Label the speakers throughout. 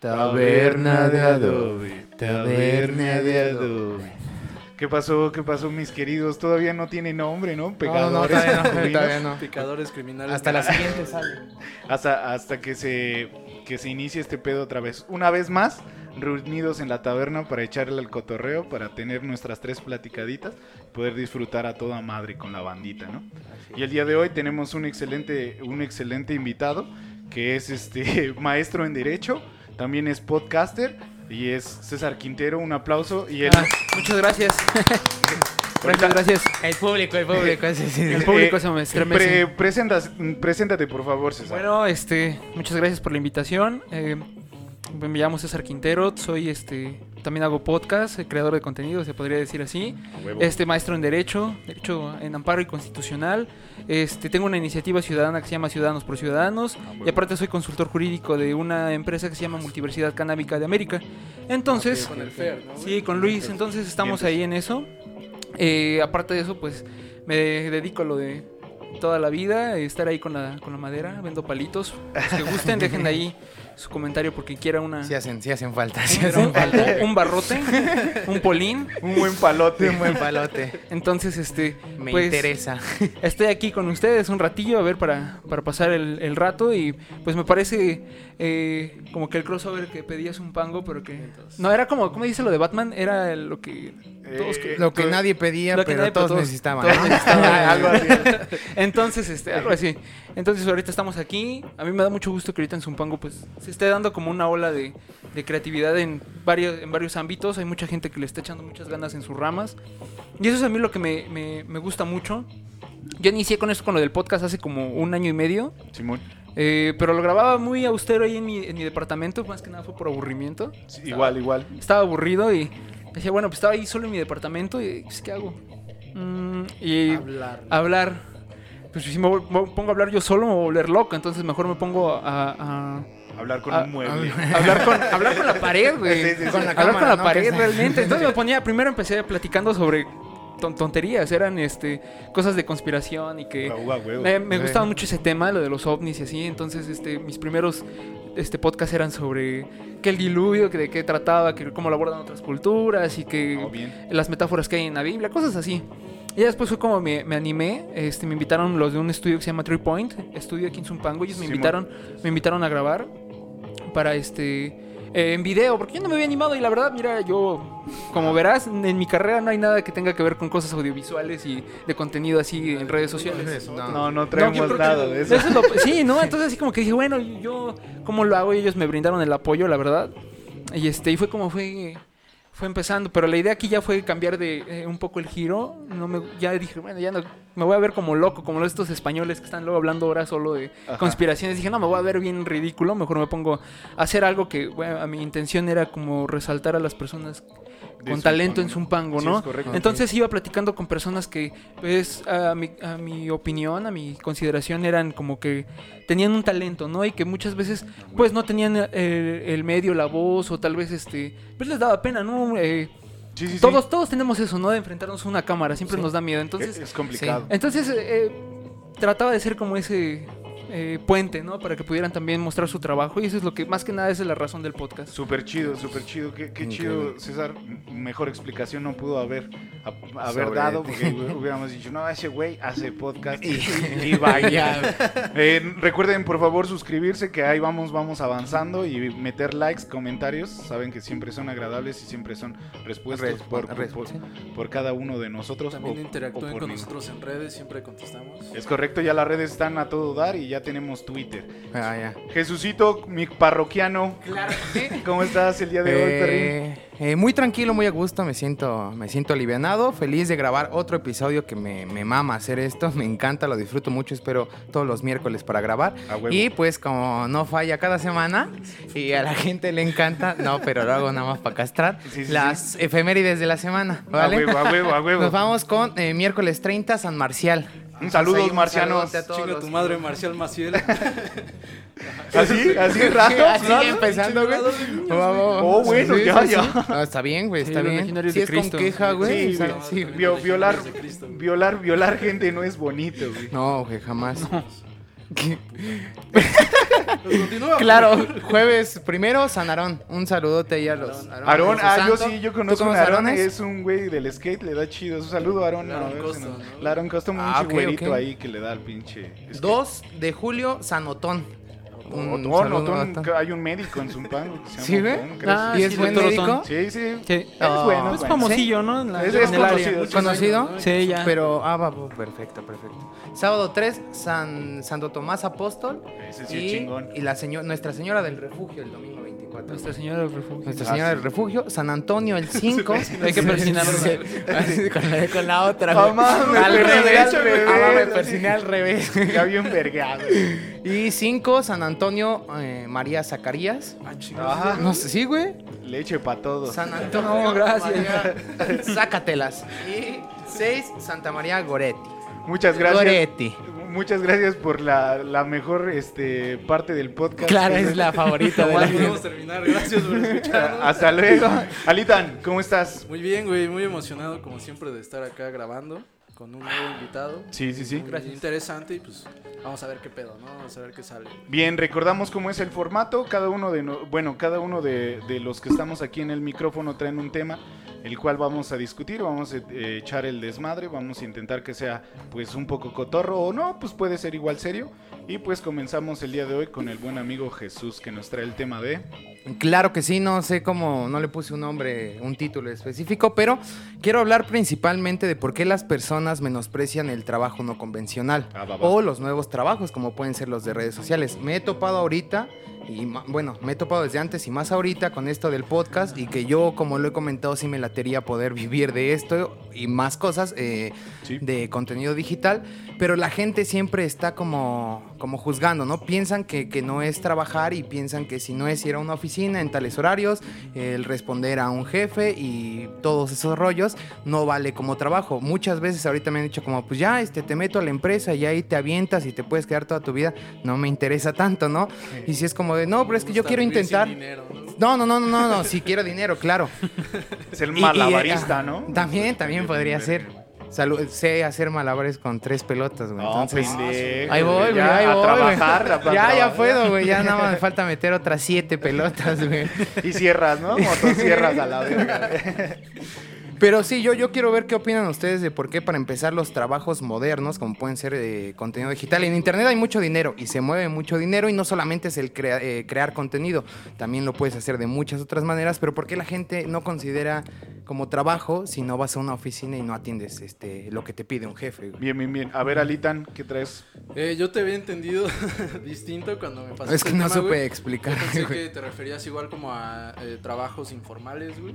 Speaker 1: Taberna de Adobe. Taberna de Adobe. ¿Qué pasó? ¿Qué pasó, mis queridos? Todavía no tiene nombre, ¿no?
Speaker 2: No, no,
Speaker 1: Pecadores.
Speaker 2: todavía no,
Speaker 1: masculinos.
Speaker 2: todavía no.
Speaker 3: Picadores criminales.
Speaker 2: Hasta la siguiente sale.
Speaker 1: Hasta, hasta que se que se inicie este pedo otra vez. Una vez más, reunidos en la taberna para echarle al cotorreo, para tener nuestras tres platicaditas, poder disfrutar a toda madre con la bandita, ¿no? Y el día de hoy tenemos un excelente, un excelente invitado, que es este maestro en Derecho, también es podcaster, y es César Quintero, un aplauso. Y él,
Speaker 2: Ah, muchas gracias.
Speaker 1: Ahorita-
Speaker 2: Gracias, gracias.
Speaker 4: El público, el público. ese sí.
Speaker 2: El público
Speaker 1: eh,
Speaker 2: se me
Speaker 1: pre-
Speaker 2: estremece.
Speaker 1: presentas- preséntate, por favor, César.
Speaker 2: Bueno, este, muchas gracias por la invitación. Eh, me llamo César Quintero, soy este, también hago podcast, eh, creador de contenido, se podría decir así. Este maestro en derecho, derecho en amparo y constitucional. Este, tengo una iniciativa ciudadana que se llama Ciudadanos por Ciudadanos y aparte soy consultor jurídico de una empresa que se llama Multiversidad Canábica de América. Entonces,
Speaker 3: Con el Fer, ¿no? pues.
Speaker 2: Sí, con Luis, entonces estamos ahí en eso. Eh, aparte de eso, pues me dedico a lo de toda la vida, eh, estar ahí con la, con la madera, vendo palitos. Los que gusten, dejen ahí su comentario porque quiera una...
Speaker 4: Sí hacen, sí hacen falta. Sí
Speaker 2: un,
Speaker 4: hacen falta.
Speaker 2: un- un barrote, un polín.
Speaker 1: un buen palote.
Speaker 4: Un buen palote.
Speaker 2: Entonces, este,
Speaker 4: Me
Speaker 2: pues,
Speaker 4: interesa.
Speaker 2: estoy aquí con ustedes un ratillo, a ver, para, para pasar el, el rato. Y pues me parece eh, como que el crossover que pedías un pango, pero que... No, era como, ¿cómo dice lo de Batman? Era lo que... todos
Speaker 1: Eh,
Speaker 4: Lo que
Speaker 1: todo-
Speaker 4: nadie pedía,
Speaker 2: Lo que
Speaker 4: pero
Speaker 2: nadie, pero
Speaker 4: todos,
Speaker 2: todos-
Speaker 4: necesitaban.
Speaker 2: todos
Speaker 4: ¿no?
Speaker 2: necesitaban.
Speaker 4: Ah,
Speaker 1: algo así.
Speaker 2: Entonces, este, algo así. Entonces, ahorita estamos aquí. A mí me da mucho gusto que ahorita en Zumpango, pues, se esté dando como una ola de, de creatividad en varios, en varios ámbitos. Hay mucha gente que le está echando muchas ganas en sus ramas. Y eso es a mí lo que me, me- me gusta mucho. Yo inicié con esto, con lo del podcast, hace como un año y medio.
Speaker 1: Simón.
Speaker 2: eh, pero lo grababa muy austero ahí en mi, en mi departamento. Más que nada fue por aburrimiento.
Speaker 1: Sí, Igual, igual.
Speaker 2: Estaba aburrido y decía, bueno, pues estaba ahí solo en mi departamento. Y, pues, ¿qué hago? Mm, y
Speaker 3: Hablar.
Speaker 2: hablar. Pues si me vol- me pongo a hablar yo solo me voy a volver loco, entonces mejor me pongo a, a-
Speaker 1: Hablar con
Speaker 2: Ah,
Speaker 1: un mueble.
Speaker 2: a hablar, con, hablar con la pared, güey.
Speaker 1: Sí, sí, sí.
Speaker 4: Con la
Speaker 2: hablar
Speaker 4: cámara,
Speaker 2: con
Speaker 4: ¿no?
Speaker 2: la
Speaker 4: Que
Speaker 2: pared
Speaker 4: está-
Speaker 2: realmente. Entonces me ponía, primero empecé platicando sobre ton- tonterías, eran este cosas de conspiración y que...
Speaker 1: Guau, guau, huevo.
Speaker 2: Me, me
Speaker 4: Sí.
Speaker 2: gustaba mucho ese tema, lo de los ovnis y así. Entonces, este, mis primeros este, podcasts eran sobre que el diluvio, que de qué trataba, que cómo lo abordan otras culturas y que
Speaker 1: No, bien.
Speaker 2: las metáforas que hay en la Biblia, cosas así. Y ya después fue como me, me animé, este, me invitaron los de un estudio que se llama Three Point, estudio aquí en Zumpango, ellos me
Speaker 1: Simón.
Speaker 2: invitaron, me invitaron a grabar para este eh, en video, porque yo no me había animado y la verdad, mira, yo como verás, en mi carrera no hay nada que tenga que ver con cosas audiovisuales y de contenido así en redes sociales.
Speaker 4: No.
Speaker 1: No, no
Speaker 2: yo
Speaker 1: traemos
Speaker 2: creo que
Speaker 1: nada de eso.
Speaker 2: eso es lo- sí, ¿no? Entonces así como que dije, bueno, yo cómo lo hago y ellos me brindaron el apoyo, la verdad. Y este, y fue como fue fue empezando, pero la idea aquí ya fue cambiar de eh, un poco el giro. No me ya dije, bueno, ya no me voy a ver como loco, como estos españoles que están luego hablando ahora solo de
Speaker 1: Ajá.
Speaker 2: conspiraciones. Dije, no, me voy a ver bien ridículo, mejor me pongo a hacer algo que bueno, a mi intención era como resaltar a las personas con talento en Zumpango,
Speaker 1: Sí,
Speaker 2: ¿no?
Speaker 1: es correcto.
Speaker 2: Entonces iba platicando con personas que, pues, a mi, a mi opinión, a mi consideración, eran como que tenían un talento, ¿no? Y que muchas veces, pues, no tenían el, el medio, la voz, o tal vez, este, pues les daba pena, ¿no? Eh,
Speaker 1: Sí, sí, sí.
Speaker 2: todos, todos tenemos eso, ¿no? De enfrentarnos a una cámara, siempre
Speaker 4: Sí.
Speaker 2: nos da miedo.
Speaker 1: Es,
Speaker 2: Entonces,
Speaker 1: E, es complicado.
Speaker 2: entonces eh, eh, trataba de ser como ese eh, puente, ¿no? Para que pudieran también mostrar su trabajo, y eso es lo que, más que nada, esa es la razón del podcast.
Speaker 1: Súper chido, súper chido. Qué, qué chido, César. M- Mejor explicación no pudo haber, a- haber
Speaker 4: Sobre
Speaker 1: dado
Speaker 4: ti.
Speaker 1: porque hu- hubiéramos dicho, no, ese güey hace podcast y, y vaya. Eh, recuerden, por favor, suscribirse, que ahí vamos, vamos avanzando y meter likes, comentarios. Saben que siempre son agradables y siempre son respuestas
Speaker 4: Respu-
Speaker 1: por,
Speaker 4: respu-
Speaker 1: por- por cada uno de nosotros.
Speaker 3: También
Speaker 1: o- o
Speaker 3: interactúen
Speaker 1: por
Speaker 3: con
Speaker 1: ninguno.
Speaker 3: nosotros en redes, siempre contestamos.
Speaker 1: Es correcto, ya las redes están a todo dar y ya tenemos Twitter.
Speaker 4: Ah, ya.
Speaker 1: Jesucito, mi parroquiano,
Speaker 2: Claro,
Speaker 1: ¿cómo estás el día de hoy, perrín?
Speaker 4: Eh, eh, muy tranquilo, muy a gusto, me siento, me siento alivianado, feliz de grabar otro episodio que me, me mama hacer esto, me encanta, lo disfruto mucho, espero todos los miércoles para grabar.
Speaker 1: A huevo.
Speaker 4: Y pues como no falla cada semana y a la gente le encanta, no, pero lo hago nada más para castrar,
Speaker 1: Sí, sí,
Speaker 4: las efemérides de la semana,
Speaker 1: A
Speaker 4: ¿vale?
Speaker 1: Ah, huevo, a huevo, a huevo.
Speaker 4: Nos vamos con eh, miércoles 30, San Marcial.
Speaker 1: Un saludo,
Speaker 4: Ahí, un
Speaker 1: marcianos.
Speaker 4: saludote a todos
Speaker 3: Chinga
Speaker 4: los-
Speaker 3: tu madre,
Speaker 2: Ah,
Speaker 3: Marcial Maciel.
Speaker 1: Así, así
Speaker 4: Así
Speaker 1: raro. raro.
Speaker 4: empezando, güey. Vamos.
Speaker 1: Oh, bueno, ya, ya.
Speaker 4: No, Ah, está bien, güey,
Speaker 2: Sí,
Speaker 4: está
Speaker 2: los
Speaker 4: bien.
Speaker 2: legionarios
Speaker 4: Si
Speaker 2: de
Speaker 4: es con
Speaker 2: Cristo.
Speaker 4: queja, güey.
Speaker 1: Sí,
Speaker 4: o sea,
Speaker 1: güey.
Speaker 4: sí, güey.
Speaker 1: Vio- violar,
Speaker 3: De Cristo, güey.
Speaker 1: violar, violar gente no es bonito, güey.
Speaker 4: No, güey, jamás.
Speaker 3: Pues continúa.
Speaker 4: Claro, jueves primero, San Aarón. Un saludote ahí a los
Speaker 3: Aarón.
Speaker 1: Aarón,
Speaker 4: Jesús
Speaker 1: ah, yo
Speaker 4: Santo.
Speaker 1: sí, yo
Speaker 4: ¿Tú
Speaker 1: conozco a
Speaker 4: conoces
Speaker 1: Aarón,
Speaker 4: Aarones?
Speaker 1: es un güey del skate, le da chido. Un saludo a Aarón.
Speaker 3: El Aarón
Speaker 1: a ver,
Speaker 3: Costa,
Speaker 1: se nos-
Speaker 3: ¿no?
Speaker 1: el Aarón Costa, un
Speaker 4: Ah, ok,
Speaker 1: chihuerito
Speaker 4: ok.
Speaker 1: ahí que le da al pinche. skate.
Speaker 4: 2 de julio, San Otón. Un
Speaker 1: Otón,
Speaker 4: saludo,
Speaker 1: Otón,
Speaker 4: Otón.
Speaker 1: hay un médico en Zumpango que se llama
Speaker 4: ¿Sí, güey?
Speaker 1: Otón, creo.
Speaker 2: Ah,
Speaker 4: ¿Y es
Speaker 2: sí,
Speaker 4: buen
Speaker 2: doctor
Speaker 4: médico?
Speaker 2: Otón.
Speaker 1: Sí, sí.
Speaker 2: Sí.
Speaker 1: Es bueno,
Speaker 2: Pues
Speaker 1: bueno.
Speaker 2: famosillo, ¿no? En la-
Speaker 1: Es- es
Speaker 2: en el área.
Speaker 1: conocido.
Speaker 4: ¿Conocido?
Speaker 3: Muchos años,
Speaker 2: Sí, ya.
Speaker 4: Pero, ah, va, va, perfecto, perfecto. Sábado 3, San, Santo Tomás Apóstol.
Speaker 1: Ese sí es
Speaker 4: Y,
Speaker 1: chingón.
Speaker 4: y la señora, Nuestra Señora del Refugio, el domingo 24.
Speaker 2: Nuestra Señora del Refugio.
Speaker 4: Nuestra
Speaker 1: Ah,
Speaker 4: Señora
Speaker 1: sí.
Speaker 4: del Refugio, San Antonio el 5.
Speaker 2: Hay que persinarlo.
Speaker 4: Ah, con, la, con la otra. güey.
Speaker 1: Mamá, me
Speaker 4: al
Speaker 1: persiné
Speaker 4: revés,
Speaker 1: al revés,
Speaker 4: mamá, me
Speaker 1: así.
Speaker 4: persiné al revés.
Speaker 1: Ya bien vergado.
Speaker 4: Y 5, San Antonio eh, María Zacarías.
Speaker 3: Ah, chingados.
Speaker 1: Ajá.
Speaker 4: No sé, sí, güey.
Speaker 1: Leche para todos.
Speaker 4: San Antonio.
Speaker 2: No, gracias.
Speaker 4: María Zácatelas. Y 6, Santa María Goretti.
Speaker 1: Muchas gracias.
Speaker 4: Goretti.
Speaker 1: Muchas gracias por la, la mejor este, parte del podcast.
Speaker 4: Claro,
Speaker 1: Que-
Speaker 4: es la favorita de
Speaker 3: Ya
Speaker 4: la
Speaker 3: podemos terminar. Gracias por escucharnos.
Speaker 1: Hasta luego. Alitan, ¿cómo estás?
Speaker 3: Muy bien, güey, muy emocionado como siempre de estar acá grabando con un nuevo invitado.
Speaker 1: Sí, sí, sí.
Speaker 3: Muy Interesante y pues vamos a ver qué pedo, ¿no? Vamos a ver qué sale.
Speaker 1: Bien, recordamos cómo es el formato. Cada uno de no- bueno, cada uno de, de los que estamos aquí en el micrófono traen un tema el cual vamos a discutir, vamos a eh, echar el desmadre, vamos a intentar que sea pues un poco cotorro o no, pues puede ser igual serio. Y pues comenzamos el día de hoy con el buen amigo Jesús que nos trae el tema de
Speaker 4: Claro que sí, no sé cómo, no le puse un nombre, un título específico, pero quiero hablar principalmente de por qué las personas menosprecian el trabajo no convencional
Speaker 1: Ah, va, va.
Speaker 4: o los nuevos trabajos como pueden ser los de redes sociales. Me he topado ahorita y ma- bueno, me he topado desde antes y más ahorita con esto del podcast y que yo, como lo he comentado, sí me latería poder vivir de esto y más cosas. eh,
Speaker 1: Sí.
Speaker 4: de contenido digital, pero la gente siempre está como, como juzgando, ¿no? Piensan que, que no es trabajar y piensan que si no es ir a una oficina en tales horarios, el responder a un jefe y todos esos rollos no vale como trabajo. Muchas veces ahorita me han dicho como, pues ya, este, te meto a la empresa y ahí te avientas y te puedes quedar toda tu vida, no me interesa tanto, ¿no? Y si es como de, no, pero es que yo
Speaker 3: Gusta
Speaker 4: quiero
Speaker 3: vivir sin
Speaker 4: intentar...
Speaker 3: dinero, ¿no?
Speaker 4: No, no, no, no, no, no, si quiero dinero, claro.
Speaker 1: es el
Speaker 4: Y- y,
Speaker 1: malabarista,
Speaker 4: eh,
Speaker 1: ¿no?
Speaker 4: También, también podría ser. Salud, sé hacer malabares con tres pelotas, güey.
Speaker 1: No,
Speaker 4: Entonces,
Speaker 1: pendejo.
Speaker 4: pues, ahí voy, güey,
Speaker 1: Ya,
Speaker 4: ahí
Speaker 1: a
Speaker 4: voy, güey.
Speaker 1: trabajar, a
Speaker 4: Ya, ya
Speaker 1: trabajar.
Speaker 4: puedo, güey. Ya nada más me falta meter otras siete pelotas, güey.
Speaker 1: Y cierras, ¿no? Motosierras a la verga.
Speaker 4: Pero sí, yo, yo quiero ver qué opinan ustedes de por qué, para empezar, los trabajos modernos, como pueden ser eh, contenido digital. En Internet hay mucho dinero y se mueve mucho dinero y no solamente es el crea- eh, crear contenido, también lo puedes hacer de muchas otras maneras, pero ¿por qué la gente no considera como trabajo si no vas a una oficina y no atiendes este, lo que te pide un jefe? güey?
Speaker 1: Bien, bien, bien. A ver, Alitan, ¿qué traes?
Speaker 3: Eh, yo te había entendido distinto cuando me
Speaker 1: Pues,
Speaker 3: pasaste
Speaker 4: Es que
Speaker 3: el
Speaker 4: no
Speaker 3: tema,
Speaker 4: supe
Speaker 3: güey.
Speaker 4: explicar.
Speaker 3: Yo pensé
Speaker 4: güey.
Speaker 3: que te referías igual como a eh, trabajos informales, güey.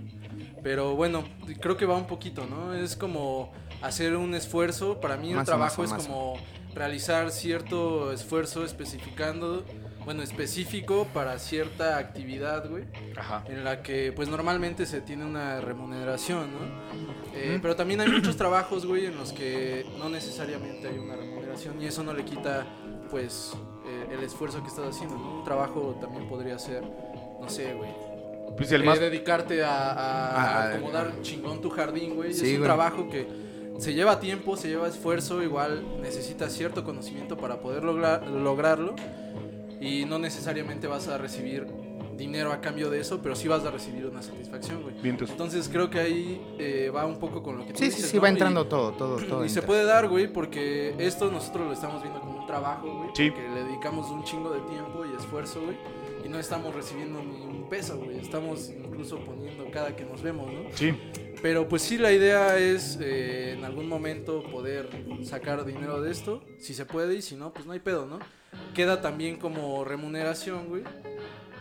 Speaker 3: Pero bueno, creo que va un poquito, ¿no? Es como hacer un esfuerzo. Para mí el
Speaker 4: Mazo, mazo,
Speaker 3: trabajo es
Speaker 4: mazo.
Speaker 3: como realizar cierto esfuerzo especificando, bueno, específico para cierta actividad, güey
Speaker 1: Ajá.
Speaker 3: en la que pues normalmente se tiene una remuneración, ¿no? Eh, pero también hay muchos trabajos, güey, en los que no necesariamente hay una remuneración y eso no le quita pues eh, el esfuerzo que estás haciendo, ¿no? Un trabajo también podría ser, no sé, güey.
Speaker 1: Pues el
Speaker 3: eh,
Speaker 1: más.
Speaker 3: dedicarte a, a
Speaker 4: Ah,
Speaker 3: acomodar chingón tu jardín, güey.
Speaker 4: Sí,
Speaker 3: es un
Speaker 4: güey.
Speaker 3: trabajo que se lleva tiempo, se lleva esfuerzo, igual necesitas cierto conocimiento para poder lograr, lograrlo. Y no necesariamente vas a recibir dinero a cambio de eso, pero sí vas a recibir una satisfacción, güey.
Speaker 1: Vientos.
Speaker 3: Entonces creo que ahí eh, va un poco con lo que tú
Speaker 4: Sí, sí,
Speaker 3: dices,
Speaker 4: sí,
Speaker 3: ¿no?
Speaker 4: va
Speaker 3: Y-
Speaker 4: entrando todo, todo, todo.
Speaker 3: y se
Speaker 4: entra.
Speaker 3: puede dar, güey, porque esto nosotros lo estamos viendo como un trabajo, güey.
Speaker 1: Sí.
Speaker 3: Que le dedicamos un chingo de tiempo y esfuerzo, güey. Y no estamos recibiendo ni un peso, güey. Estamos incluso poniendo cada que nos vemos, ¿no?
Speaker 1: Sí.
Speaker 3: Pero pues sí, la idea es eh, en algún momento poder sacar dinero de esto, si se puede, y si no, pues no hay pedo, ¿no? Queda también como remuneración, güey.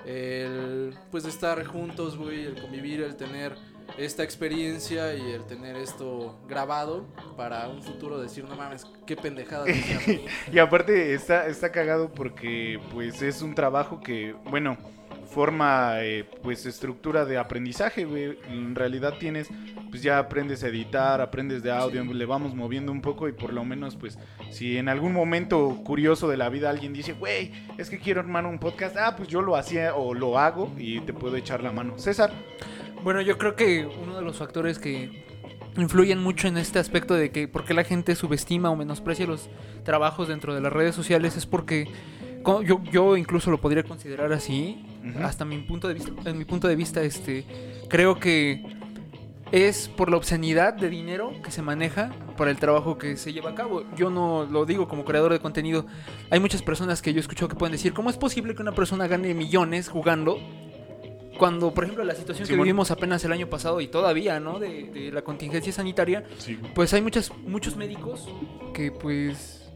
Speaker 3: El pues estar juntos, güey, el convivir, el tener esta experiencia y el tener esto grabado para un futuro decir, no mames, qué pendejada. decíamos".
Speaker 1: Y aparte está, está cagado porque pues es un trabajo que, bueno, forma eh, pues estructura de aprendizaje, güey. En realidad tienes, pues ya aprendes a editar, aprendes de audio, le vamos moviendo un poco y por lo menos pues si en algún momento curioso de la vida alguien dice, güey, es que quiero armar un podcast, ah, pues yo lo hacía o lo hago y te puedo echar la mano. César,
Speaker 2: Bueno, yo creo que uno de los factores que influyen mucho en este aspecto de que por qué la gente subestima o menosprecia los trabajos dentro de las redes sociales es porque co- yo, yo incluso lo podría considerar así
Speaker 1: Ujú.
Speaker 2: hasta mi punto de vista en mi punto de vista este creo que es por la obscenidad de dinero que se maneja para el trabajo que se lleva a cabo. Yo no lo digo como creador de contenido. Hay muchas personas que yo escucho que pueden decir, ¿cómo es posible que una persona gane millones jugando? Cuando, por ejemplo, la situación que
Speaker 1: Simón.
Speaker 2: vivimos apenas el año pasado y todavía, ¿no? De, de la contingencia sanitaria,
Speaker 1: Sí, güey.
Speaker 2: pues hay muchas, muchos médicos que pues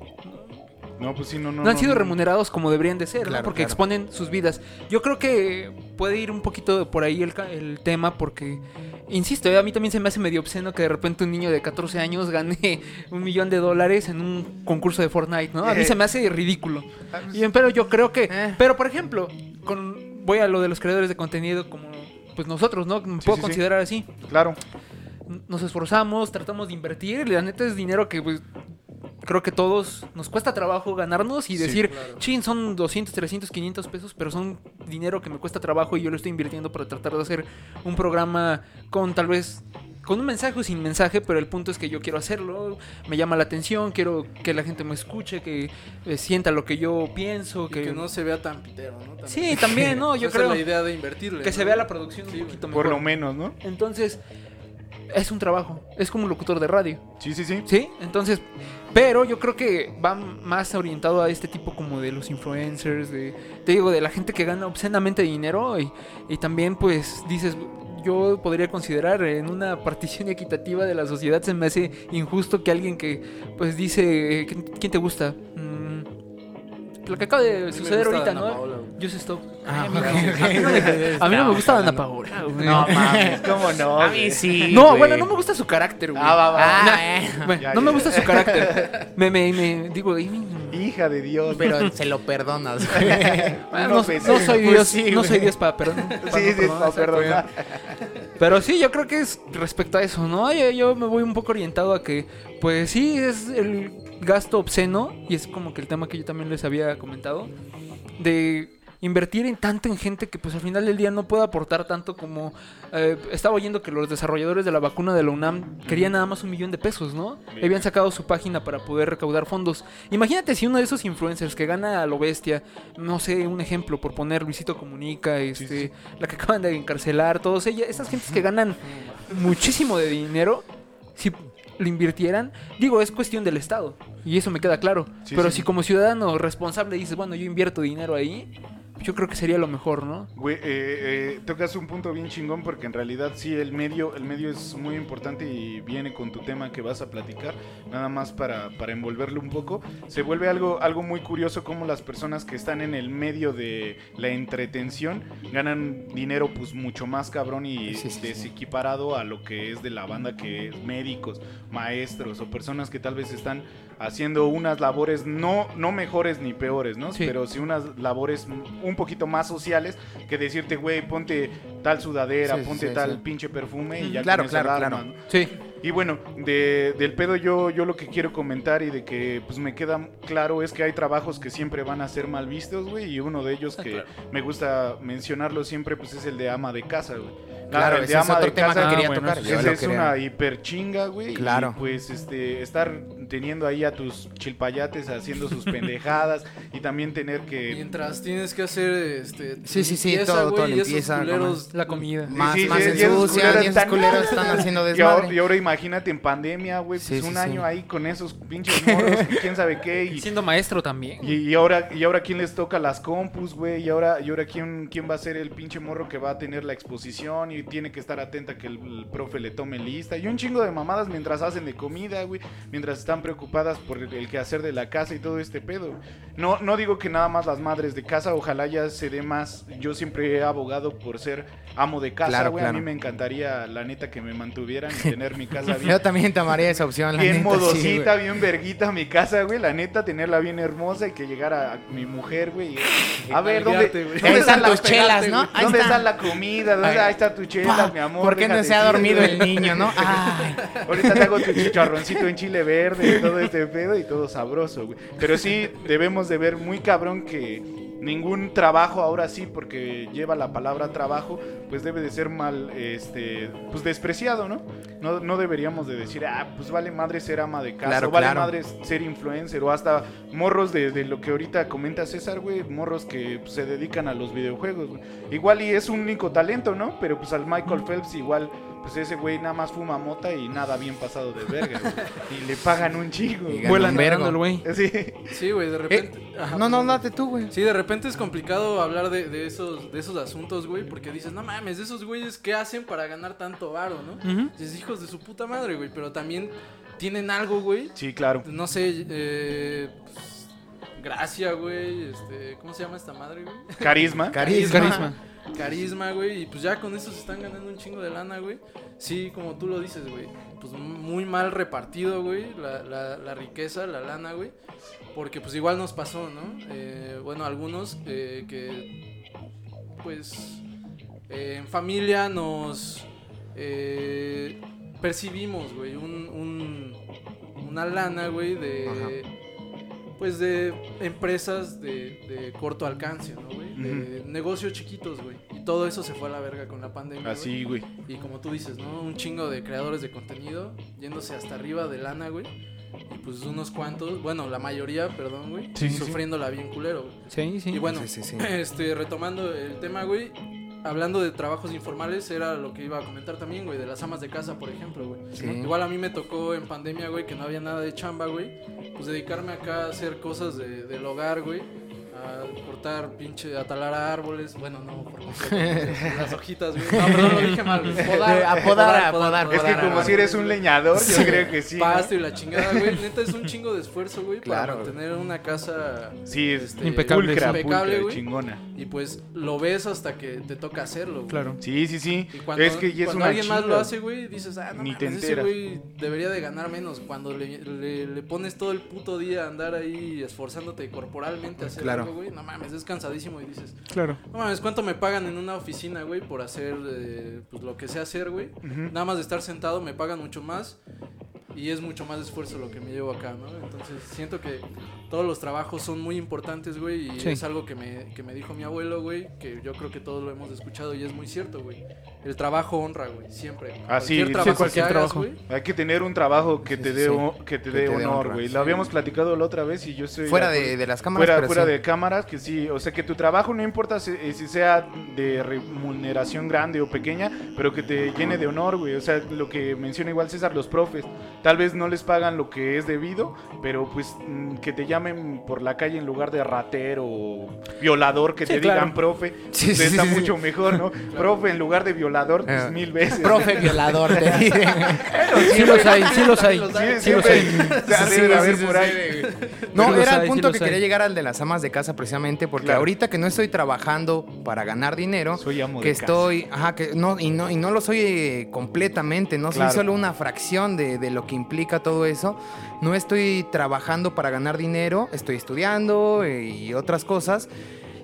Speaker 1: No, pues sí, no, no.
Speaker 2: no, han sido remunerados como deberían de ser, ¿no?
Speaker 4: Claro,
Speaker 2: Porque
Speaker 4: claro.
Speaker 2: exponen sus vidas. Yo creo que puede ir un poquito por ahí el, ca- el tema porque, insisto, eh, a mí también se me hace medio obsceno que de repente un niño de 14 años gane un millón de dólares en un concurso de Fortnite, ¿no? A mí
Speaker 1: Eh.
Speaker 2: se me hace ridículo.
Speaker 1: Ah, pues,
Speaker 2: Y, pero yo creo que...
Speaker 4: Eh.
Speaker 2: Pero, por ejemplo, con, voy a lo de los creadores de contenido como... Pues nosotros, ¿no? Me
Speaker 1: Sí,
Speaker 2: puedo
Speaker 1: sí, sí.
Speaker 2: considerar así
Speaker 1: Claro.
Speaker 2: nos esforzamos, tratamos de invertir, la neta es dinero que pues, creo que todos nos cuesta trabajo ganarnos y
Speaker 1: Sí,
Speaker 2: decir,
Speaker 3: claro.
Speaker 2: chin, son 200, 300, 500 pesos, pero son dinero que me cuesta trabajo y yo lo estoy invirtiendo para tratar de hacer un programa con tal vez con un mensaje o sin mensaje, pero el punto es que yo quiero hacerlo, me llama la atención, quiero que la gente me escuche, que eh, sienta lo que yo pienso,
Speaker 3: Y que...
Speaker 2: que,
Speaker 3: no se vea tan pitero, ¿no? También.
Speaker 2: Sí, también, no, yo
Speaker 3: Esa es
Speaker 2: creo
Speaker 3: la idea de invertirle.
Speaker 2: que
Speaker 3: ¿no?
Speaker 2: se vea la producción
Speaker 3: Sí,
Speaker 2: un poquito
Speaker 1: Por lo
Speaker 2: mejor.
Speaker 1: menos, ¿no?
Speaker 2: Entonces, es un trabajo, es como un locutor de radio.
Speaker 1: Sí, sí, sí.
Speaker 2: Sí, entonces, pero yo creo que va más orientado a este tipo como de los influencers, de, te digo, de la gente que gana obscenamente dinero y, y también pues dices, yo podría considerar en una partición equitativa de la sociedad se me hace injusto que alguien que pues dice, eh, ¿quién quién te gusta? Mm, lo que acaba
Speaker 3: A mí me
Speaker 2: de suceder
Speaker 3: gusta
Speaker 2: ahorita,
Speaker 3: Ana
Speaker 2: ¿no?
Speaker 3: Paola, güey.
Speaker 2: Just Stop.
Speaker 4: Ah,
Speaker 2: Ay, amigo,
Speaker 4: ok, ok.
Speaker 2: a mí no me- A mí no me
Speaker 4: Estamos
Speaker 2: gusta Ana
Speaker 4: hablando.
Speaker 2: Paola. güey.
Speaker 1: No mames, ¿cómo no?
Speaker 4: A
Speaker 1: güey?
Speaker 4: mí sí.
Speaker 2: No,
Speaker 4: güey.
Speaker 2: bueno, no me gusta su carácter, güey.
Speaker 1: Ah, va, va.
Speaker 4: Ah,
Speaker 1: va.
Speaker 4: eh.
Speaker 2: Bueno,
Speaker 1: Ya, ya,
Speaker 2: no me
Speaker 1: ya.
Speaker 2: gusta su carácter. Me, me, me digo, "Ay,
Speaker 1: Hija de Dios.
Speaker 4: Pero se lo perdonas, güey.
Speaker 1: no
Speaker 2: ah, no,
Speaker 1: pues,
Speaker 2: no soy
Speaker 4: pues
Speaker 2: Dios,
Speaker 4: sí,
Speaker 2: no
Speaker 4: güey.
Speaker 2: soy Dios para perdón. para
Speaker 1: Sí, sí,
Speaker 2: no perdonar, pues,
Speaker 1: no,
Speaker 2: exacto.
Speaker 1: perdona.
Speaker 2: Pero sí, yo creo que es respecto a eso, ¿no? Yo, yo me voy un poco orientado a que, pues sí, es el gasto obsceno, y es como que el tema que yo también les había comentado, de invertir en tanto en gente que pues al final del día no puede aportar tanto como... eh, estaba oyendo que los desarrolladores de la vacuna de la UNAM querían nada más un millón de pesos, ¿no?
Speaker 1: Mira.
Speaker 2: Habían sacado su página para poder recaudar fondos. Imagínate si uno de esos influencers que gana a lo bestia, no sé, un ejemplo por poner Luisito Comunica, este,
Speaker 1: sí.
Speaker 2: la que acaban de encarcelar, todos ellas, esas gentes que ganan muchísimo de dinero, si lo invirtieran, digo, es cuestión del Estado, y eso me queda claro.
Speaker 1: Sí,
Speaker 2: Pero
Speaker 1: sí,
Speaker 2: si
Speaker 1: sí.
Speaker 2: como ciudadano responsable dices, bueno, yo invierto dinero ahí, yo creo que sería lo mejor, ¿no?
Speaker 1: Güey, eh, eh, tocas un punto bien chingón porque en realidad sí, el medio, el medio es muy importante y viene con tu tema que vas a platicar, nada más para, para envolverlo un poco. Se vuelve algo, algo muy curioso como las personas que están en el medio de la entretención ganan dinero pues mucho más cabrón y
Speaker 4: Sí, sí, sí.
Speaker 1: desequiparado a lo que es de la banda que es médicos, maestros o personas que tal vez están haciendo unas labores no, no mejores ni peores, ¿no?
Speaker 2: Sí.
Speaker 1: Pero sí unas labores un poquito más sociales que decirte, güey, ponte tal sudadera,
Speaker 4: Sí, sí,
Speaker 1: ponte
Speaker 4: sí,
Speaker 1: tal
Speaker 4: sí.
Speaker 1: pinche perfume y ya
Speaker 4: Claro,
Speaker 1: con eso
Speaker 4: claro,
Speaker 1: la
Speaker 4: claro.
Speaker 1: armas, ¿no?
Speaker 2: Sí,
Speaker 1: Y bueno, de- del pedo yo, yo lo que quiero comentar y de que pues me queda claro es que hay trabajos que siempre van a ser mal vistos, güey, y uno de ellos
Speaker 4: Ah,
Speaker 1: que me gusta mencionarlo siempre pues es el de ama de casa, güey.
Speaker 4: Claro,
Speaker 1: el
Speaker 4: ese es otro tema que
Speaker 2: Ah,
Speaker 4: quería
Speaker 2: bueno,
Speaker 4: tocar.
Speaker 2: sí,
Speaker 4: yo
Speaker 1: esa
Speaker 4: lo
Speaker 1: es
Speaker 4: quería.
Speaker 1: una hiperchinga, güey.
Speaker 4: Claro.
Speaker 1: Y pues este, estar teniendo ahí a tus chilpayates haciendo sus pendejadas y también tener que.
Speaker 3: Mientras tienes que hacer este
Speaker 4: Sí, sí, sí,
Speaker 3: limpieza,
Speaker 4: todo, todo,
Speaker 3: güey, y esos
Speaker 4: limpieza,
Speaker 3: culeros-
Speaker 2: Pues, la comida.
Speaker 4: Más,
Speaker 1: Sí, sí,
Speaker 4: más
Speaker 1: sí, esos
Speaker 4: ensucian
Speaker 1: culeros
Speaker 4: y esos
Speaker 1: están-
Speaker 4: culeros están haciendo
Speaker 1: Y ahora,
Speaker 4: desmadre.
Speaker 1: y ahora imagínate en pandemia, güey,
Speaker 4: Sí,
Speaker 1: pues
Speaker 4: sí,
Speaker 1: un
Speaker 4: sí.
Speaker 1: año ahí con esos pinches morros, que quién sabe qué. Y,
Speaker 2: Siendo maestro también.
Speaker 1: y- y ahora, y ahora quién les toca las compus, güey, y ahora, y ahora quién, quién va a ser el pinche morro que va a tener la exposición y tiene que estar atenta que el, el profe le tome lista. Y un chingo de mamadas mientras hacen de comida, güey, mientras están preocupadas por el, el quehacer de la casa y todo este pedo. güey. No, no digo que nada más las madres de casa, ojalá ya se dé más. Yo siempre he abogado por ser amo de casa,
Speaker 4: Claro,
Speaker 1: güey. A mí
Speaker 4: claro.
Speaker 1: me encantaría, la neta, que me mantuvieran y tener mi casa bien
Speaker 4: Yo también tomaría esa opción, la
Speaker 1: bien
Speaker 4: neta, sí, güey.
Speaker 1: modosita, bien verguita mi casa, güey. La neta, tenerla bien hermosa y que llegara mi mujer, güey. y- A ver, ¿dónde,
Speaker 3: Nalguearte, güey.
Speaker 1: ¿dónde
Speaker 4: Ahí están
Speaker 1: las
Speaker 4: tus chelas, ¿no? Ahí
Speaker 1: ¿Dónde
Speaker 4: están.
Speaker 1: está la comida? ¿Dónde,
Speaker 4: Ay.
Speaker 1: ahí está tu chela, mi amor?
Speaker 4: ¿Por qué no
Speaker 1: déjate
Speaker 4: se ha
Speaker 1: ir,
Speaker 4: dormido
Speaker 1: güey?
Speaker 4: el niño, no? Ay.
Speaker 1: Ahorita te hago tu chicharroncito en chile verde y todo este pedo y todo sabroso, güey. Pero sí debemos de ver muy cabrón que ningún trabajo ahora sí, porque lleva la palabra trabajo, pues debe de ser mal, este, pues despreciado, ¿no? No, no deberíamos de decir, ah, pues vale madre ser ama de casa,
Speaker 4: Claro,
Speaker 1: o vale
Speaker 4: claro.
Speaker 1: madre ser influencer, o hasta morros de, de lo que ahorita comenta César, güey, morros que pues, se dedican a los videojuegos, güey. Igual y es un único talento, ¿no? Pero pues al Michael Phelps igual... Pues ese güey nada más fuma mota y nada bien pasado de verga, güey. Y le pagan un chingo.
Speaker 4: Y
Speaker 1: güey.
Speaker 2: Vuelan
Speaker 4: un vergo.
Speaker 2: nadando el güey.
Speaker 1: Sí.
Speaker 3: Sí, güey, de repente. Ajá,
Speaker 4: Eh, No, no,
Speaker 3: perdón.
Speaker 4: date tú, güey.
Speaker 3: Sí, de repente es complicado hablar de, de esos, de esos asuntos, güey, porque dices, no mames, de esos güeyes, ¿qué hacen para ganar tanto varo, no?
Speaker 2: Ujú.
Speaker 3: Dices, hijos de su puta madre, güey, pero también tienen algo, güey.
Speaker 1: Sí, claro.
Speaker 3: No sé, eh, pues, gracia, güey, este, ¿cómo se llama esta madre, güey?
Speaker 1: Carisma.
Speaker 4: Carisma.
Speaker 2: Carisma.
Speaker 3: Carisma, güey, y pues ya con eso se están ganando un chingo de lana, güey. Sí, como tú lo dices, güey, pues muy mal repartido, güey, la, la, la riqueza, la lana, güey. Porque pues igual nos pasó, ¿no? Eh, bueno, algunos eh, que pues eh, en familia nos eh, percibimos, güey, un, un- una lana, güey, de... Pues de empresas de, de corto alcance, ¿no, güey? De Eh, negocios chiquitos, güey. Y todo eso se fue a la verga con la pandemia. güey.
Speaker 1: Así, güey.
Speaker 3: Y como tú dices, ¿no? Un chingo de creadores de contenido yéndose hasta arriba de lana, güey. Y pues unos cuantos, bueno, la mayoría, perdón, güey,
Speaker 1: Sí, sí, sí.
Speaker 3: sufriéndola bien culero, güey.
Speaker 2: Sí, sí.
Speaker 3: Y bueno,
Speaker 4: Sí, sí, sí.
Speaker 3: este, retomando el tema, güey, hablando de trabajos informales, era lo que iba a comentar también, güey, de las amas de casa, por ejemplo, güey.
Speaker 4: Sí.
Speaker 3: Igual a mí me tocó en pandemia, güey, que no había nada de chamba, güey. Pues dedicarme acá a hacer cosas de- del hogar, güey. A cortar pinche, a talar árboles. Bueno, no, por completo, las hojitas, güey. No, perdón, lo dije mal. güey.
Speaker 4: De apodar, apodar,
Speaker 1: Es que
Speaker 4: Podar
Speaker 1: como
Speaker 4: árboles,
Speaker 1: si eres un leñador, yo creo que sí. ¿no?
Speaker 3: Pasto y la chingada, güey. Neta es un chingo de esfuerzo, güey,
Speaker 4: Claro,
Speaker 3: para
Speaker 4: güey.
Speaker 3: mantener una casa
Speaker 1: Sí, es
Speaker 3: Este,
Speaker 2: Impecable,
Speaker 1: Pulcra,
Speaker 3: sí.
Speaker 1: pulcra,
Speaker 3: Impecable, güey.
Speaker 1: chingona.
Speaker 3: Y pues lo ves hasta que te toca hacerlo. güey.
Speaker 2: Claro.
Speaker 1: Sí, sí, sí.
Speaker 3: Y cuando,
Speaker 1: es que ya es
Speaker 3: cuando
Speaker 1: una
Speaker 3: alguien más lo
Speaker 1: chinga.
Speaker 3: hace, güey, dices, ah, no
Speaker 1: Ni te
Speaker 3: mames, ese
Speaker 1: enteras.
Speaker 3: güey debería de ganar menos. Cuando le, le- le pones todo el puto día a andar ahí esforzándote corporalmente a hacer
Speaker 4: Claro.
Speaker 3: algo, güey, no mames, es cansadísimo y dices,
Speaker 2: Claro.
Speaker 3: no mames, ¿cuánto me pagan en una oficina, güey, por hacer eh, pues, lo que sé hacer, güey?
Speaker 1: Ujú.
Speaker 3: Nada más de estar sentado me pagan mucho más y es mucho más esfuerzo lo que me llevo acá, ¿no? Entonces siento que todos los trabajos son muy importantes, güey, y
Speaker 2: Sí.
Speaker 3: es algo que me, que me dijo mi abuelo, güey, que yo creo que todos lo hemos escuchado y es muy cierto, güey. El trabajo honra, güey, siempre.
Speaker 1: Ah, sí, sí,
Speaker 3: trabajo
Speaker 2: cualquier
Speaker 3: que hagas,
Speaker 2: trabajo.
Speaker 3: güey.
Speaker 1: Hay que tener un trabajo que
Speaker 4: Sí,
Speaker 1: te
Speaker 4: sí,
Speaker 1: dé
Speaker 4: sí.
Speaker 1: o- que te
Speaker 4: Que
Speaker 1: dé
Speaker 4: te dé
Speaker 1: honor,
Speaker 4: honra,
Speaker 1: güey.
Speaker 4: sí.
Speaker 1: Lo habíamos platicado la otra vez y yo estoy
Speaker 4: Fuera
Speaker 1: acuerdo.
Speaker 4: de, de las cámaras.
Speaker 1: Fuera,
Speaker 4: pero
Speaker 1: fuera
Speaker 4: sí.
Speaker 1: de cámaras, que sí, o sea, que tu trabajo no importa si, si sea de remuneración grande o pequeña, pero que te llene de honor, güey. O sea, lo que menciona igual César, los profes, tal vez no les pagan lo que es debido, pero pues mm, que te llamen por la calle en lugar de ratero o violador, que
Speaker 2: Sí,
Speaker 1: te
Speaker 2: claro.
Speaker 1: digan profe,
Speaker 4: Sí,
Speaker 1: pues
Speaker 4: sí,
Speaker 1: está
Speaker 4: sí, sí.
Speaker 1: mucho mejor, ¿no? Profe en lugar de violador, pues
Speaker 4: Eh,
Speaker 1: mil veces.
Speaker 4: Profe violador, te diré.
Speaker 2: Sí los hay, sí los hay.
Speaker 1: Sí,
Speaker 2: Sí los
Speaker 1: siempre
Speaker 2: hay.
Speaker 1: debe
Speaker 4: Sí,
Speaker 1: de
Speaker 4: sí,
Speaker 1: haber
Speaker 4: sí,
Speaker 1: por
Speaker 4: sí.
Speaker 1: ahí.
Speaker 4: No,
Speaker 2: Sí los
Speaker 4: era
Speaker 2: hay,
Speaker 4: el
Speaker 2: sí
Speaker 4: punto
Speaker 2: los
Speaker 4: que
Speaker 2: hay.
Speaker 4: quería llegar al de las amas de casa precisamente, porque
Speaker 1: Claro.
Speaker 4: ahorita que no estoy trabajando para ganar dinero,
Speaker 1: Soy amo
Speaker 4: que
Speaker 1: de casa.
Speaker 4: estoy, ajá, que no y no y no lo soy eh, completamente, no
Speaker 1: Claro.
Speaker 4: soy solo una fracción de, de lo que implica todo eso. No estoy trabajando para ganar dinero, estoy estudiando eh, y otras cosas.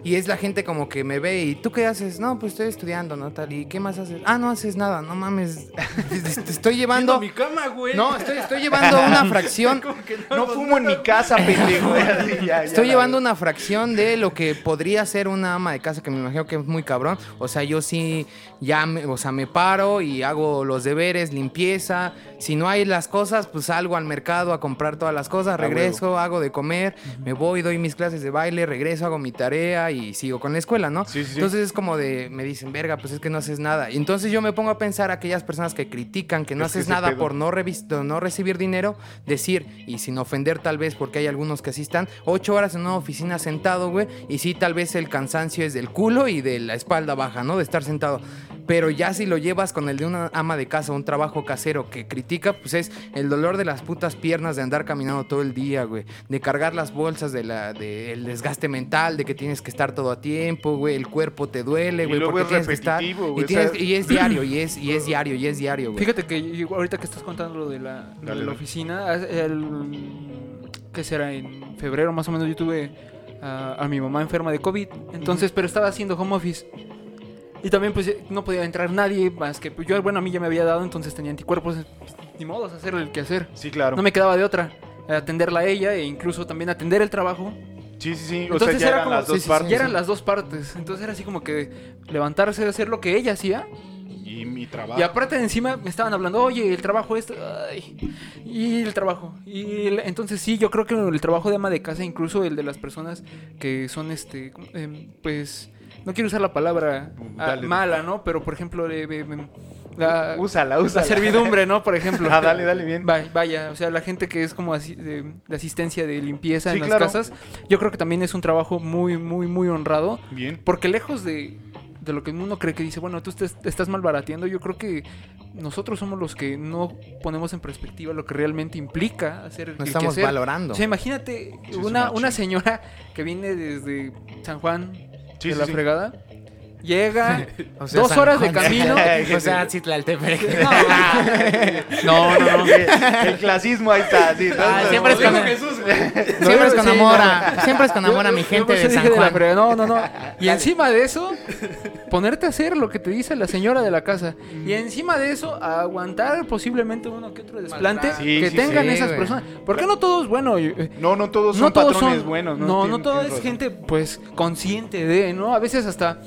Speaker 4: Y es la gente como que me ve y tú qué haces? No, pues estoy estudiando, ¿no? Tal y qué más haces? Ah, no haces nada, no mames. Te estoy
Speaker 3: Viendo
Speaker 4: llevando
Speaker 3: mi cama, güey.
Speaker 4: No, estoy, estoy llevando una fracción
Speaker 3: Como que no,
Speaker 1: No
Speaker 3: hago
Speaker 1: fumo en mi
Speaker 3: nada,
Speaker 1: casa, pendejo. Así, ya, ya
Speaker 4: Estoy
Speaker 1: la
Speaker 4: llevando una fracción de lo que podría ser una ama de casa, que me imagino que es muy cabrón. O sea, yo sí, ya, me, o sea, me paro y hago los deberes, limpieza. Si no hay las cosas, pues salgo al mercado a comprar todas las cosas, regreso, hago de comer, me voy, doy mis clases de baile, regreso, hago mi tarea y sigo con la escuela, ¿no?
Speaker 1: Sí, sí, sí.
Speaker 4: Entonces es como de, me dicen, verga, pues es que no haces nada. Y entonces yo me pongo a pensar a aquellas personas que critican, que no
Speaker 1: Es que
Speaker 4: haces
Speaker 1: ese
Speaker 4: nada
Speaker 1: pedo.
Speaker 4: por no, revis- no recibir dinero, decir, y sin ofender tal vez, porque hay algunos que así están, ocho horas en una oficina sentado, güey, y sí, tal vez el cansancio es del culo y de la espalda baja, ¿no? De estar sentado. Pero ya si lo llevas con el de una ama de casa, un trabajo casero que critica, pues es el dolor de las putas piernas de andar caminando todo el día, güey. De cargar las bolsas, del de la- de el desgaste mental, de que tienes que estar todo a tiempo, güey. El cuerpo te duele,
Speaker 1: Y
Speaker 4: güey.
Speaker 1: luego
Speaker 4: porque
Speaker 1: es
Speaker 4: tienes que estar-
Speaker 1: repetitivo,
Speaker 4: y
Speaker 1: güey, o
Speaker 4: tienes-
Speaker 1: sea-
Speaker 4: y es diario, y es, y es diario, y es diario, güey.
Speaker 2: Fíjate que yo- ahorita que estás contando lo de la, lo de
Speaker 1: Dale,
Speaker 2: la
Speaker 1: dale.
Speaker 2: oficina, haz- el, ¿qué será? En febrero más o menos yo tuve a, a mi mamá enferma de COVID, entonces, pero estaba haciendo home office. Y también pues eh, no podía entrar nadie más que pues, yo, bueno, a mí ya me había dado, entonces tenía anticuerpos, pues, ni modos hacer el que hacer.
Speaker 1: Sí, claro.
Speaker 2: No me quedaba de otra, atenderla a ella e incluso también atender el trabajo
Speaker 1: Sí, sí, sí. O sea,
Speaker 2: Entonces
Speaker 1: ya
Speaker 2: era
Speaker 1: eran
Speaker 2: como,
Speaker 1: las dos
Speaker 4: sí, sí, sí.
Speaker 1: partes.
Speaker 2: ya eran las dos partes. Entonces era así como que levantarse, hacer lo que ella hacía.
Speaker 1: Y mi trabajo.
Speaker 2: Y aparte de encima me estaban hablando, oye, el trabajo es... ay, y el trabajo. Y el- entonces sí, yo creo que el trabajo de ama de casa, incluso el de las personas que son, este, ¿cómo? Em, pues, no quiero usar la palabra ah,
Speaker 1: Mm, Dale.
Speaker 2: mala, ¿no? Pero por ejemplo, eh, em, em, la,
Speaker 1: úsala,
Speaker 2: la
Speaker 1: úsala.
Speaker 2: servidumbre, ¿no? Por ejemplo.
Speaker 1: Ah, dale, dale, bien.
Speaker 2: Va- vaya, o sea, la gente que es como así de, de asistencia de limpieza
Speaker 1: Sí,
Speaker 2: en las
Speaker 1: claro.
Speaker 2: casas, yo creo que también es un trabajo muy, muy, muy honrado.
Speaker 1: Bien.
Speaker 2: Porque lejos de, de lo que uno cree que dice, bueno, tú estés- te estás malbarateando, yo creo que nosotros somos los que no ponemos en perspectiva lo que realmente implica hacer el
Speaker 4: No estamos
Speaker 2: quehacer.
Speaker 4: valorando.
Speaker 2: O sea, imagínate
Speaker 1: Sí, es
Speaker 2: una,
Speaker 1: una
Speaker 2: una
Speaker 1: chinga.
Speaker 2: señora que viene desde San Juan
Speaker 1: Sí,
Speaker 2: de
Speaker 1: sí,
Speaker 2: la
Speaker 1: sí.
Speaker 2: fregada, llega,
Speaker 4: O sea,
Speaker 2: dos
Speaker 4: San
Speaker 2: horas de
Speaker 4: Juan.
Speaker 2: camino.
Speaker 4: o sea, Citlaltepec.
Speaker 2: no, no, no.
Speaker 1: El clasismo ahí está. sí, ¿no?
Speaker 4: Ah, siempre es
Speaker 1: Dijo
Speaker 4: con-
Speaker 1: Jesús.
Speaker 4: Siempre es con
Speaker 2: Sí,
Speaker 4: amor
Speaker 2: no.
Speaker 4: a, siempre es con amor a mi
Speaker 2: Yo- yo
Speaker 4: gente
Speaker 2: por eso
Speaker 4: de San
Speaker 2: dije la
Speaker 4: Juan.
Speaker 2: fregada. no, no, no. Y encima de eso, ponerte a hacer lo que te dice la señora de la casa.
Speaker 4: Mm.
Speaker 2: Y encima de eso, aguantar posiblemente uno que otro desplante
Speaker 3: Maltrato.
Speaker 1: Sí,
Speaker 2: que
Speaker 1: sí,
Speaker 2: tengan
Speaker 4: sí,
Speaker 2: esas
Speaker 4: güey.
Speaker 2: personas. ¿Por qué no todos, bueno, yo- eh,
Speaker 1: No, no todos son
Speaker 2: no todos
Speaker 1: patrones
Speaker 2: son
Speaker 1: buenos.
Speaker 2: No, no,
Speaker 1: Tien-
Speaker 2: todo
Speaker 1: tienes
Speaker 2: es
Speaker 1: razón.
Speaker 2: gente, pues, consciente de, ¿no? A veces hasta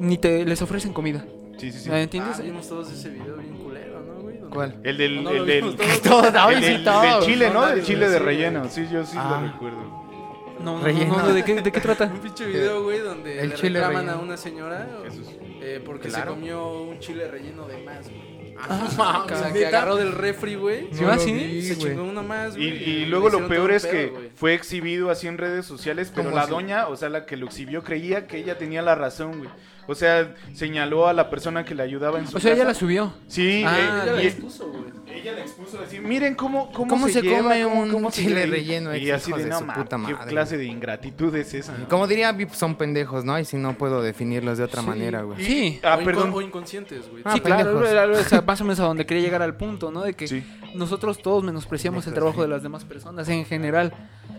Speaker 2: ni te les ofrecen comida.
Speaker 1: Sí, sí, sí.
Speaker 2: ¿Me entiendes?
Speaker 3: Ah, vimos todos ese video bien culero, ¿no, güey? Donde-
Speaker 4: ¿Cuál?
Speaker 1: El del,
Speaker 3: No, no
Speaker 1: el
Speaker 3: lo
Speaker 1: del,
Speaker 3: vimos todos.
Speaker 4: Todos, ay,
Speaker 1: el
Speaker 4: sí,
Speaker 1: del- del
Speaker 4: todos.
Speaker 1: chile, ¿no?
Speaker 3: Son
Speaker 1: Del
Speaker 3: varios,
Speaker 1: chile de
Speaker 3: sí,
Speaker 1: relleno. Sí, yo sí
Speaker 4: Ah.
Speaker 1: lo recuerdo.
Speaker 2: no, no, no,
Speaker 4: Relleno.
Speaker 2: no, ¿de qué, de qué trata?
Speaker 3: Un pinche video, güey, donde
Speaker 4: El
Speaker 3: le
Speaker 4: chile
Speaker 3: reclaman
Speaker 4: relleno.
Speaker 3: a una señora
Speaker 1: Jesús.
Speaker 3: eh, porque
Speaker 4: Claro.
Speaker 3: se comió un chile relleno de más, güey.
Speaker 4: Ah,
Speaker 3: O sea, que
Speaker 4: ¿neta?
Speaker 3: agarró del refri, güey.
Speaker 2: Sí, ah,
Speaker 4: lo
Speaker 2: sí.
Speaker 3: Y
Speaker 4: vi,
Speaker 3: se
Speaker 4: güey.
Speaker 3: chingó una
Speaker 1: Y,
Speaker 3: más, güey.
Speaker 1: y
Speaker 3: le
Speaker 1: luego lo
Speaker 3: hicieron
Speaker 1: peor
Speaker 3: todo
Speaker 1: es
Speaker 3: un
Speaker 1: que
Speaker 3: pedo, güey.
Speaker 1: fue exhibido así en redes sociales, pero
Speaker 4: ¿Cómo
Speaker 1: la
Speaker 4: así?
Speaker 1: doña, o sea, la que lo exhibió, creía que ella tenía la razón, güey. O sea, señaló a la persona que le ayudaba en su
Speaker 2: O sea, ella
Speaker 1: casa.
Speaker 2: la subió.
Speaker 1: Sí,
Speaker 2: Ah,
Speaker 1: eh,
Speaker 3: Ella la
Speaker 1: y-
Speaker 3: expuso, güey.
Speaker 1: ella la expuso así. Miren cómo, cómo,
Speaker 4: ¿Cómo se
Speaker 1: lleva,
Speaker 4: come
Speaker 1: cómo-
Speaker 4: un
Speaker 1: cómo se
Speaker 4: chile
Speaker 1: lleva".
Speaker 4: relleno,
Speaker 1: Y
Speaker 4: hijos
Speaker 1: así
Speaker 4: de
Speaker 1: de, no,
Speaker 4: su
Speaker 1: ma,
Speaker 4: puta
Speaker 1: qué
Speaker 4: madre".
Speaker 1: clase de ingratitud es esa.
Speaker 4: Como diría Vip, son pendejos, ¿no? Y si no puedo definirlos de otra
Speaker 2: Sí.
Speaker 4: manera, güey.
Speaker 2: Sí.
Speaker 1: Ah,
Speaker 3: o, inco-
Speaker 1: perdón.
Speaker 3: o inconscientes, güey.
Speaker 4: Ah,
Speaker 2: Sí, claro,
Speaker 4: pendejos.
Speaker 2: era- era- o sea, más o menos a donde quería llegar al punto, ¿no? De que
Speaker 1: Sí.
Speaker 2: nosotros todos menospreciamos el
Speaker 4: Neta,
Speaker 2: trabajo
Speaker 4: sí.
Speaker 2: de las demás personas en general.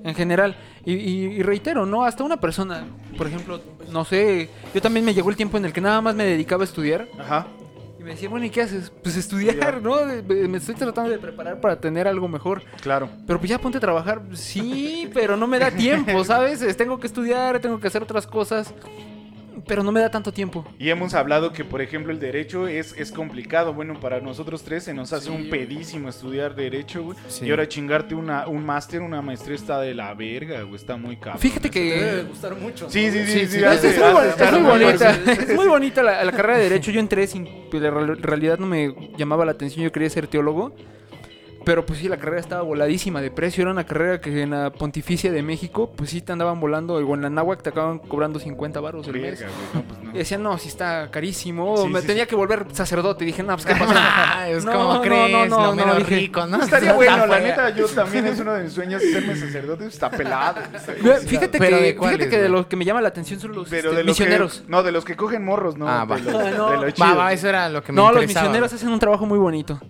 Speaker 2: En general. Y, y- y reitero, ¿no? Hasta una persona, por ejemplo, no sé, yo también me llegó el tiempo en el que nada más me dedicaba a estudiar.
Speaker 1: Ajá.
Speaker 2: Y me decía, bueno, ¿y qué haces? Pues estudiar, ¿no? De- de- Me estoy tratando de preparar para tener algo mejor.
Speaker 1: Claro.
Speaker 2: Pero pues ya ponte a trabajar. Sí, pero no me da tiempo, ¿sabes? Es- Tengo que estudiar, tengo que hacer otras cosas. Pero no me da tanto tiempo.
Speaker 1: Y hemos hablado que, por ejemplo, el derecho es, es complicado. Bueno, para nosotros tres se nos hace
Speaker 3: Sí,
Speaker 1: un
Speaker 3: güey.
Speaker 1: pedísimo estudiar derecho, güey.
Speaker 4: Sí.
Speaker 1: Y ahora chingarte una, un máster, una maestría está de la verga, güey. Está muy caro.
Speaker 2: Fíjate
Speaker 3: Te debe de
Speaker 2: que...
Speaker 3: gustar mucho.
Speaker 1: Sí,
Speaker 3: ¿no,
Speaker 1: sí,
Speaker 3: güey?
Speaker 1: sí, sí.
Speaker 4: sí,
Speaker 2: Es,
Speaker 1: hace-
Speaker 2: es muy,
Speaker 1: hace-
Speaker 2: bonita, es muy
Speaker 1: hace-
Speaker 2: bonita, es muy bonita la, la carrera de Derecho. Yo entré sin. pues, La real- realidad no me llamaba la atención, yo quería ser teólogo. Pero pues sí, la carrera estaba voladísima de precio. Era una carrera que en la Pontificia de México, pues sí te andaban volando. O en la Náhuac te acaban cobrando 50 varos el mes.
Speaker 1: Verga, güey, no, pues no.
Speaker 2: Y decía, no, si está carísimo.
Speaker 1: Sí,
Speaker 2: me
Speaker 1: sí,
Speaker 2: tenía
Speaker 1: sí.
Speaker 2: que volver sacerdote. Dije, no, pues qué pasó.
Speaker 4: Ah, es
Speaker 2: No,
Speaker 4: como
Speaker 2: no,
Speaker 4: crees,
Speaker 2: no, no,
Speaker 4: lo menos
Speaker 2: no, dije-
Speaker 4: rico, ¿no?
Speaker 1: Estaría bueno, la
Speaker 4: Afuera.
Speaker 1: neta, yo también es uno de mis sueños serme sacerdote, pues, está pelado. está
Speaker 2: Ve,
Speaker 1: complicado.
Speaker 2: Fíjate
Speaker 4: Pero
Speaker 2: que,
Speaker 4: ¿de
Speaker 2: fíjate
Speaker 4: cuáles,
Speaker 2: que de
Speaker 4: güey?
Speaker 2: lo que me llama la atención son los
Speaker 1: Pero
Speaker 2: este,
Speaker 1: de los
Speaker 2: misioneros.
Speaker 1: Que, no, de los que cogen morros, no.
Speaker 4: Ah,
Speaker 1: de
Speaker 4: va.
Speaker 1: los,
Speaker 2: No.
Speaker 1: de los
Speaker 4: Va,
Speaker 1: chidos.
Speaker 4: va, eso era lo que me
Speaker 2: No, los
Speaker 4: interesaba.
Speaker 2: misioneros hacen un trabajo muy bonito.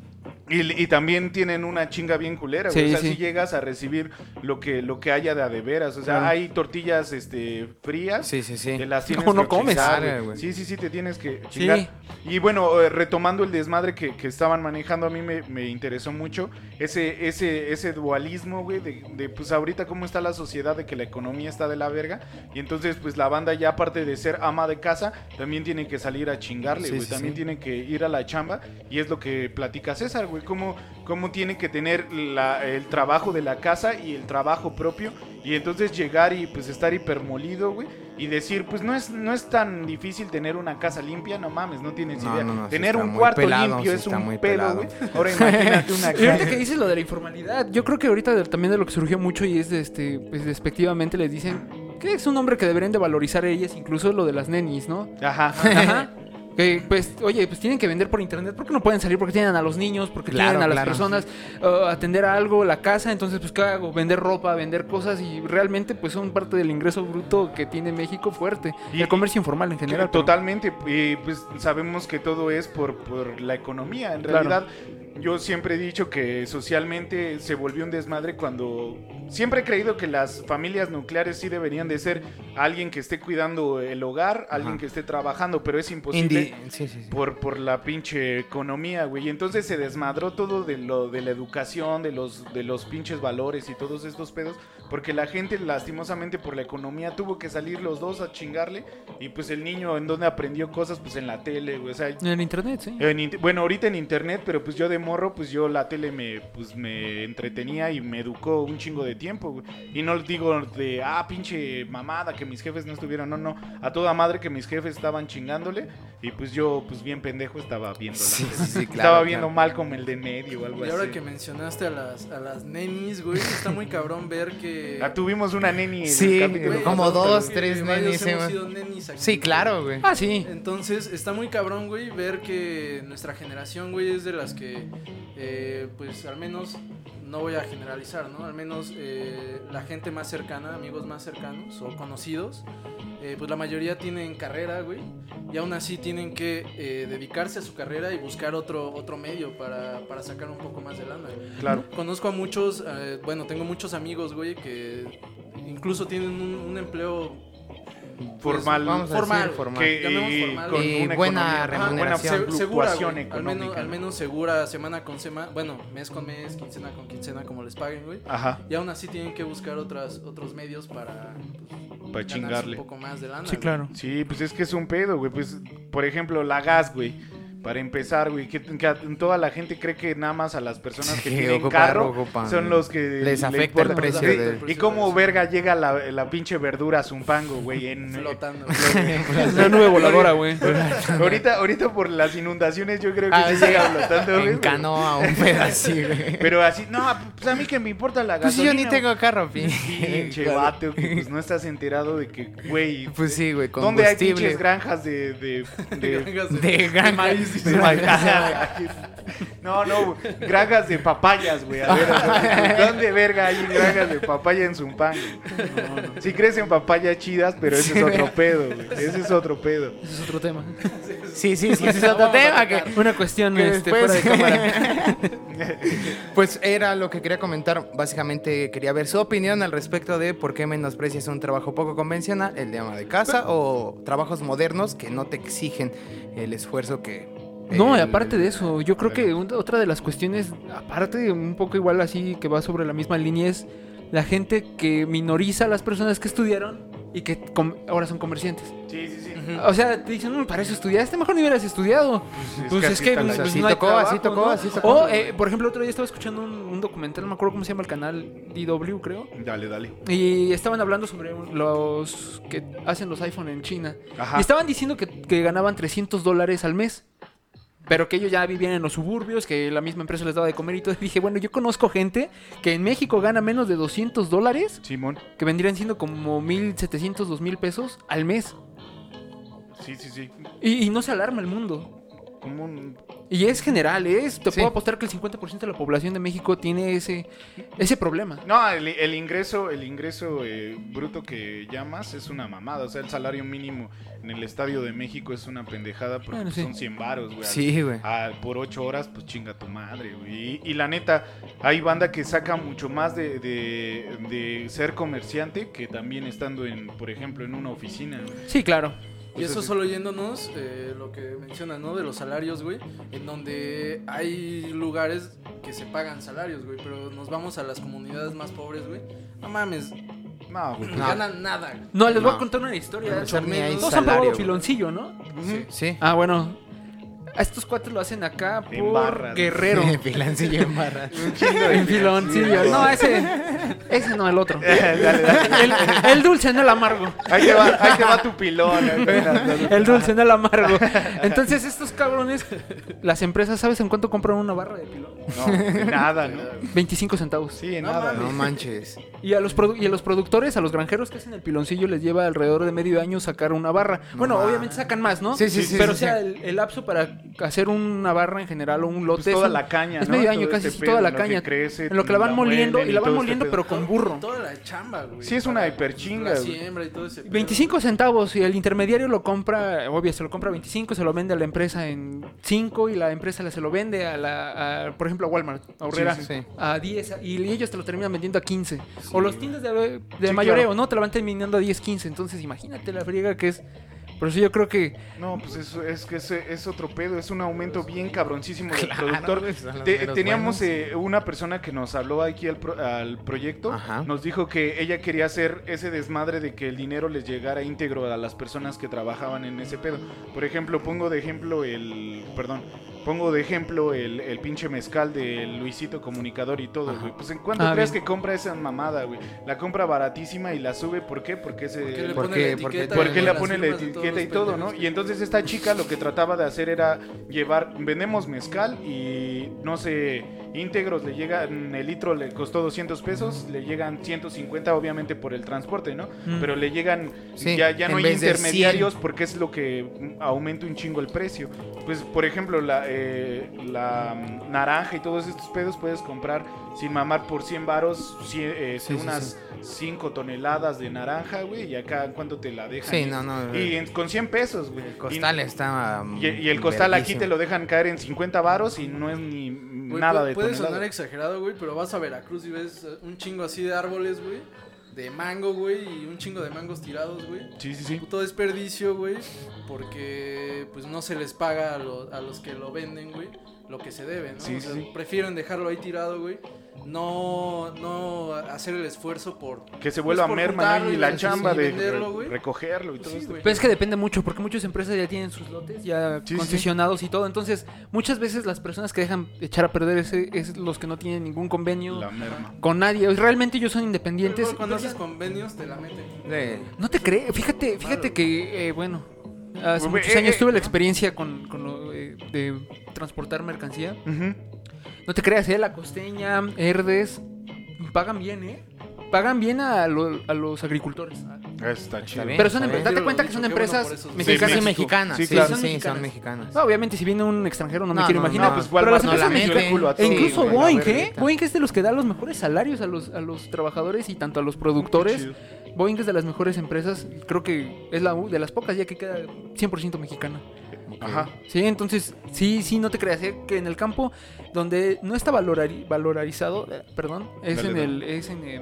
Speaker 1: Y, y también tienen una chinga bien culera, güey.
Speaker 2: Sí,
Speaker 1: o sea,
Speaker 2: sí.
Speaker 1: si llegas a recibir lo que, lo que haya de a de veras. O sea,
Speaker 2: Claro.
Speaker 1: hay tortillas este, frías.
Speaker 4: Sí, sí, sí.
Speaker 1: Te las tienes
Speaker 2: No, no
Speaker 1: que
Speaker 2: comes.
Speaker 1: chingar,
Speaker 4: Claro,
Speaker 1: güey.
Speaker 4: güey.
Speaker 1: Sí, sí, sí, te tienes que
Speaker 2: Sí.
Speaker 1: chingar. Y bueno, eh, retomando el desmadre que, que estaban manejando, a mí me, me interesó mucho ese, ese, ese dualismo, güey, de, de, pues ahorita cómo está la sociedad, de que la economía está de la verga. Y entonces, pues la banda ya aparte de ser ama de casa, también tiene que salir a chingarle,
Speaker 4: Sí,
Speaker 1: güey.
Speaker 4: sí,
Speaker 1: también
Speaker 4: sí.
Speaker 1: tiene que ir a la chamba. Y es lo que platica César, güey. Cómo, cómo tiene que tener la- el trabajo de la casa y el trabajo propio. Y entonces llegar y pues estar hipermolido, güey. Y decir, pues no es, no es tan difícil tener una casa limpia, no mames, no tienes
Speaker 4: No,
Speaker 1: idea.
Speaker 4: no, no, sí
Speaker 1: tener
Speaker 4: está
Speaker 1: un
Speaker 4: muy
Speaker 1: cuarto
Speaker 4: pelado,
Speaker 1: limpio
Speaker 4: sí
Speaker 1: es
Speaker 4: está
Speaker 1: un
Speaker 4: muy
Speaker 1: pedo,
Speaker 4: pelado.
Speaker 1: güey. Ahora imagínate una
Speaker 2: Y ahorita
Speaker 1: casa.
Speaker 2: que dices lo de la informalidad, yo creo que ahorita de- también de lo que surgió mucho y es de este, pues despectivamente les dicen que es un hombre que deberían de valorizar ellas, incluso lo de las nenis, ¿no?
Speaker 1: Ajá.
Speaker 2: Ajá. Que, pues, oye, pues tienen que vender por internet porque no pueden salir, porque tienen a los niños, porque
Speaker 4: Claro,
Speaker 2: tienen a las
Speaker 4: claro.
Speaker 2: personas, uh, atender a algo, la casa, entonces, pues, ¿qué hago? Vender ropa, vender cosas y realmente, pues, son parte del ingreso bruto que tiene México fuerte. Y
Speaker 1: Y-
Speaker 2: el comercio informal en general. pero-
Speaker 1: Totalmente, y pues sabemos que todo es por, por la economía. En
Speaker 2: Claro.
Speaker 1: realidad, yo siempre he dicho que socialmente se volvió un desmadre cuando... Siempre he creído que las familias nucleares sí deberían de ser alguien que esté cuidando el hogar, alguien
Speaker 4: Ajá.
Speaker 1: que esté trabajando, pero es imposible
Speaker 4: Indi- sí, sí, sí.
Speaker 1: por, por la pinche economía, güey. Y entonces se desmadró todo de lo de la educación, de los, de los pinches valores y todos estos pedos, porque la gente, lastimosamente, por la economía, tuvo que salir los dos a chingarle. Y pues el niño, ¿en donde aprendió cosas? Pues en la tele, güey. O sea,
Speaker 2: En internet, sí.
Speaker 1: en int- bueno, ahorita en internet, pero pues yo de morro, pues yo la tele me, pues me entretenía y me educó un chingo de tiempo, güey. Y no digo de, ah, pinche mamada, que mis jefes no estuvieron, no, no. A toda madre que mis jefes estaban chingándole y pues yo, pues bien pendejo, estaba viendo la
Speaker 4: Sí,
Speaker 1: tele.
Speaker 4: sí, sí, claro,
Speaker 1: estaba viendo
Speaker 4: claro.
Speaker 1: mal como el de medio o algo
Speaker 3: Y
Speaker 1: así.
Speaker 3: ahora que mencionaste a las, a las nenis, güey, está muy cabrón ver que.
Speaker 1: Ah, tuvimos una neni. en el
Speaker 4: Sí,
Speaker 1: capítulo
Speaker 4: güey,
Speaker 3: Güey,
Speaker 4: como
Speaker 1: pasado,
Speaker 4: dos,
Speaker 1: güey.
Speaker 3: que
Speaker 4: tres
Speaker 3: varios
Speaker 4: nenis,
Speaker 3: hemos
Speaker 4: eh,
Speaker 3: sido nenis aquí.
Speaker 4: Sí, claro, güey.
Speaker 2: Ah, sí.
Speaker 3: Entonces, está muy cabrón, güey, ver que nuestra generación, güey, es de las que, eh, pues, al menos, no voy a generalizar, ¿no? Al menos eh, la gente más cercana, amigos más cercanos o conocidos, eh, pues la mayoría tienen carrera, güey, y aún así tienen que eh, dedicarse a su carrera y buscar otro, otro medio para, para sacar un poco más de lana.
Speaker 1: Claro.
Speaker 3: Conozco a muchos, eh, bueno, tengo muchos amigos, güey, que incluso tienen un, un empleo... pues,
Speaker 1: Formal.
Speaker 4: vamos a
Speaker 3: formal,
Speaker 4: decir formal.
Speaker 1: Que,
Speaker 3: Llamemos
Speaker 1: y
Speaker 3: formal.
Speaker 1: con
Speaker 4: Y
Speaker 1: una
Speaker 4: buena
Speaker 1: economía- ajá,
Speaker 4: remuneración.
Speaker 1: Buena
Speaker 3: Se- segura, güey.
Speaker 1: fluctuación
Speaker 3: al
Speaker 1: económica.
Speaker 3: menos, al
Speaker 1: ¿no?
Speaker 3: menos segura semana con semana, bueno, mes con mes, quincena con quincena, como les paguen, güey.
Speaker 1: Ajá,
Speaker 3: Y aún así tienen que buscar otras, otros medios para
Speaker 1: para
Speaker 3: pues, ganarse
Speaker 1: chingarle.
Speaker 3: un poco más de lana.
Speaker 2: Sí,
Speaker 3: güey.
Speaker 2: claro.
Speaker 1: Sí, pues es que es un pedo, güey. Pues, por ejemplo, la gas, güey. Para empezar, güey, que, que a- toda la gente cree que nada más a las personas que
Speaker 4: Sí,
Speaker 1: tienen
Speaker 4: ocupan-
Speaker 1: carro
Speaker 4: ocupan.
Speaker 1: son los que
Speaker 4: Les
Speaker 1: le
Speaker 4: afecta el
Speaker 1: importa.
Speaker 4: precio
Speaker 1: Sí,
Speaker 4: del-
Speaker 1: Y cómo verga llega la, la pinche verdura a Zumpango, güey, en
Speaker 3: Flotando.
Speaker 2: La nube voladora, güey.
Speaker 1: Ahorita ahorita por las inundaciones yo creo que
Speaker 4: Ah,
Speaker 1: sí
Speaker 4: sí.
Speaker 1: llega flotando, güey,
Speaker 4: En
Speaker 1: pero-
Speaker 4: canoa, un pedazo, güey.
Speaker 1: Pero así, no, pues a mí que me importa la
Speaker 4: Pues
Speaker 1: gasolina.
Speaker 4: yo ni tengo carro, pi.
Speaker 1: Pinche vato, que pues no estás enterado de que, güey,
Speaker 4: Pues sí, güey,
Speaker 1: ¿dónde hay
Speaker 4: combustible.
Speaker 1: pinches granjas de- de- de
Speaker 4: de granja.
Speaker 1: De maíz. No, no, güey. granjas de papayas, güey. A ver, a ver, ¿dónde verga hay granjas de papaya en Zumpan? Sí crecen papayas chidas, pero ese es otro pedo, güey. Ese es otro pedo.
Speaker 2: Ese es otro tema.
Speaker 4: Sí, sí, sí, ese es otro tema que...
Speaker 2: Una cuestión
Speaker 4: que
Speaker 2: este, fuera
Speaker 4: después-
Speaker 2: de cámara.
Speaker 4: Pues era lo que quería comentar. Básicamente quería ver su opinión al respecto de por qué menosprecias un trabajo poco convencional, el de ama de casa o trabajos modernos que no te exigen el esfuerzo que.
Speaker 2: No, y
Speaker 4: el-
Speaker 2: aparte de eso, yo creo que
Speaker 4: Eh, Bueno.
Speaker 2: un- otra de las cuestiones, aparte, un poco igual así, que va sobre la misma línea, es la gente que minoriza a las personas que estudiaron y que com- ahora son comerciantes.
Speaker 1: Sí, sí, sí.
Speaker 2: O sea, te dicen, "Mm, para eso estudiaste, mejor no hubieras estudiado. Pues es que,
Speaker 4: la-
Speaker 2: pues,
Speaker 4: así
Speaker 2: no hay
Speaker 4: tocó,
Speaker 2: trabajo,
Speaker 4: así tocó,
Speaker 2: ¿no?
Speaker 4: así tocó.
Speaker 2: O, eh, por ejemplo, otro día estaba escuchando un, un documental, no me acuerdo cómo se llama el canal, DW creo,
Speaker 1: Dale, dale.
Speaker 2: y estaban hablando sobre los que hacen los iPhone en China.
Speaker 1: Ajá.
Speaker 2: Y estaban diciendo que, que ganaban 300 dólares al mes. Pero que ellos ya vivían en los suburbios, que la misma empresa les daba de comer y todo. Y dije, bueno, yo conozco gente que en México gana menos de 200 dólares,
Speaker 1: Simón.
Speaker 2: que vendrían siendo como 1.700, 2.000 pesos al mes.
Speaker 1: Sí, sí, sí.
Speaker 2: Y, y no se alarma el mundo.
Speaker 1: Como un-
Speaker 2: Y es general, es, te
Speaker 4: Sí.
Speaker 2: puedo apostar que el 50% de la población de México tiene ese, ese problema.
Speaker 1: No, el, el ingreso, el ingreso eh, bruto que llamas es una mamada. O sea, el salario mínimo en el Estadio de México es una pendejada porque
Speaker 2: Bueno,
Speaker 1: pues,
Speaker 2: sí.
Speaker 1: son 100 varos, güey.
Speaker 4: Sí, güey.
Speaker 1: Ah, por ocho horas, pues chinga tu madre, güey. Y, y la neta, hay banda que saca mucho más de, de- de ser comerciante que también estando en, por ejemplo, en una oficina. güey.
Speaker 2: Sí, claro.
Speaker 3: Y eso solo yéndonos, eh, lo que mencionas, ¿no? De los salarios, güey. En donde hay lugares que se pagan salarios, güey. Pero nos vamos a las comunidades más pobres, güey. No mames,
Speaker 1: No, güey.
Speaker 4: No.
Speaker 3: ganan nada. güey.
Speaker 2: No, les voy a
Speaker 4: No.
Speaker 2: contar una historia.
Speaker 4: Para empezar, ni hay
Speaker 2: Todos han probado
Speaker 4: salario.
Speaker 2: piloncillo, ¿no?
Speaker 1: Ujú.
Speaker 4: Sí.
Speaker 2: Ah, bueno. A estos cuatro lo hacen acá
Speaker 1: En
Speaker 2: por
Speaker 1: barras.
Speaker 2: Guerrero.
Speaker 4: Pilancillo en barra.
Speaker 2: en filoncillo. No, ese. Ese no, el otro.
Speaker 1: Dale, dale.
Speaker 2: El, el dulce, no el amargo.
Speaker 1: Ahí te va, ahí te va tu pilón. güey.
Speaker 2: El dulce, no el amargo. Entonces, estos cabrones, las empresas, ¿sabes en cuánto compran una barra de pilón?
Speaker 1: No, de nada, ¿no?
Speaker 2: 25 centavos.
Speaker 1: Sí, de
Speaker 3: No
Speaker 1: nada.
Speaker 4: No
Speaker 1: güey.
Speaker 4: manches.
Speaker 2: Y a, los produ- y a los productores, a los granjeros que hacen el piloncillo, les lleva alrededor de medio año sacar una barra. bueno,
Speaker 4: mames.
Speaker 2: obviamente sacan más, ¿no?
Speaker 4: Sí, sí, sí,
Speaker 2: Pero
Speaker 4: sí,
Speaker 2: o sea,
Speaker 4: sí.
Speaker 2: El, el lapso para hacer una barra en general o un lote.
Speaker 1: Pues toda
Speaker 2: es un-
Speaker 1: la caña,
Speaker 2: Es
Speaker 1: ¿no?
Speaker 2: medio año,
Speaker 1: Todo
Speaker 2: casi
Speaker 1: este
Speaker 2: toda
Speaker 1: pedo
Speaker 2: la
Speaker 1: en lo que
Speaker 2: caña.
Speaker 1: crece,
Speaker 2: en lo que la van
Speaker 1: la
Speaker 2: moliendo
Speaker 1: muelen
Speaker 2: y la
Speaker 1: y todo
Speaker 2: van
Speaker 1: este
Speaker 2: moliendo,
Speaker 1: pedo.
Speaker 2: pero con en burro.
Speaker 3: Toda la chamba, güey.
Speaker 1: Sí, es una
Speaker 3: Para
Speaker 1: hiperchinga,
Speaker 3: La
Speaker 1: güey.
Speaker 3: siembra y todo ese pedo.
Speaker 2: 25 centavos y el intermediario lo compra, obvio, se lo compra 25, se lo vende a la empresa en 5 y la empresa la- se lo vende a la, a, por ejemplo, a Walmart, a Horrera,
Speaker 4: Sí, sí, sí.
Speaker 2: a 10 y ellos te lo terminan vendiendo a 15. o los tiendas de, de
Speaker 1: claro.
Speaker 2: mayoreo, ¿no? Te lo van terminando a 10, 15. Entonces imagínate la friega que es. Por eso yo creo que
Speaker 1: No, pues eso es que ese es otro pedo, es un aumento bien cabroncísimo del
Speaker 4: Claro, güey, son
Speaker 1: productor.
Speaker 4: los
Speaker 1: Te-
Speaker 4: meros
Speaker 1: teníamos
Speaker 4: buenos.
Speaker 1: eh, una persona que nos habló aquí al, pro- al proyecto,
Speaker 4: Ajá.
Speaker 1: nos dijo que ella quería hacer ese desmadre de que el dinero les llegara íntegro a las personas que trabajaban en ese pedo. Por ejemplo, pongo de ejemplo el, perdón, pongo de ejemplo el, el pinche mezcal de Luisito Comunicador y todo,
Speaker 4: Ajá.
Speaker 1: güey. Pues en cuánto
Speaker 2: Ah,
Speaker 1: crees
Speaker 2: bien.
Speaker 1: que compra esa mamada, güey? La compra baratísima y la sube, ¿por qué? Porque ese
Speaker 3: ¿Por qué le
Speaker 4: ¿Por
Speaker 3: pone
Speaker 4: qué?
Speaker 3: la
Speaker 4: ¿Por qué?
Speaker 3: etiqueta?
Speaker 1: ¿Por
Speaker 4: Pero
Speaker 1: qué
Speaker 3: de
Speaker 1: le
Speaker 3: las
Speaker 1: pone la
Speaker 3: firmas de
Speaker 1: etiqueta
Speaker 3: todos
Speaker 1: y
Speaker 3: los
Speaker 1: todo,
Speaker 3: pendejos
Speaker 1: no?
Speaker 3: que-
Speaker 1: Y entonces esta chica lo que trataba de hacer era llevar, vendemos mezcal y no sé, íntegros le llegan, el litro le costó 200 pesos, le llegan 150 obviamente por el transporte, ¿no?
Speaker 2: Mm.
Speaker 1: Pero le llegan,
Speaker 4: Sí,
Speaker 1: ya, ya no
Speaker 4: en
Speaker 1: hay
Speaker 4: vez de
Speaker 1: intermediarios porque es lo que mm, aumenta un chingo el precio. Pues por ejemplo, la, eh, la mm, naranja y todos estos pedos puedes comprar sin mamar por 100 varos, cien- eh,
Speaker 4: Sí, sí,
Speaker 1: unas 5 toneladas de naranja, güey, y acá en cuánto te la dejan.
Speaker 4: Sí, no, no.
Speaker 1: Y en- con 100 pesos, güey.
Speaker 4: el costal está. mm,
Speaker 1: Y, y el costal aquí
Speaker 4: verguísima.
Speaker 1: te lo dejan caer en 50 varos y no es ni
Speaker 3: Güey,
Speaker 1: nada
Speaker 3: puede-
Speaker 1: de
Speaker 3: Puede
Speaker 1: tonelada.
Speaker 3: sonar exagerado, güey, pero vas a Veracruz y ves eh, un chingo así de árboles, güey. De mango, güey, y un chingo de mangos tirados, güey.
Speaker 1: Sí, sí, sí.
Speaker 3: Puto desperdicio, güey, porque pues no se les paga a, lo- a los que lo venden, güey, lo que se debe, ¿no?
Speaker 1: Sí,
Speaker 3: O sea,
Speaker 1: sí.
Speaker 3: Prefieren dejarlo ahí tirado, güey. No, no hacer el esfuerzo por...
Speaker 1: Que se vuelva
Speaker 3: Pues por
Speaker 1: merma ¿no?
Speaker 3: juntarlo
Speaker 1: y
Speaker 3: y
Speaker 1: la
Speaker 3: venderlo,
Speaker 1: chamba
Speaker 3: sí,
Speaker 1: de
Speaker 3: venderlo,
Speaker 1: re-
Speaker 3: güey.
Speaker 1: recogerlo y
Speaker 3: Pues
Speaker 1: todo
Speaker 3: sí,
Speaker 1: esto.
Speaker 3: güey.
Speaker 2: Pero es que depende mucho, porque muchas empresas ya tienen sus lotes ya
Speaker 1: Sí, sí.
Speaker 2: concesionados y todo. Entonces, muchas veces las personas que dejan echar a perder ese es los que no tienen ningún convenio
Speaker 1: La merma.
Speaker 2: con nadie. Realmente ellos son
Speaker 3: Pero
Speaker 2: independientes.
Speaker 3: luego cuando haces convenios te la meten.
Speaker 4: De-
Speaker 2: No te crees, fíjate, fíjate
Speaker 3: Malo.
Speaker 2: que, eh, bueno, hace
Speaker 1: Güey,
Speaker 2: muchos
Speaker 1: eh,
Speaker 2: años
Speaker 1: eh,
Speaker 2: tuve la experiencia con, con lo eh, de transportar mercancía.
Speaker 1: Ujú.
Speaker 2: No te creas, eh, la costeña, Herdes, pagan bien, eh. Pagan bien a, lo- a los agricultores.
Speaker 1: Eso está chido.
Speaker 4: bien.
Speaker 2: Pero son
Speaker 4: Ah, está
Speaker 2: empresas,
Speaker 4: bien.
Speaker 2: date
Speaker 3: Yo
Speaker 2: cuenta
Speaker 3: lo
Speaker 2: que son
Speaker 3: dicho, qué bueno
Speaker 2: empresas
Speaker 3: por esos-
Speaker 4: Sí,
Speaker 2: mexicanas.
Speaker 4: son
Speaker 1: México.
Speaker 4: mexicanas.
Speaker 1: Sí,
Speaker 4: Sí,
Speaker 1: claro.
Speaker 4: sí, sí,
Speaker 2: Son
Speaker 4: son mexicanas.
Speaker 2: No, obviamente si viene un extranjero no me
Speaker 4: No,
Speaker 2: quiero
Speaker 4: no,
Speaker 2: imaginar.
Speaker 4: no, pues,
Speaker 2: pero
Speaker 1: Walmart
Speaker 2: las
Speaker 1: no
Speaker 2: empresas
Speaker 1: la
Speaker 2: mexicanas-
Speaker 1: mete.
Speaker 2: e
Speaker 1: Sí,
Speaker 2: incluso
Speaker 1: güey, la
Speaker 2: Boeing, ¿eh?
Speaker 4: verguita.
Speaker 2: Boeing es de los que da los mejores salarios a los, a los trabajadores y tanto a los
Speaker 1: Qué
Speaker 2: productores.
Speaker 1: chido.
Speaker 2: Boeing es de las mejores empresas, creo que es la u- de las pocas ya que queda 100% mexicana.
Speaker 1: Ajá.
Speaker 2: Sí, entonces, sí, sí, no te creas eh, que en el campo donde no está valorari- valorizado, eh, perdón, es
Speaker 1: Dale,
Speaker 2: en
Speaker 1: dale.
Speaker 2: el es en, em,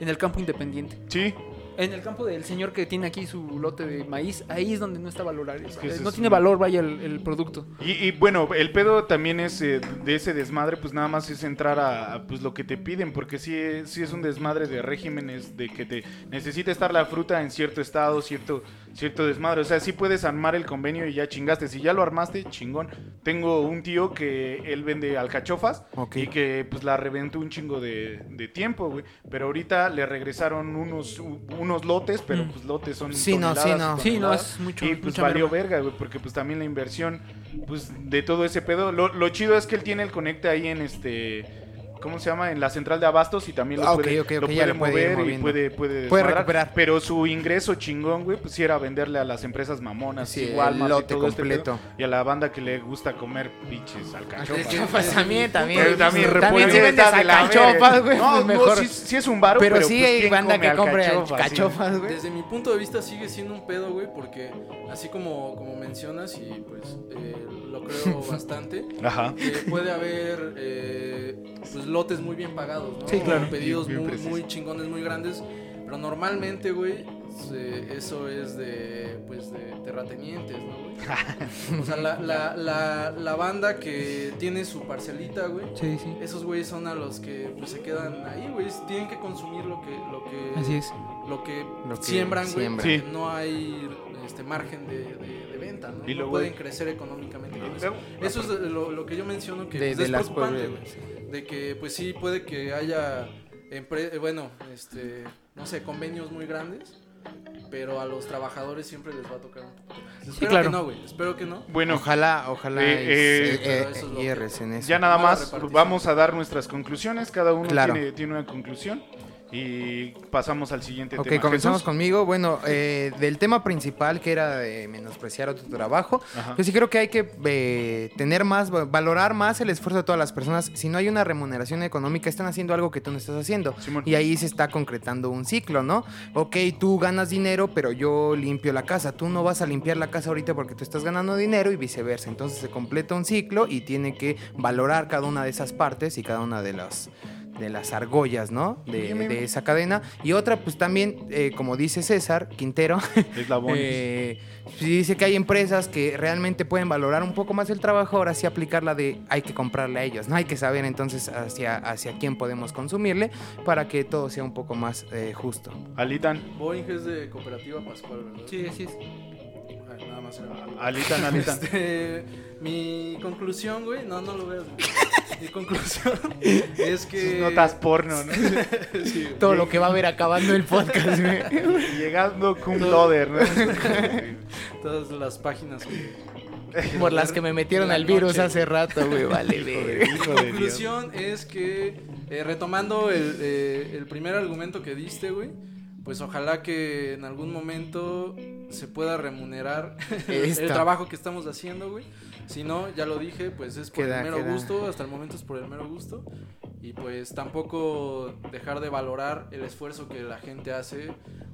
Speaker 2: en el campo independiente.
Speaker 1: Sí,
Speaker 2: En el campo del señor que tiene aquí su lote de maíz, ahí es donde no está valorizado.
Speaker 1: que ese
Speaker 2: no
Speaker 1: es
Speaker 2: tiene
Speaker 1: un-
Speaker 2: valor, vaya, el, el producto.
Speaker 1: Y, y, bueno, el pedo también es eh, de ese desmadre, pues nada más es entrar a, a, pues lo que te piden, porque sí, es- sí es un desmadre de regímenes, de que te necesita estar la fruta en cierto estado, cierto, cierto desmadre. O sea, sí puedes armar el convenio y ya chingaste. Si ya lo armaste, chingón. Tengo un tío que él vende alcachofas
Speaker 4: Ok.
Speaker 1: y que pues la reventó un chingo de, de tiempo, güey. Pero ahorita le regresaron unos, unos lotes, pero
Speaker 2: Mm.
Speaker 1: pues lotes son
Speaker 4: Sí, no, sí,
Speaker 1: toneladas y
Speaker 4: no.
Speaker 2: Sí, no,
Speaker 1: toneladas.
Speaker 2: es mucho.
Speaker 1: Y Ah, pues
Speaker 2: mucha
Speaker 1: valió
Speaker 2: merma.
Speaker 1: verga, güey, porque pues también la inversión, pues de todo ese pedo. Lo, lo chido es que él tiene el conecte ahí en este, ¿cómo se llama? En la central de abastos y también lo
Speaker 4: Ah,
Speaker 1: puede,
Speaker 4: ok, ok,
Speaker 1: lo
Speaker 4: ok, ya
Speaker 1: puede
Speaker 4: lo puede ir
Speaker 1: mover y
Speaker 4: moviendo.
Speaker 1: puede, puede,
Speaker 4: Puede
Speaker 1: desmadrar.
Speaker 4: recuperar.
Speaker 1: Pero su ingreso chingón, güey, pues sí era venderle a las empresas mamonas,
Speaker 4: Sí, el
Speaker 1: igual,
Speaker 4: lote completo.
Speaker 1: este
Speaker 4: Ah,
Speaker 1: y a la banda que le gusta comer pinches alcachofas.
Speaker 3: Sí, sí,
Speaker 1: güey.
Speaker 3: Pues sí. también, también.
Speaker 1: Pero
Speaker 4: También,
Speaker 1: repuede-
Speaker 4: también sí vendes
Speaker 1: está de la
Speaker 4: alcachofas,
Speaker 1: verga.
Speaker 4: güey.
Speaker 1: No,
Speaker 4: pues mejor.
Speaker 1: no, sí, sí es un bar,
Speaker 4: pero,
Speaker 1: pero,
Speaker 4: sí
Speaker 1: pues,
Speaker 4: hay
Speaker 1: ¿quién
Speaker 4: banda que compre
Speaker 1: alcachofas, sí?
Speaker 4: cachofas, güey.
Speaker 3: Desde mi punto de vista sigue siendo un pedo, güey, porque así como, como mencionas y pues eh, lo creo bastante.
Speaker 1: Ajá.
Speaker 3: que puede haber eh, pues, lotes muy bien pagados, ¿no?
Speaker 2: Sí, claro.
Speaker 3: O Pedidos
Speaker 1: Bien, bien
Speaker 3: muy,
Speaker 1: preciso.
Speaker 3: muy chingones, muy grandes. Pero normalmente, güey, se- eso es de, pues, de terratenientes, ¿no, güey? O sea, la, la, la, la banda que tiene su parcelita, güey.
Speaker 2: Sí, sí.
Speaker 3: Esos güeyes son a los que pues, se quedan ahí, güey. Tienen que consumir lo que, lo que,
Speaker 2: Así es.
Speaker 3: Lo que,
Speaker 4: Lo que
Speaker 3: siembran, güey.
Speaker 4: siembran.
Speaker 1: Sí.
Speaker 3: porque No hay este, margen de, de- de venta, ¿no?
Speaker 1: Y
Speaker 3: no
Speaker 1: luego,
Speaker 3: pueden
Speaker 1: güey.
Speaker 3: crecer económicamente con eso.
Speaker 1: Luego-
Speaker 3: Eso es de lo, lo que yo menciono que
Speaker 4: De-
Speaker 3: pues,
Speaker 4: de
Speaker 3: es
Speaker 4: las
Speaker 3: preocupante,
Speaker 4: pueblas,
Speaker 3: güey. De que, pues sí, puede que haya, empre- eh, bueno, este, no sé, convenios muy grandes, pero a los trabajadores siempre les va a tocar un poco. más. Espero
Speaker 2: claro.
Speaker 3: que no, güey, espero que no.
Speaker 1: Bueno,
Speaker 4: Ojalá, ojalá
Speaker 1: Eh,
Speaker 4: es-
Speaker 1: eh,
Speaker 4: eh,
Speaker 3: Pero eso es lo
Speaker 4: eh,
Speaker 3: que-
Speaker 4: IRS en eso.
Speaker 1: Ya nada
Speaker 3: Mala
Speaker 1: más
Speaker 3: repartición.
Speaker 1: vamos a dar nuestras conclusiones. Cada uno
Speaker 4: Claro.
Speaker 1: tiene, tiene una conclusión. Y pasamos al siguiente
Speaker 4: Ok,
Speaker 1: tema.
Speaker 4: comenzamos
Speaker 1: Jesús.
Speaker 4: conmigo. Bueno, eh, del tema principal que era de menospreciar otro trabajo,
Speaker 1: Ajá.
Speaker 4: yo sí creo que hay que eh, tener más, va- valorar más el esfuerzo de todas las personas. Si no hay una remuneración económica, están haciendo algo que tú no estás haciendo.
Speaker 1: Simón.
Speaker 4: Y ahí se está concretando un ciclo, ¿no? Ok, tú ganas dinero, pero yo limpio la casa. Tú no vas a limpiar la casa ahorita porque tú estás ganando dinero y viceversa. Entonces se completa un ciclo y tiene que valorar cada una de esas partes y cada una de las de las argollas, ¿no? De, de esa cadena. Y otra, pues también, eh, como dice César Quintero,
Speaker 1: Eslabones.
Speaker 4: eh, sí dice que hay empresas que realmente pueden valorar un poco más el trabajo, ahora sí aplicarla de hay que comprarle a ellos, ¿no? Hay que saber entonces hacia, hacia quién podemos consumirle para que todo sea un poco más eh, justo.
Speaker 1: Alitan,
Speaker 3: Boeing es de Cooperativa Pascual, ¿verdad?
Speaker 2: Sí, así es.
Speaker 3: Ah, nada más era-
Speaker 1: Alitan, Alitan.
Speaker 3: Este, mi conclusión, güey, no, no lo veas. güey. Mi conclusión es
Speaker 1: Sus
Speaker 3: que.
Speaker 1: notas porno, ¿no?
Speaker 3: Sí, güey.
Speaker 4: Todo lo que va a ver acabando el podcast.
Speaker 1: Llegando cum laude, ¿no?
Speaker 3: Todas las páginas. güey.
Speaker 4: Por las que me metieron
Speaker 3: La
Speaker 4: al virus
Speaker 3: noche.
Speaker 4: hace rato, güey, vale,
Speaker 1: Joder, hijo de Dios.
Speaker 3: conclusión es que, eh, retomando el, eh, el primer argumento que diste, güey, pues ojalá que en algún momento se pueda remunerar el
Speaker 4: Esta.
Speaker 3: trabajo que estamos haciendo, güey. Si no, ya lo dije, pues es por
Speaker 4: Queda-
Speaker 3: el mero
Speaker 4: queda.
Speaker 3: gusto, hasta el momento es por el mero gusto. Y pues tampoco dejar de valorar el esfuerzo que la gente hace,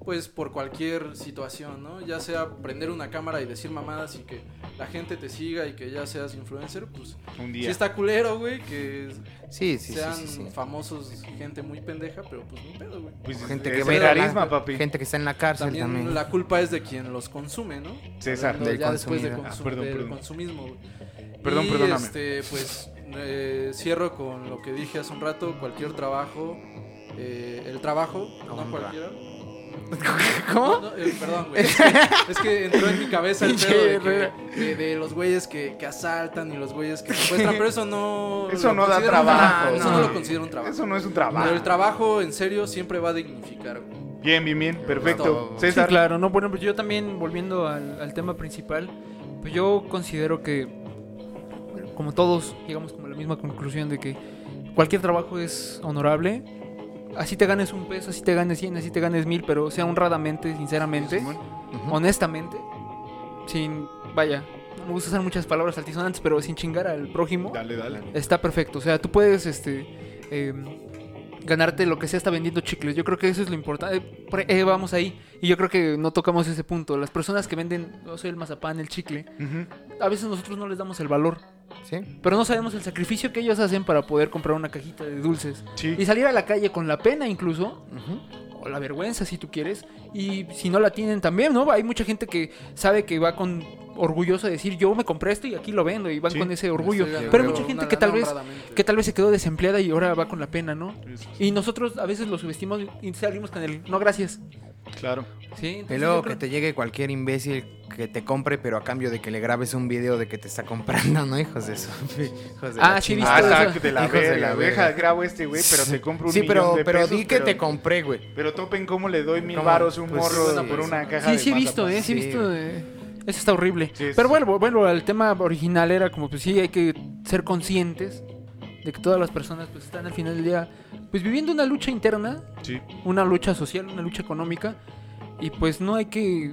Speaker 3: pues por cualquier situación, ¿no? Ya sea prender una cámara y decir mamadas y que la gente te siga y que ya seas influencer, pues
Speaker 1: Un
Speaker 3: Sí
Speaker 1: día.
Speaker 3: está culero, güey, que
Speaker 4: Sí, sí, sí,
Speaker 3: sean
Speaker 4: sí, sí.
Speaker 3: famosos gente muy pendeja, pero pues ni pedo, güey.
Speaker 1: Pues,
Speaker 4: Gente
Speaker 1: es
Speaker 4: que,
Speaker 1: el
Speaker 4: va a ir a la-
Speaker 1: carisma, papi.
Speaker 4: gente que está en la cárcel
Speaker 3: También,
Speaker 4: Pues, también.
Speaker 3: la culpa es de quien los consume, ¿no?
Speaker 1: César.
Speaker 3: Hablando
Speaker 4: Del
Speaker 3: ya después de
Speaker 4: consumidor.
Speaker 1: Ah,
Speaker 3: consum-
Speaker 1: perdón,
Speaker 3: del
Speaker 1: perdón.
Speaker 3: consumismo, güey.
Speaker 1: Perdón,
Speaker 3: Y,
Speaker 1: perdóname.
Speaker 3: Este, pues eh, cierro con lo que dije hace un rato, cualquier trabajo, eh, el trabajo, no
Speaker 4: Honra.
Speaker 3: cualquiera.
Speaker 4: ¿Cómo?
Speaker 3: No, no, eh, perdón, güey. Es que, es que entró en mi cabeza el pedo de, que- de- de los güeyes que, que asaltan y los güeyes que secuestran, pero eso no.
Speaker 1: Eso
Speaker 3: lo
Speaker 1: no da
Speaker 3: considero un
Speaker 1: trabajo,
Speaker 3: Eso no
Speaker 4: no.
Speaker 3: lo considero un trabajo.
Speaker 1: Eso no es un trabajo.
Speaker 3: Pero el trabajo en serio siempre va a dignificar, güey.
Speaker 1: Bien, bien, bien. Perfecto.
Speaker 4: Sí,
Speaker 2: Sí,
Speaker 1: César.
Speaker 2: claro, no, bueno, pues yo también volviendo al, al tema principal, pues yo considero que, como todos, llegamos como a la misma conclusión de que cualquier trabajo es honorable, así te ganes un peso, así te ganes 100, así te ganes mil, pero sea honradamente, sinceramente,
Speaker 1: Simón.
Speaker 4: Ujú.
Speaker 2: honestamente, sin, vaya, no me gusta usar muchas palabras altisonantes, pero sin chingar al prójimo,
Speaker 1: Dale, dale.
Speaker 2: está perfecto, o sea, tú puedes, este... em, ganarte lo que sea hasta vendiendo chicles. Yo creo que eso es lo importante. Eh, por- eh, vamos ahí. Y yo creo que no tocamos ese punto. Las personas que venden, no sé, el mazapán, el chicle,
Speaker 1: Ujú.
Speaker 2: a veces nosotros no les damos el valor.
Speaker 4: Sí.
Speaker 2: Pero no sabemos el sacrificio que ellos hacen para poder comprar una cajita de dulces. Y
Speaker 1: Sí.
Speaker 2: salir a la calle con la pena incluso,
Speaker 4: Ujú.
Speaker 2: o la vergüenza si tú quieres. Y si no la tienen también, ¿no? Hay mucha gente que sabe que va con orgulloso de decir, yo me compré esto y aquí lo vendo. Y van
Speaker 1: Sí.
Speaker 2: con ese orgullo.
Speaker 3: Estoy
Speaker 2: Pero hay
Speaker 3: ganando
Speaker 2: mucha gente
Speaker 3: una
Speaker 2: que tal
Speaker 3: lana
Speaker 2: vez...
Speaker 3: honradamente.
Speaker 2: Que tal vez se quedó desempleada y ahora va con la pena, ¿no?
Speaker 1: Eso
Speaker 2: Y nosotros a veces lo subestimamos y salimos con el no gracias.
Speaker 1: es- Claro.
Speaker 2: Sí,
Speaker 4: Y
Speaker 2: entonces
Speaker 4: luego
Speaker 2: Pues yo
Speaker 4: que
Speaker 2: creo-
Speaker 4: te llegue cualquier imbécil que te compre, pero a cambio de que le grabes un video de que te está comprando, ¿no? Hijos de eso. Hijos de la
Speaker 2: Ah, sí,
Speaker 4: chingada.
Speaker 2: ¿Viste
Speaker 1: Ah,
Speaker 2: eso?
Speaker 1: está de la
Speaker 4: Hijos de
Speaker 1: verga.
Speaker 4: la
Speaker 1: Deja,
Speaker 4: verga.
Speaker 1: grabo este, güey, pero te compro un
Speaker 4: Sí, pero,
Speaker 1: millón de
Speaker 4: pero
Speaker 1: pesos,
Speaker 4: di que
Speaker 1: pero-
Speaker 4: te compré, güey.
Speaker 1: Pero topen cómo le doy mil
Speaker 4: ¿Cómo?
Speaker 1: varos a un
Speaker 4: Pues,
Speaker 1: morro
Speaker 4: bueno,
Speaker 1: por
Speaker 4: pues,
Speaker 1: una caja
Speaker 2: Sí,
Speaker 1: de
Speaker 2: sí he visto,
Speaker 1: mazapán.
Speaker 2: ¿eh? Sí he
Speaker 4: sí,
Speaker 2: visto.
Speaker 4: güey.
Speaker 2: eh, Eso está horrible.
Speaker 1: Sí, sí.
Speaker 2: Pero bueno, bueno, al tema original era como, pues sí, hay que ser conscientes de que todas las personas pues están al final del día pues viviendo una lucha interna,
Speaker 1: Sí.
Speaker 2: una lucha social, una lucha económica y pues no hay que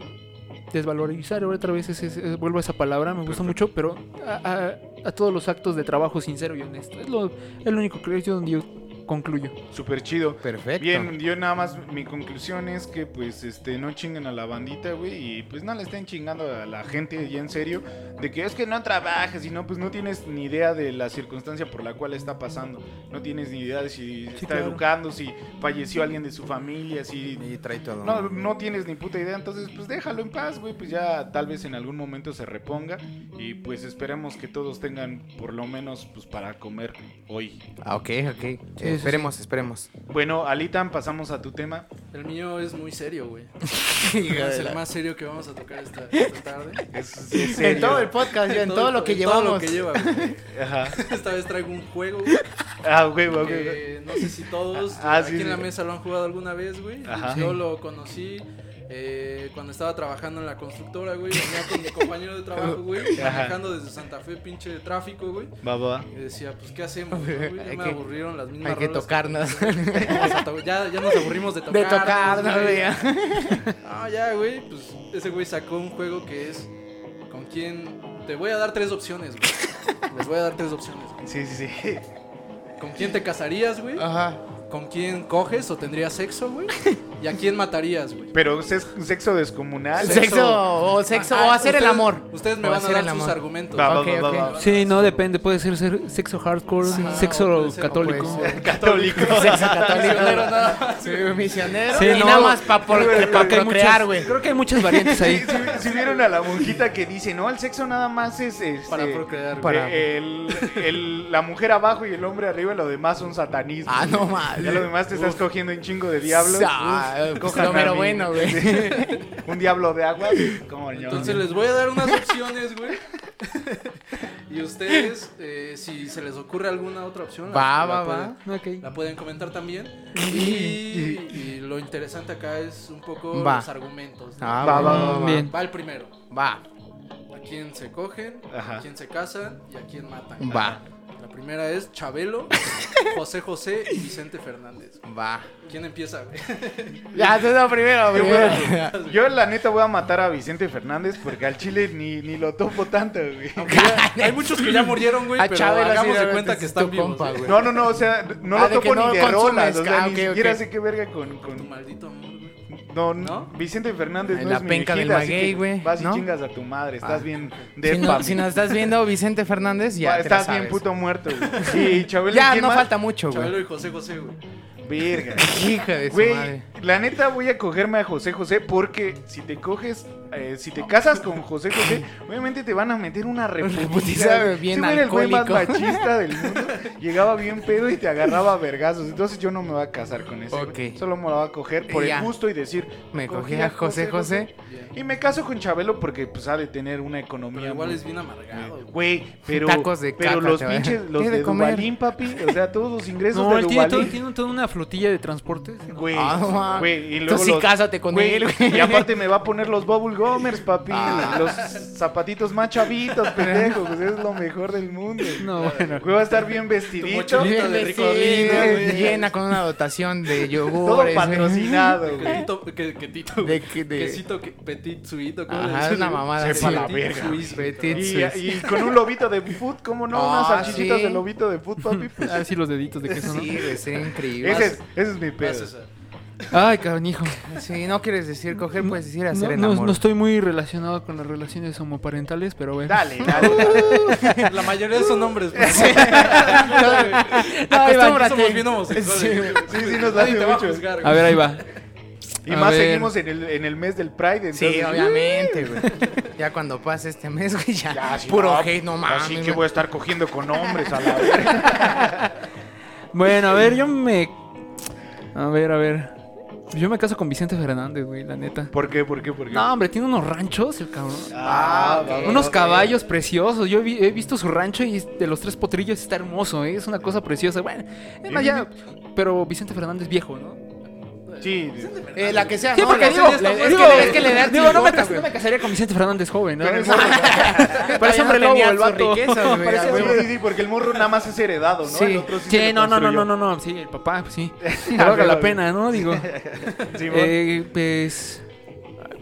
Speaker 2: desvalorizar otra vez ese- ese- vuelvo a esa palabra me gusta mucho pero a, a- a todos los actos de trabajo sincero y honesto es lo, es lo único que yo, donde yo concluyo
Speaker 1: Súper chido.
Speaker 4: Perfecto.
Speaker 1: Bien, yo nada más, mi conclusión es que pues este no chinguen a la bandita, güey, y pues no le estén chingando a la gente ya en serio, de que es que no trabajes y no, pues no tienes ni idea de la circunstancia por la cual está pasando, no tienes ni idea de si está
Speaker 2: claro.
Speaker 1: educando, si falleció alguien de su familia, si...
Speaker 4: Y trae todo.
Speaker 1: No, no tienes ni puta idea, entonces pues déjalo en paz, güey, pues ya tal vez en algún momento se reponga y pues esperemos que todos tengan por lo menos pues para comer hoy.
Speaker 4: Ah, ok, ok.
Speaker 2: sí,
Speaker 4: esperemos, esperemos.
Speaker 1: Bueno, Alitan, pasamos a tu tema.
Speaker 3: El mío es muy serio, güey.
Speaker 4: de
Speaker 3: es el
Speaker 4: la-
Speaker 3: más serio que vamos a tocar esta, esta tarde.
Speaker 1: Es- es
Speaker 4: En
Speaker 1: serio.
Speaker 4: todo el podcast, yo, en todo, lo que
Speaker 3: en
Speaker 4: llevamos.
Speaker 3: Todo lo que lleva, güey.
Speaker 1: Ajá.
Speaker 3: Esta vez traigo un juego, güey.
Speaker 1: Ah, güey, güey,
Speaker 4: Eh,
Speaker 1: güey.
Speaker 3: que no sé si todos
Speaker 1: Ah,
Speaker 3: aquí
Speaker 1: sí,
Speaker 3: en la
Speaker 1: sí.
Speaker 3: mesa lo han jugado alguna vez, güey.
Speaker 1: Ajá.
Speaker 3: Yo
Speaker 4: Sí.
Speaker 3: lo conocí eh, cuando estaba trabajando en la constructora, güey. Venía con mi compañero de trabajo, güey,
Speaker 1: Ajá.
Speaker 3: manejando desde Santa Fe, pinche de tráfico, güey.
Speaker 1: Va, va, va.
Speaker 3: Y decía, pues, ¿qué hacemos? no, güey? Ya
Speaker 4: Hay
Speaker 3: me
Speaker 4: que-
Speaker 3: aburrieron las mismas
Speaker 4: Hay que
Speaker 3: rolas
Speaker 4: tocarnos.
Speaker 3: Vamos a to- ya, ya nos aburrimos de tocar.
Speaker 4: De tocarnos, güey.
Speaker 3: Ah, ya, güey. Pues ese güey sacó un juego que es con quién. Te voy a dar tres opciones, güey. Les voy a dar tres opciones. güey.
Speaker 1: Sí, sí, sí.
Speaker 3: ¿Con quién te casarías, güey?
Speaker 1: Ah.
Speaker 4: Ajá.
Speaker 3: ¿Con quién coges o tendrías sexo, güey? ¿Y a quién matarías, güey?
Speaker 1: Pero ses- sexo descomunal.
Speaker 4: Sexo,
Speaker 3: Sexo.
Speaker 4: o sexo
Speaker 3: Ah,
Speaker 4: o hacer el
Speaker 3: ustedes-
Speaker 4: amor.
Speaker 3: Ustedes me
Speaker 4: O
Speaker 3: van a
Speaker 4: hacer
Speaker 3: dar
Speaker 4: el
Speaker 3: sus
Speaker 4: amor.
Speaker 3: argumentos.
Speaker 1: Va, va,
Speaker 4: Ok,
Speaker 1: va, va,
Speaker 4: ok.
Speaker 1: va.
Speaker 2: Sí, no, depende. Puede ser, ser sexo hardcore,
Speaker 3: Ajá, o
Speaker 2: sexo
Speaker 3: puede ser-
Speaker 2: católico.
Speaker 4: o Ah, puede ser-
Speaker 1: Católico.
Speaker 4: Sexo católico.
Speaker 3: Misionero, nada más.
Speaker 4: Sí, misionero.
Speaker 2: Sí,
Speaker 4: y
Speaker 2: no.
Speaker 4: nada más para
Speaker 2: Creo que hay
Speaker 4: procrear,
Speaker 2: muchas-
Speaker 4: güey.
Speaker 2: Creo que hay muchas variantes
Speaker 1: Sí,
Speaker 2: ahí.
Speaker 1: sí, sí vieron a la monjita que dice, no, el sexo nada más es... este,
Speaker 3: Para procrear,
Speaker 4: para-
Speaker 3: güey.
Speaker 1: eh, el- el- la mujer abajo y el hombre arriba, lo demás son satanismo.
Speaker 4: Ah, no mames.
Speaker 1: eh, Ya lo demás te estás cogiendo un chingo de diablos.
Speaker 4: Ah,
Speaker 1: Uf,
Speaker 4: pues,
Speaker 1: cojan
Speaker 4: lo mero
Speaker 1: a mí.
Speaker 4: bueno, güey.
Speaker 1: Sí. Un diablo de agua. ¿Cómo no?
Speaker 3: Entonces les voy a dar unas opciones, güey. y ustedes, eh, si se les ocurre alguna otra opción, la-
Speaker 4: Va,
Speaker 3: la
Speaker 4: va,
Speaker 3: pueden-
Speaker 4: va.
Speaker 2: Ok.
Speaker 3: La pueden comentar también. Y, y lo interesante acá es un poco
Speaker 4: Va.
Speaker 3: los argumentos. ¿no?
Speaker 4: Ah,
Speaker 1: Va, va,
Speaker 2: va, va. Bien.
Speaker 3: Va el primero.
Speaker 4: Va,
Speaker 3: ¿A quién se cogen?
Speaker 1: Ajá.
Speaker 3: ¿A quién se casan? ¿Y a quién matan?
Speaker 4: va,
Speaker 3: La primera es Chabelo, José José y Vicente Fernández.
Speaker 4: va.
Speaker 3: ¿Quién empieza? güey?
Speaker 4: Ya, tú no primero,
Speaker 1: Yo,
Speaker 4: primero.
Speaker 1: voy a- yo, la neta voy a matar a Vicente Fernández porque al chile ni, ni lo topo tanto, güey.
Speaker 3: Aunque ya- hay muchos que ya murieron, güey,
Speaker 4: A
Speaker 3: pero
Speaker 4: Chabelo sí,
Speaker 3: hagamos de
Speaker 4: realmente
Speaker 3: cuenta que
Speaker 4: es
Speaker 3: están
Speaker 4: tu
Speaker 3: vivos.
Speaker 4: compa,
Speaker 3: güey.
Speaker 4: güey.
Speaker 1: No, no, no, o sea, no
Speaker 4: Ah,
Speaker 1: lo
Speaker 4: de
Speaker 1: topo
Speaker 4: que no
Speaker 1: ni de
Speaker 4: consumes,
Speaker 1: rolas, o sea,
Speaker 4: ah,
Speaker 1: ni
Speaker 4: ok,
Speaker 1: siquiera
Speaker 4: ok.
Speaker 1: sé qué verga con... con-
Speaker 3: Tu maldito amor, güey.
Speaker 1: No,
Speaker 3: ¿No?
Speaker 1: Vicente Fernández
Speaker 4: En
Speaker 1: no
Speaker 4: la
Speaker 1: es mi
Speaker 4: penca del
Speaker 1: vejiga, así
Speaker 4: maguey,
Speaker 1: que
Speaker 4: güey,
Speaker 1: Vas y
Speaker 4: ¿no?
Speaker 1: chingas a tu madre, estás
Speaker 4: Ah.
Speaker 1: bien de
Speaker 4: Si, no- si nos estás viendo, Vicente Fernández, ya. te la
Speaker 1: Estás bien
Speaker 4: sabes.
Speaker 1: puto muerto, güey. Y Chabelo,
Speaker 4: Ya,
Speaker 1: ¿quién
Speaker 4: no
Speaker 1: más?
Speaker 4: falta mucho,
Speaker 3: Chabelo
Speaker 4: güey.
Speaker 3: y José José, güey.
Speaker 1: Verga.
Speaker 4: Hija de su
Speaker 1: Güey,
Speaker 4: madre.
Speaker 1: la neta voy a cogerme a José José porque si te coges, eh, si te casas con José José, obviamente te van a meter una
Speaker 4: reputiza,
Speaker 1: reputiza. Ese
Speaker 4: bien
Speaker 1: güey era el güey más
Speaker 4: alcohólico.
Speaker 1: machista del mundo. Llegaba bien pedo y te agarraba a vergazos. Entonces yo no me voy a casar con ese. güey.
Speaker 4: Ok.
Speaker 1: Solo me lo voy a coger por
Speaker 4: Ya.
Speaker 1: el gusto y decir,
Speaker 4: Me cogí a José José.
Speaker 3: Bien.
Speaker 1: Y me caso con Chabelo porque pues ha de tener una economía.
Speaker 3: Pero igual
Speaker 1: muy-
Speaker 3: es bien amargado, güey.
Speaker 1: Güey, pero,
Speaker 4: Tacos de
Speaker 1: pero
Speaker 4: caca,
Speaker 1: los
Speaker 4: te va a-
Speaker 1: pinches, los
Speaker 4: ¿Qué de
Speaker 1: de
Speaker 4: comer?
Speaker 1: Dubalín, papi, o sea, todos los ingresos
Speaker 2: No,
Speaker 1: de
Speaker 2: él tiene, todo-
Speaker 1: Dubalín,
Speaker 2: tiene toda una flotilla de transportes. ¿no?
Speaker 1: güey,
Speaker 4: Ah, no mames.
Speaker 1: güey, y luego
Speaker 4: Tú sí
Speaker 1: los-
Speaker 4: cásate con
Speaker 1: güey,
Speaker 4: él, güey.
Speaker 1: y aparte me va a poner los bubble gomers, papi,
Speaker 4: Ah.
Speaker 1: los zapatitos más chavitos, pendejo, pues es lo mejor del mundo.
Speaker 2: No, bueno.
Speaker 1: Güey, va a estar bien vestidito,
Speaker 3: mochilita.
Speaker 4: Bien
Speaker 3: de
Speaker 4: vestido,
Speaker 3: Ricolino,
Speaker 1: güey.
Speaker 4: llena con una dotación de
Speaker 1: todo
Speaker 4: yogures. güey.
Speaker 1: patrocinado,
Speaker 3: Que
Speaker 1: güey.
Speaker 3: Tito, que, que Tito,
Speaker 4: De,
Speaker 3: güey.
Speaker 4: que- de-
Speaker 3: Quesito, que, petit suito, ¿cómo le
Speaker 4: Ajá,
Speaker 3: dicen,
Speaker 4: una
Speaker 3: güey?
Speaker 4: mamada.
Speaker 1: Sepa
Speaker 4: así.
Speaker 1: la verga,
Speaker 4: güey.
Speaker 3: güey.
Speaker 4: Petit
Speaker 1: Y,
Speaker 4: Suisse.
Speaker 1: y con un lobito de food, ¿cómo no? Unas
Speaker 4: Ah,
Speaker 1: salchichitas
Speaker 4: sí.
Speaker 1: de lobito de food, papi. pues,
Speaker 2: Ah, sí, los deditos de queso, ¿no?
Speaker 4: Sí, güey, sería increíble.
Speaker 1: ese, es, ese es mi pedo.
Speaker 3: Gracias a-
Speaker 2: Ay, canijo.
Speaker 4: Si no quieres decir coger, puedes decir
Speaker 2: No,
Speaker 4: hacer el
Speaker 2: no-
Speaker 4: amor.
Speaker 2: no estoy muy relacionado con las relaciones homoparentales, pero bueno.
Speaker 1: Dale, dale, dale.
Speaker 3: La mayoría son hombres. güey.
Speaker 4: Acostúmbrate.
Speaker 3: Somos bien homosexuales.
Speaker 4: Sí,
Speaker 3: güey.
Speaker 1: Sí, sí, nos
Speaker 3: Nadie
Speaker 1: hace
Speaker 3: te va a
Speaker 1: mucho.
Speaker 3: juzgar,
Speaker 2: A
Speaker 3: güey.
Speaker 2: ver, ahí va.
Speaker 1: Y
Speaker 2: A
Speaker 1: más
Speaker 2: ver.
Speaker 1: seguimos en el, en el mes del Pride. Entonces,
Speaker 4: Sí, obviamente, güey. Ya cuando pase este mes, güey, ya.
Speaker 1: Ya, sí,
Speaker 4: puro
Speaker 1: no,
Speaker 4: hate, no mames.
Speaker 1: Así que
Speaker 4: güey.
Speaker 1: voy a estar cogiendo con hombres a la verga.
Speaker 2: Bueno, a ver, yo me. A ver, a ver. Yo me caso con Vicente Fernández, güey, la neta.
Speaker 1: ¿Por qué? ¿Por qué? ¿Por qué?
Speaker 2: No, hombre, tiene unos ranchos, el cabrón.
Speaker 1: Ah, va, va,
Speaker 2: Unos
Speaker 1: va.
Speaker 2: caballos preciosos. Yo vi- he visto su rancho y de los tres potrillos está hermoso, ¿eh? es una cosa preciosa. Bueno, eh, no, ya, pero Vicente Fernández viejo, ¿no?
Speaker 1: Sí.
Speaker 4: Eh, la que sea,
Speaker 2: Sí,
Speaker 4: no,
Speaker 2: porque
Speaker 4: la
Speaker 2: digo,
Speaker 4: serie está
Speaker 2: le-
Speaker 4: buena.
Speaker 2: digo,
Speaker 4: es, que, es que le da
Speaker 2: digo, no, me
Speaker 4: chingota,
Speaker 2: cas- no
Speaker 4: güey.
Speaker 2: me casaría con Vicente Fernández joven, ¿no?
Speaker 1: Pero es-
Speaker 2: Parece hombre
Speaker 4: Todavía
Speaker 2: lobo
Speaker 4: no
Speaker 2: el
Speaker 4: tenía sus
Speaker 2: vato.
Speaker 4: riquezas, güey,
Speaker 1: Parece
Speaker 4: a
Speaker 1: así,
Speaker 4: huevo.
Speaker 1: sí, sí, porque el morro nada más es heredado, ¿no?
Speaker 4: Sí.
Speaker 1: El otro sí,
Speaker 2: Sí,
Speaker 1: se
Speaker 2: no, no, no,
Speaker 1: construyó.
Speaker 2: no, no, no, sí, el papá, pues sí. Que valga la pena, ¿no? Digo,
Speaker 1: Sí, güey.
Speaker 2: eh, pues.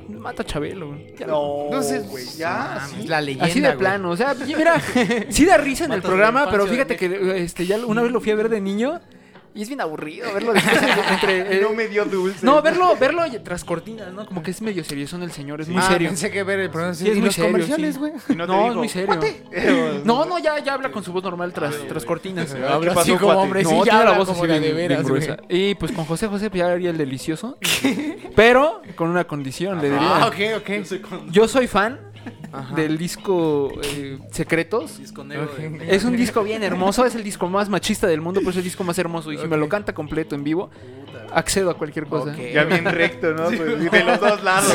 Speaker 2: Mata a Chabelo. güey. Ya
Speaker 1: no,
Speaker 4: Entonces,
Speaker 1: güey, ya,
Speaker 4: mames,
Speaker 1: sí.
Speaker 4: la leyenda.
Speaker 2: Ah, Así de
Speaker 4: güey.
Speaker 2: plano, o sea, y mira, sí da risa en el
Speaker 3: Matas la
Speaker 2: programa, pero
Speaker 3: infancia
Speaker 2: fíjate
Speaker 3: de
Speaker 2: que este, ya una vez lo fui a ver de niño y es bien aburrido verlo después de- entre... eh,
Speaker 1: No me dio dulce.
Speaker 2: no, verlo, verlo tras cortinas, ¿no? Como que es medio seriezón el señor, es muy
Speaker 4: Ah,
Speaker 2: serio.
Speaker 4: Pensé que ver el programa.
Speaker 2: Sí, es
Speaker 4: y
Speaker 2: muy
Speaker 4: los
Speaker 2: serio,
Speaker 4: comerciales,
Speaker 2: sí.
Speaker 4: güey.
Speaker 1: Y no
Speaker 2: No,
Speaker 1: te
Speaker 2: es
Speaker 1: digo,
Speaker 2: muy serio.
Speaker 1: Eh,
Speaker 2: No, no, ya, ya habla con su voz normal tras, tras cortinas.
Speaker 1: Ah,
Speaker 4: Habla
Speaker 1: ¿qué
Speaker 4: así
Speaker 1: pasó,
Speaker 4: como
Speaker 1: cuate?
Speaker 4: hombre, sí,
Speaker 2: No,
Speaker 4: ya
Speaker 2: tiene la
Speaker 4: habla
Speaker 2: voz
Speaker 4: como
Speaker 2: así
Speaker 4: la
Speaker 2: bien,
Speaker 4: de veras,
Speaker 2: bien gruesa.
Speaker 4: güey.
Speaker 2: Y pues con José José pues, ya haría el delicioso, pero con una condición, le diría.
Speaker 4: Ah, ok, ok.
Speaker 2: Yo soy fan
Speaker 4: Ajá.
Speaker 2: del disco eh, Secretos.
Speaker 3: Disco negro de-
Speaker 4: Ok.
Speaker 2: Es un disco bien hermoso, es el disco más machista del mundo, pero es el disco más hermoso. Y si me lo canta completo en vivo,
Speaker 3: Puta, güey.
Speaker 2: accedo a cualquier cosa.
Speaker 4: Ok.
Speaker 1: Ya bien recto, ¿no? Pues, de los dos lados.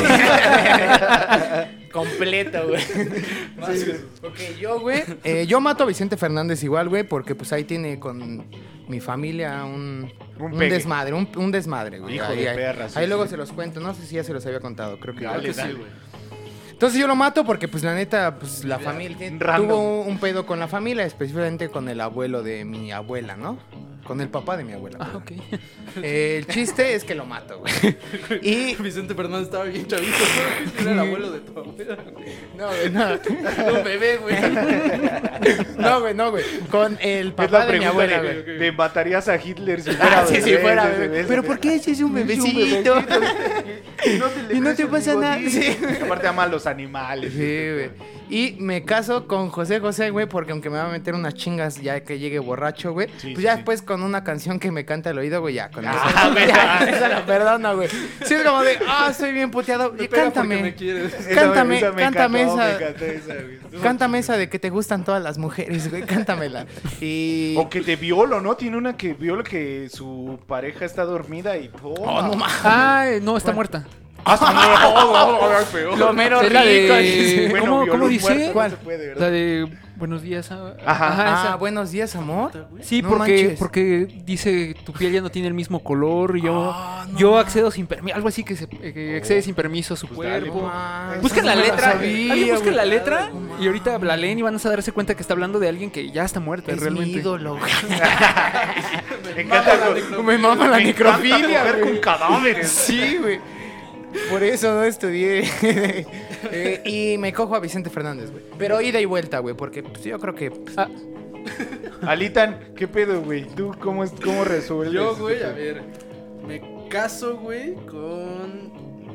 Speaker 4: Completo, güey. Ok, yo, güey. eh, yo mato a Vicente Fernández igual, güey, porque pues ahí tiene con mi familia un,
Speaker 1: Un
Speaker 4: un,
Speaker 1: pegue.
Speaker 4: desmadre, un, un desmadre, güey.
Speaker 1: Hijo
Speaker 4: ahí,
Speaker 1: de
Speaker 4: ahí.
Speaker 1: perra, sí,
Speaker 4: Ahí luego
Speaker 1: sí.
Speaker 4: se los cuento, no sé si ya se los había contado, creo que
Speaker 1: Dale,
Speaker 3: Creo que sí,
Speaker 1: dale.
Speaker 3: güey.
Speaker 4: entonces yo lo mato porque, pues, la neta, pues, la familia tiene-
Speaker 1: Random.
Speaker 4: tuvo un pedo con la familia, específicamente con el abuelo de mi abuela, ¿no? Con el papá de mi abuela.
Speaker 2: Ah,
Speaker 4: perdón.
Speaker 2: ok.
Speaker 4: Eh, el chiste es que lo mato, güey. Y...
Speaker 3: Vicente Fernández estaba bien chavito. güey. Era el abuelo de tu abuela.
Speaker 4: No, güey, no. Un bebé, güey. No, güey, no, güey. Con el
Speaker 1: Es la
Speaker 4: papá de mi
Speaker 1: pregunta
Speaker 4: abuela,
Speaker 1: de,
Speaker 4: güey.
Speaker 1: de matarías a Hitler si fuera
Speaker 4: Ah, sí, sí,
Speaker 1: bebé,
Speaker 4: fuera,
Speaker 1: ese
Speaker 4: bebé.
Speaker 1: bebé,
Speaker 4: Pero
Speaker 1: ese
Speaker 4: ¿por qué si es un bebecito?
Speaker 1: Y no te, le
Speaker 4: Y no
Speaker 1: crece
Speaker 4: te
Speaker 1: el
Speaker 4: pasa nada,
Speaker 1: bigodito. Aparte ama a los animales.
Speaker 4: Sí, güey. Y me caso con José José, güey, porque aunque me va a meter unas chingas ya que llegue borracho, güey,
Speaker 1: Sí,
Speaker 4: pues
Speaker 1: sí,
Speaker 4: ya
Speaker 1: sí.
Speaker 4: después con una canción que me canta al oído, güey, ya con
Speaker 1: Ah,
Speaker 4: eso,
Speaker 1: güey.
Speaker 4: ya, con eso la perdono, güey. Sí, es como de, ah, estoy bien puteado,
Speaker 3: Me
Speaker 4: y
Speaker 3: pega porque
Speaker 4: cántame.
Speaker 3: me quieres.
Speaker 1: Esa-
Speaker 4: Cántame,
Speaker 1: me
Speaker 4: cántame
Speaker 1: encantó,
Speaker 4: esa.
Speaker 1: me encantó esa, güey.
Speaker 4: Cántame esa de que te gustan todas las mujeres, güey, cántamela. Y...
Speaker 1: O que te violo, ¿no? Tiene una que viola que su pareja está dormida y todo.
Speaker 4: Oh, no mames.
Speaker 2: Ah, eh, no, está muerta.
Speaker 4: Lo mero
Speaker 2: Es la
Speaker 4: rico,
Speaker 2: de-
Speaker 4: dice.
Speaker 2: ¿Cómo- cómo dice?
Speaker 1: ¿Cuál?
Speaker 4: ¿Cuál?
Speaker 2: La de Buenos días. ah,
Speaker 1: Ajá.
Speaker 4: Ah,
Speaker 2: esa.
Speaker 4: buenos días, amor.
Speaker 2: Sí,
Speaker 4: No
Speaker 2: porque,
Speaker 4: manches.
Speaker 2: porque dice tu piel ya no tiene el mismo color. y Yo,
Speaker 4: Ah, no
Speaker 2: yo
Speaker 4: mames. Oh,
Speaker 2: accedo sin permiso. Algo así que, se- eh, que excede sin permiso a su
Speaker 1: Pues dale,
Speaker 2: cuerpo.
Speaker 4: Ah,
Speaker 2: Busquen
Speaker 4: eso
Speaker 2: la
Speaker 4: no me lo
Speaker 2: letra.
Speaker 4: sabía,
Speaker 2: Alguien busque
Speaker 4: güey.
Speaker 2: la letra y ahorita la leen y van a darse cuenta que está hablando de alguien que ya está muerto.
Speaker 4: Es mi
Speaker 2: realmente.
Speaker 4: ídolo, güey.
Speaker 1: Me encanta
Speaker 3: Mama la
Speaker 1: co-
Speaker 3: necro-
Speaker 4: Me mama la
Speaker 1: me encanta
Speaker 4: necrofilia,
Speaker 1: coger
Speaker 4: güey.
Speaker 1: con cadáveres.
Speaker 4: Sí, güey. Por eso no estudié. Eh, y me cojo a Vicente Fernández, güey. Pero ida y vuelta, güey, porque pues, yo creo que...
Speaker 2: Ah,
Speaker 1: Alitan, ¿qué pedo, güey? ¿Tú cómo, es- cómo resuelves?
Speaker 3: Yo,
Speaker 1: este
Speaker 3: güey, a
Speaker 1: pedo?
Speaker 3: ver. Me caso, güey, con.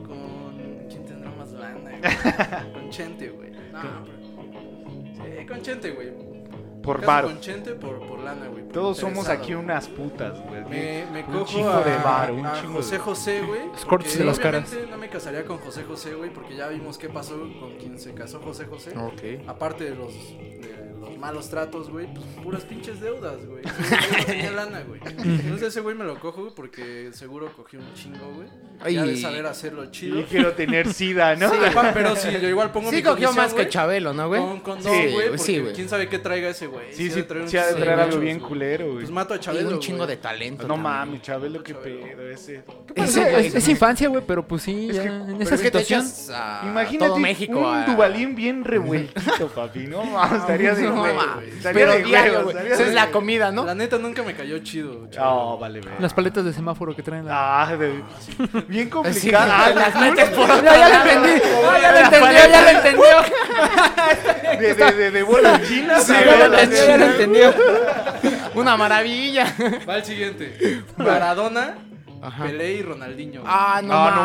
Speaker 3: con. ¿Quién tendrá más banda, güey? Con Chente, güey. No, pero. Sí, con Chente, güey. Me
Speaker 1: Por
Speaker 3: caso
Speaker 1: varo.
Speaker 3: Con Chente por, por lana, güey. por
Speaker 1: Todos somos
Speaker 3: interesado,
Speaker 1: aquí
Speaker 3: güey.
Speaker 1: unas putas, güey.
Speaker 3: Me, me
Speaker 1: Un
Speaker 3: cojo
Speaker 1: chingo
Speaker 3: a,
Speaker 1: de varo, un
Speaker 3: a
Speaker 1: chingo de-
Speaker 3: José José, güey.
Speaker 2: Los
Speaker 3: porque
Speaker 2: cortes de las
Speaker 3: obviamente No me casaría con José José, güey, porque ya vimos qué pasó con quien se casó José José.
Speaker 4: Ok.
Speaker 3: Aparte de los, de los malos tratos, güey, pues puras pinches deudas, güey. Yo no tenía lana, güey. Entonces ese güey me lo cojo, güey, porque seguro cogió un chingo, güey. Ya de
Speaker 4: Ay.
Speaker 3: saber hacerlo chido.
Speaker 1: Yo quiero tener sida, ¿no?
Speaker 3: Sí, pa- pero sí, yo igual pongo
Speaker 4: Sí
Speaker 3: mi
Speaker 4: cogió
Speaker 3: condición,
Speaker 4: más
Speaker 3: güey,
Speaker 4: que Chabelo, ¿no, güey?
Speaker 3: Con condón,
Speaker 4: Sí,
Speaker 3: güey, porque
Speaker 4: sí, güey.
Speaker 3: quién sabe qué traiga ese güey.
Speaker 1: Sí,
Speaker 3: ha
Speaker 1: sí,
Speaker 3: de traer un
Speaker 1: sí ha de
Speaker 3: chingo
Speaker 1: traer algo
Speaker 3: machos,
Speaker 1: bien
Speaker 3: güey.
Speaker 1: culero, güey.
Speaker 3: Pues mato a
Speaker 4: Y
Speaker 3: Chabelo,
Speaker 4: un chingo
Speaker 3: güey.
Speaker 4: de talento.
Speaker 1: No
Speaker 4: también.
Speaker 1: mames, Chabelo, qué
Speaker 3: Chabelo.
Speaker 1: pedo ese.
Speaker 4: Ese
Speaker 2: es-
Speaker 4: güey,
Speaker 2: es,
Speaker 4: ¿no?
Speaker 2: infancia, güey, pero pues sí,
Speaker 1: Es
Speaker 2: ya
Speaker 1: que-
Speaker 2: en
Speaker 1: pero
Speaker 2: esa
Speaker 4: Pero es que te
Speaker 2: situación.
Speaker 4: echas a
Speaker 1: Imagínate
Speaker 4: todo México
Speaker 1: un
Speaker 4: a-
Speaker 1: Dubalín bien revueltito, papi, ¿no? mames, Estaría de
Speaker 4: No
Speaker 1: huevos.
Speaker 4: mames.
Speaker 1: estaría
Speaker 4: Pero
Speaker 1: de
Speaker 4: diario,
Speaker 1: huevos,
Speaker 4: güey.
Speaker 1: estaría
Speaker 4: Esa
Speaker 1: de
Speaker 4: es la
Speaker 1: huevos.
Speaker 4: comida, ¿no? Ah.
Speaker 3: La neta nunca me cayó chido, Chabelo.
Speaker 1: No, vale, güey.
Speaker 2: Las paletas de semáforo que traen la.
Speaker 1: Ah, de... bien
Speaker 4: Así,
Speaker 1: complicado. Ah,
Speaker 4: las
Speaker 1: las
Speaker 4: metes por
Speaker 2: Ya,
Speaker 4: otro
Speaker 2: ya lo
Speaker 4: lado.
Speaker 2: entendí,
Speaker 1: Ah,
Speaker 2: ya lo entendió, ya lo entendió.
Speaker 1: de, de, de, de bola china,
Speaker 4: Sí,
Speaker 1: güey,
Speaker 4: Ah, ya lo
Speaker 1: las-
Speaker 4: entendí,
Speaker 2: Ya lo entendió.
Speaker 4: Una maravilla.
Speaker 3: Va al siguiente. Maradona,
Speaker 4: Ajá.
Speaker 3: Pelé y Ronaldinho. güey.
Speaker 4: Ah, no,
Speaker 1: Ah, no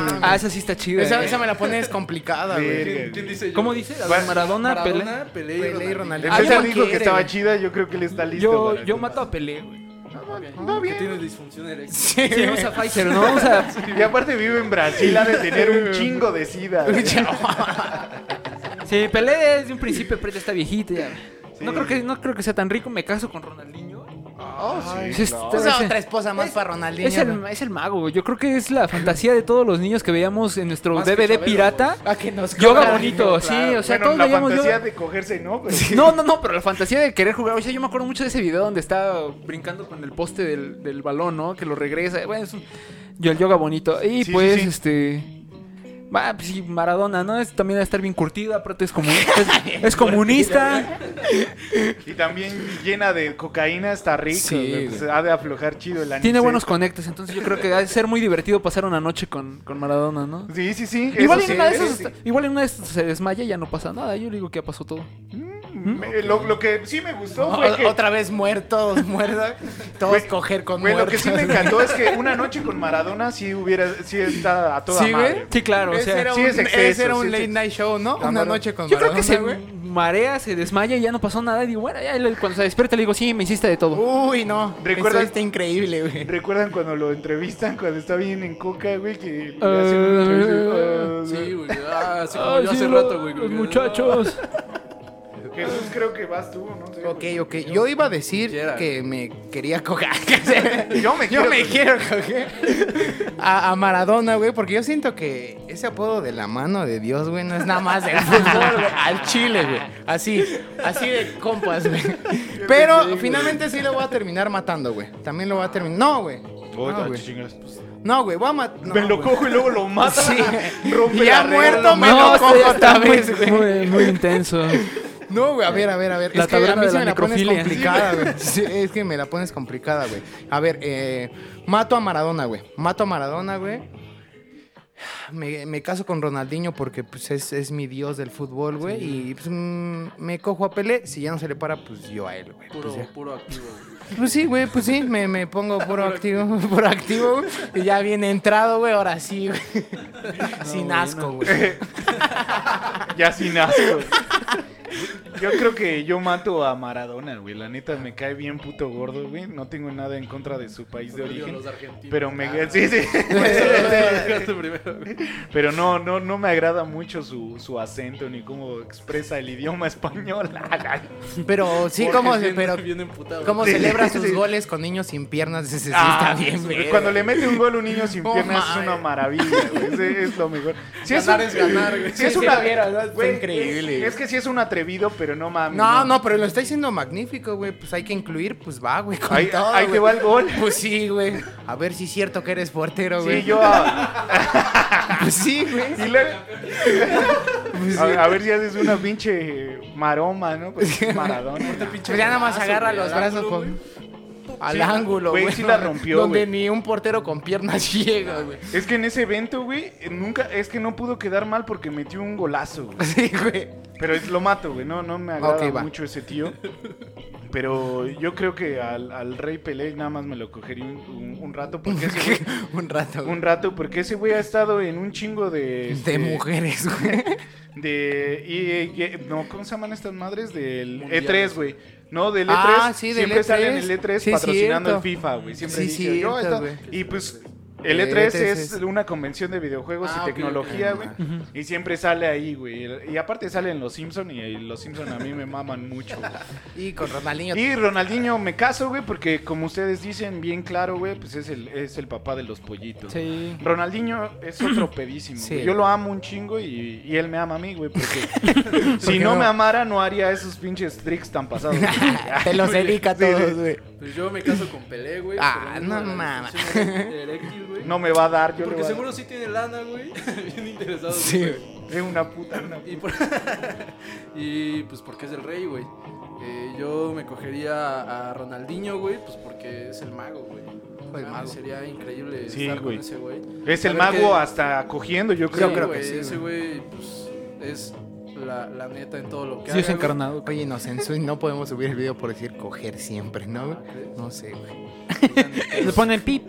Speaker 1: mames.
Speaker 2: Ah, esa sí está chida.
Speaker 4: Esa,
Speaker 2: eh.
Speaker 4: esa me la pones complicada, güey.
Speaker 1: Verga,
Speaker 3: ¿Quién,
Speaker 1: güey.
Speaker 3: quién dice yo?
Speaker 2: ¿Cómo dice? A ver,
Speaker 1: Bueno,
Speaker 2: Maradona, Pelé.
Speaker 3: Maradona, Pelé,
Speaker 4: Pelé y
Speaker 3: y
Speaker 1: El
Speaker 4: Ronaldinho.
Speaker 2: Ah,
Speaker 1: César
Speaker 2: yo
Speaker 1: dijo que
Speaker 2: quiere,
Speaker 1: estaba
Speaker 2: güey.
Speaker 1: chida, yo creo que él está listo.
Speaker 2: Yo,
Speaker 1: para
Speaker 2: yo
Speaker 1: eso.
Speaker 2: mato a Pelé, güey.
Speaker 1: Está
Speaker 3: Que
Speaker 1: bien.
Speaker 3: tiene disfunción eréctil.
Speaker 4: Sí.
Speaker 2: Sí, usa Pfizer, ¿no? Usa
Speaker 1: Y aparte vive en Brasil, ha de tener un chingo de sida. güey.
Speaker 2: Sí, Pelé desde un principio, pero ya está viejito ya.
Speaker 1: Sí.
Speaker 2: No, creo que, no creo que sea tan rico, me caso con Ronaldinho.
Speaker 1: Oh, sí,
Speaker 2: sí,
Speaker 1: claro.
Speaker 4: Pues
Speaker 2: Ese-
Speaker 4: otra esposa más para Ronaldinho.
Speaker 2: Es el,
Speaker 4: güey.
Speaker 2: es el mago, güey. yo creo que es la fantasía de todos los niños que veíamos en nuestro
Speaker 3: Más que
Speaker 2: DVD
Speaker 3: Chabelo,
Speaker 2: pirata.
Speaker 1: Ah,
Speaker 4: A que nos
Speaker 2: Yoga
Speaker 4: cobran.
Speaker 2: bonito, sí, o sea,
Speaker 1: Bueno,
Speaker 2: todos
Speaker 1: la
Speaker 2: veíamos
Speaker 1: fantasía
Speaker 2: yoga.
Speaker 1: de cogerse, ¿no? Pero-
Speaker 2: No, no, no, pero la fantasía de querer jugar. O sea, yo me acuerdo mucho de ese video donde está brincando con el poste del, del balón, ¿no? Que lo regresa. Bueno, es un. Yo el yoga bonito. Y
Speaker 1: Sí,
Speaker 2: pues,
Speaker 1: sí, sí.
Speaker 2: este. Va, pues sí, Maradona, ¿no? Es, también va a estar bien curtida, aparte es, comu- es, es comunista.
Speaker 1: Y también llena de cocaína está rico,
Speaker 4: Sí,
Speaker 1: güey, pues, ha de aflojar chido el ánimo.
Speaker 2: Tiene buenos conectes, entonces yo creo que va a ser muy divertido pasar una noche con, con Maradona, ¿no?
Speaker 1: Sí, sí, sí.
Speaker 2: Igual
Speaker 1: eso sí,
Speaker 2: en, una de
Speaker 1: eso
Speaker 2: esas,
Speaker 1: sí.
Speaker 2: igual en una de esas se desmaya y ya no pasa nada. Yo digo que ya pasó todo.
Speaker 1: Me- Lo, lo que sí me gustó fue que...
Speaker 4: O- Otra vez muertos, muertos. Todos
Speaker 1: Güey,
Speaker 4: coger con
Speaker 1: Güey, lo que
Speaker 4: muertos.
Speaker 1: sí me encantó es que una noche con Maradona sí hubiera, sí está a toda
Speaker 4: ¿Sí, güey?
Speaker 1: madre.
Speaker 2: Sí, claro, o
Speaker 4: Ese
Speaker 2: sea.
Speaker 4: era,
Speaker 1: sí
Speaker 4: un,
Speaker 1: es exceso,
Speaker 4: ese era
Speaker 1: sí
Speaker 4: un
Speaker 1: es
Speaker 4: late
Speaker 1: exceso.
Speaker 4: night show, ¿no? Una
Speaker 1: Camarón.
Speaker 4: noche con
Speaker 2: Yo creo que se
Speaker 4: Maradona, güey.
Speaker 2: marea, se desmaya y ya no pasó nada. Y digo, bueno, ya le- cuando se despierta le digo, sí, me hiciste de todo.
Speaker 4: Uy, no.
Speaker 1: Recuerda-
Speaker 4: Está increíble, güey.
Speaker 1: ¿Recuerdan cuando lo entrevistan cuando está bien en coca, güey? Que le
Speaker 2: Ah,
Speaker 1: hacen una entrevista? Ah,
Speaker 3: Sí, güey. Ah, así como
Speaker 2: Ah,
Speaker 3: yo
Speaker 2: sí,
Speaker 3: hace
Speaker 2: no,
Speaker 3: rato, güey. como que-
Speaker 2: Muchachos.
Speaker 1: Ah, Jesús, creo que vas tú, ¿no? sé,
Speaker 4: Ok,
Speaker 1: güey.
Speaker 4: ok. Yo iba a decir
Speaker 3: Quisiera.
Speaker 4: que me quería coger.
Speaker 1: Yo me
Speaker 4: Yo
Speaker 1: quiero
Speaker 4: me
Speaker 1: coger.
Speaker 4: quiero coger a, a Maradona, güey, porque yo siento que ese apodo de la mano de Dios, güey, no es nada más del fútbol, güey, al Chile, güey. Así, así de compas, güey. Pero finalmente sí lo voy a terminar matando, güey. También lo voy a terminar. No, güey. No, güey. No, güey, voy a matar.
Speaker 1: me lo cojo y luego lo mata.
Speaker 4: Sí.
Speaker 1: Rompe la
Speaker 4: Ya
Speaker 1: regla.
Speaker 4: muerto, me
Speaker 2: No,
Speaker 4: lo
Speaker 2: esto
Speaker 4: cojo
Speaker 2: ya está
Speaker 4: otra
Speaker 2: muy,
Speaker 4: vez, güey.
Speaker 2: muy, muy intenso.
Speaker 4: No, güey, a ver, a ver, a ver.
Speaker 2: La
Speaker 4: es que a mí
Speaker 2: taberna de
Speaker 4: sí
Speaker 2: la
Speaker 4: me la pones
Speaker 2: necrofilia.
Speaker 4: complicada, güey. Sí, es que me la pones complicada, güey. A ver, eh, mato a Maradona, güey. Mato a Maradona, güey. Me, me caso con Ronaldinho porque pues, es, es mi dios del fútbol, güey. Y pues, mm, me cojo a Pelé. Si ya no se le para, pues yo a él, güey. Pues,
Speaker 3: Puro,
Speaker 4: ya.
Speaker 3: puro activo, güey.
Speaker 4: Pues sí, güey, pues sí. Me, me pongo puro activo, puro activo. güey. Y ya bien entrado, güey. Ahora sí, güey. Sin
Speaker 2: bueno.
Speaker 4: asco, güey.
Speaker 1: Ya sin asco. Yo creo que yo mato a Maradona, güey. La neta me cae bien puto gordo, güey. No tengo nada en contra de su país de
Speaker 3: Digo,
Speaker 1: origen.
Speaker 3: los argentinos. Ah.
Speaker 1: Pero me sí, sí.
Speaker 3: Llegaste primero, güey.
Speaker 1: Pero no, no, no me agrada mucho su, su acento ni cómo expresa el idioma español. Ah,
Speaker 4: Pero sí,
Speaker 3: Porque
Speaker 4: como...
Speaker 3: es bien-
Speaker 4: Pero
Speaker 3: bien emputado.
Speaker 4: ¿Cómo
Speaker 1: Sí,
Speaker 4: celebra
Speaker 1: sí.
Speaker 4: sus goles con niños sin piernas? Ese Pues sí
Speaker 1: Ah,
Speaker 4: está bien, güey.
Speaker 1: Cuando le mete un gol a un niño sin
Speaker 4: No
Speaker 1: piernas es
Speaker 4: mames.
Speaker 1: una maravilla, güey. Ese Es, lo mejor. Si
Speaker 3: Ganar
Speaker 1: un-
Speaker 3: es ganar, güey.
Speaker 1: si es
Speaker 4: Sí, sí
Speaker 1: una-
Speaker 4: lo vieron, ¿no? Fue
Speaker 1: güey,
Speaker 4: increíble.
Speaker 1: Es, es que si es un atrevido, pero no mames.
Speaker 4: No, no, pero lo está diciendo magnífico, güey. Pues hay que incluir, pues va, güey. con
Speaker 1: Ahí-
Speaker 4: todo,
Speaker 1: ahí te
Speaker 4: güey.
Speaker 1: va el gol.
Speaker 4: Pues sí, güey. A ver si es cierto que eres portero, güey.
Speaker 1: Sí, yo a,
Speaker 4: Pues sí, güey.
Speaker 1: y le-
Speaker 4: Pues
Speaker 1: a- a ver si haces una pinche maroma, ¿no? Pues
Speaker 3: Este
Speaker 1: Maradona.
Speaker 4: Pues ya nada más agarra los brazos con- al ángulo,
Speaker 1: güey,
Speaker 4: güey.
Speaker 1: sí la rompió,
Speaker 4: Donde
Speaker 1: güey.
Speaker 4: ni un portero con piernas llega, güey.
Speaker 1: Es que en ese evento, güey, nunca, es que no pudo quedar mal porque metió un golazo, güey.
Speaker 4: Sí, güey.
Speaker 1: Pero es, lo mato, güey. No, no me agrada
Speaker 4: Ok, va.
Speaker 1: mucho ese tío. Pero yo creo que al, al Rey Pelé nada más me lo cogería un, un- un rato porque ese güey-
Speaker 4: Un rato, güey.
Speaker 1: un rato porque ese güey ha estado en un chingo de
Speaker 4: De
Speaker 1: este,
Speaker 4: mujeres, güey.
Speaker 1: de y, y- no cómo se llaman estas madres del
Speaker 3: Mundiales.
Speaker 1: E3, güey. No, del E3.
Speaker 4: Ah, sí, del
Speaker 1: siempre sale en el
Speaker 4: E3.
Speaker 1: E3
Speaker 4: Sí, es
Speaker 1: patrocinando el
Speaker 4: cierto.
Speaker 1: FIFA, güey. Siempre
Speaker 4: Sí,
Speaker 1: dice, yo
Speaker 4: cierto,
Speaker 1: esto-
Speaker 4: güey.
Speaker 1: y pues el
Speaker 4: El
Speaker 1: E3, es
Speaker 4: E3 es-
Speaker 1: una convención de videojuegos
Speaker 3: Ah,
Speaker 1: y
Speaker 3: ok, ok.
Speaker 1: tecnología, güey.
Speaker 4: Ajá.
Speaker 1: Y siempre sale ahí, güey. Y aparte salen los Simpson y, y los Simpson a mí me maman mucho. güey.
Speaker 4: Y con Ronaldinho.
Speaker 1: Y Ronaldinho me caso, güey, porque como ustedes dicen bien claro, güey, pues es el, es el papá de los pollitos.
Speaker 2: Sí.
Speaker 1: Ronaldinho es otro pedísimo.
Speaker 4: Sí.
Speaker 1: güey. Yo lo amo un chingo y, y él me ama a mí, güey, porque si
Speaker 4: Porque
Speaker 1: no,
Speaker 4: no.
Speaker 1: me amara no haría esos pinches tricks tan pasados. güey.
Speaker 4: Te los dedica a
Speaker 1: Sí, sí.
Speaker 4: todos, güey.
Speaker 3: Pues yo me caso con Pelé, güey.
Speaker 4: Ah,
Speaker 3: por una
Speaker 4: no mames.
Speaker 3: disfunción eréctil, güey.
Speaker 1: No me va a dar, yo le
Speaker 3: Porque
Speaker 1: voy a
Speaker 3: seguro sí tiene lana, güey. Bien interesado.
Speaker 4: Sí,
Speaker 3: güey.
Speaker 4: güey.
Speaker 1: dar. Es una puta. una puta.
Speaker 3: Y, por- y, pues porque es el rey, güey. Eh, yo me cogería a Ronaldinho, güey, pues porque es el mago, güey.
Speaker 4: el
Speaker 3: Mames,
Speaker 4: mago.
Speaker 3: Sería increíble
Speaker 1: Sí,
Speaker 3: estar
Speaker 1: güey.
Speaker 3: con ese güey.
Speaker 1: Es el
Speaker 3: A ver
Speaker 1: mago
Speaker 3: qué-
Speaker 1: hasta cogiendo, yo
Speaker 3: Sí,
Speaker 1: creo.
Speaker 4: creo que
Speaker 3: güey,
Speaker 4: sí,
Speaker 3: Ese güey, pues, es la, la neta en todo lo que
Speaker 2: Dios
Speaker 3: haga, güey.
Speaker 2: encarnado.
Speaker 4: Oye, nos censuran, no podemos subir el video por decir coger siempre, ¿no? No sé, güey.
Speaker 2: Le pone el pip.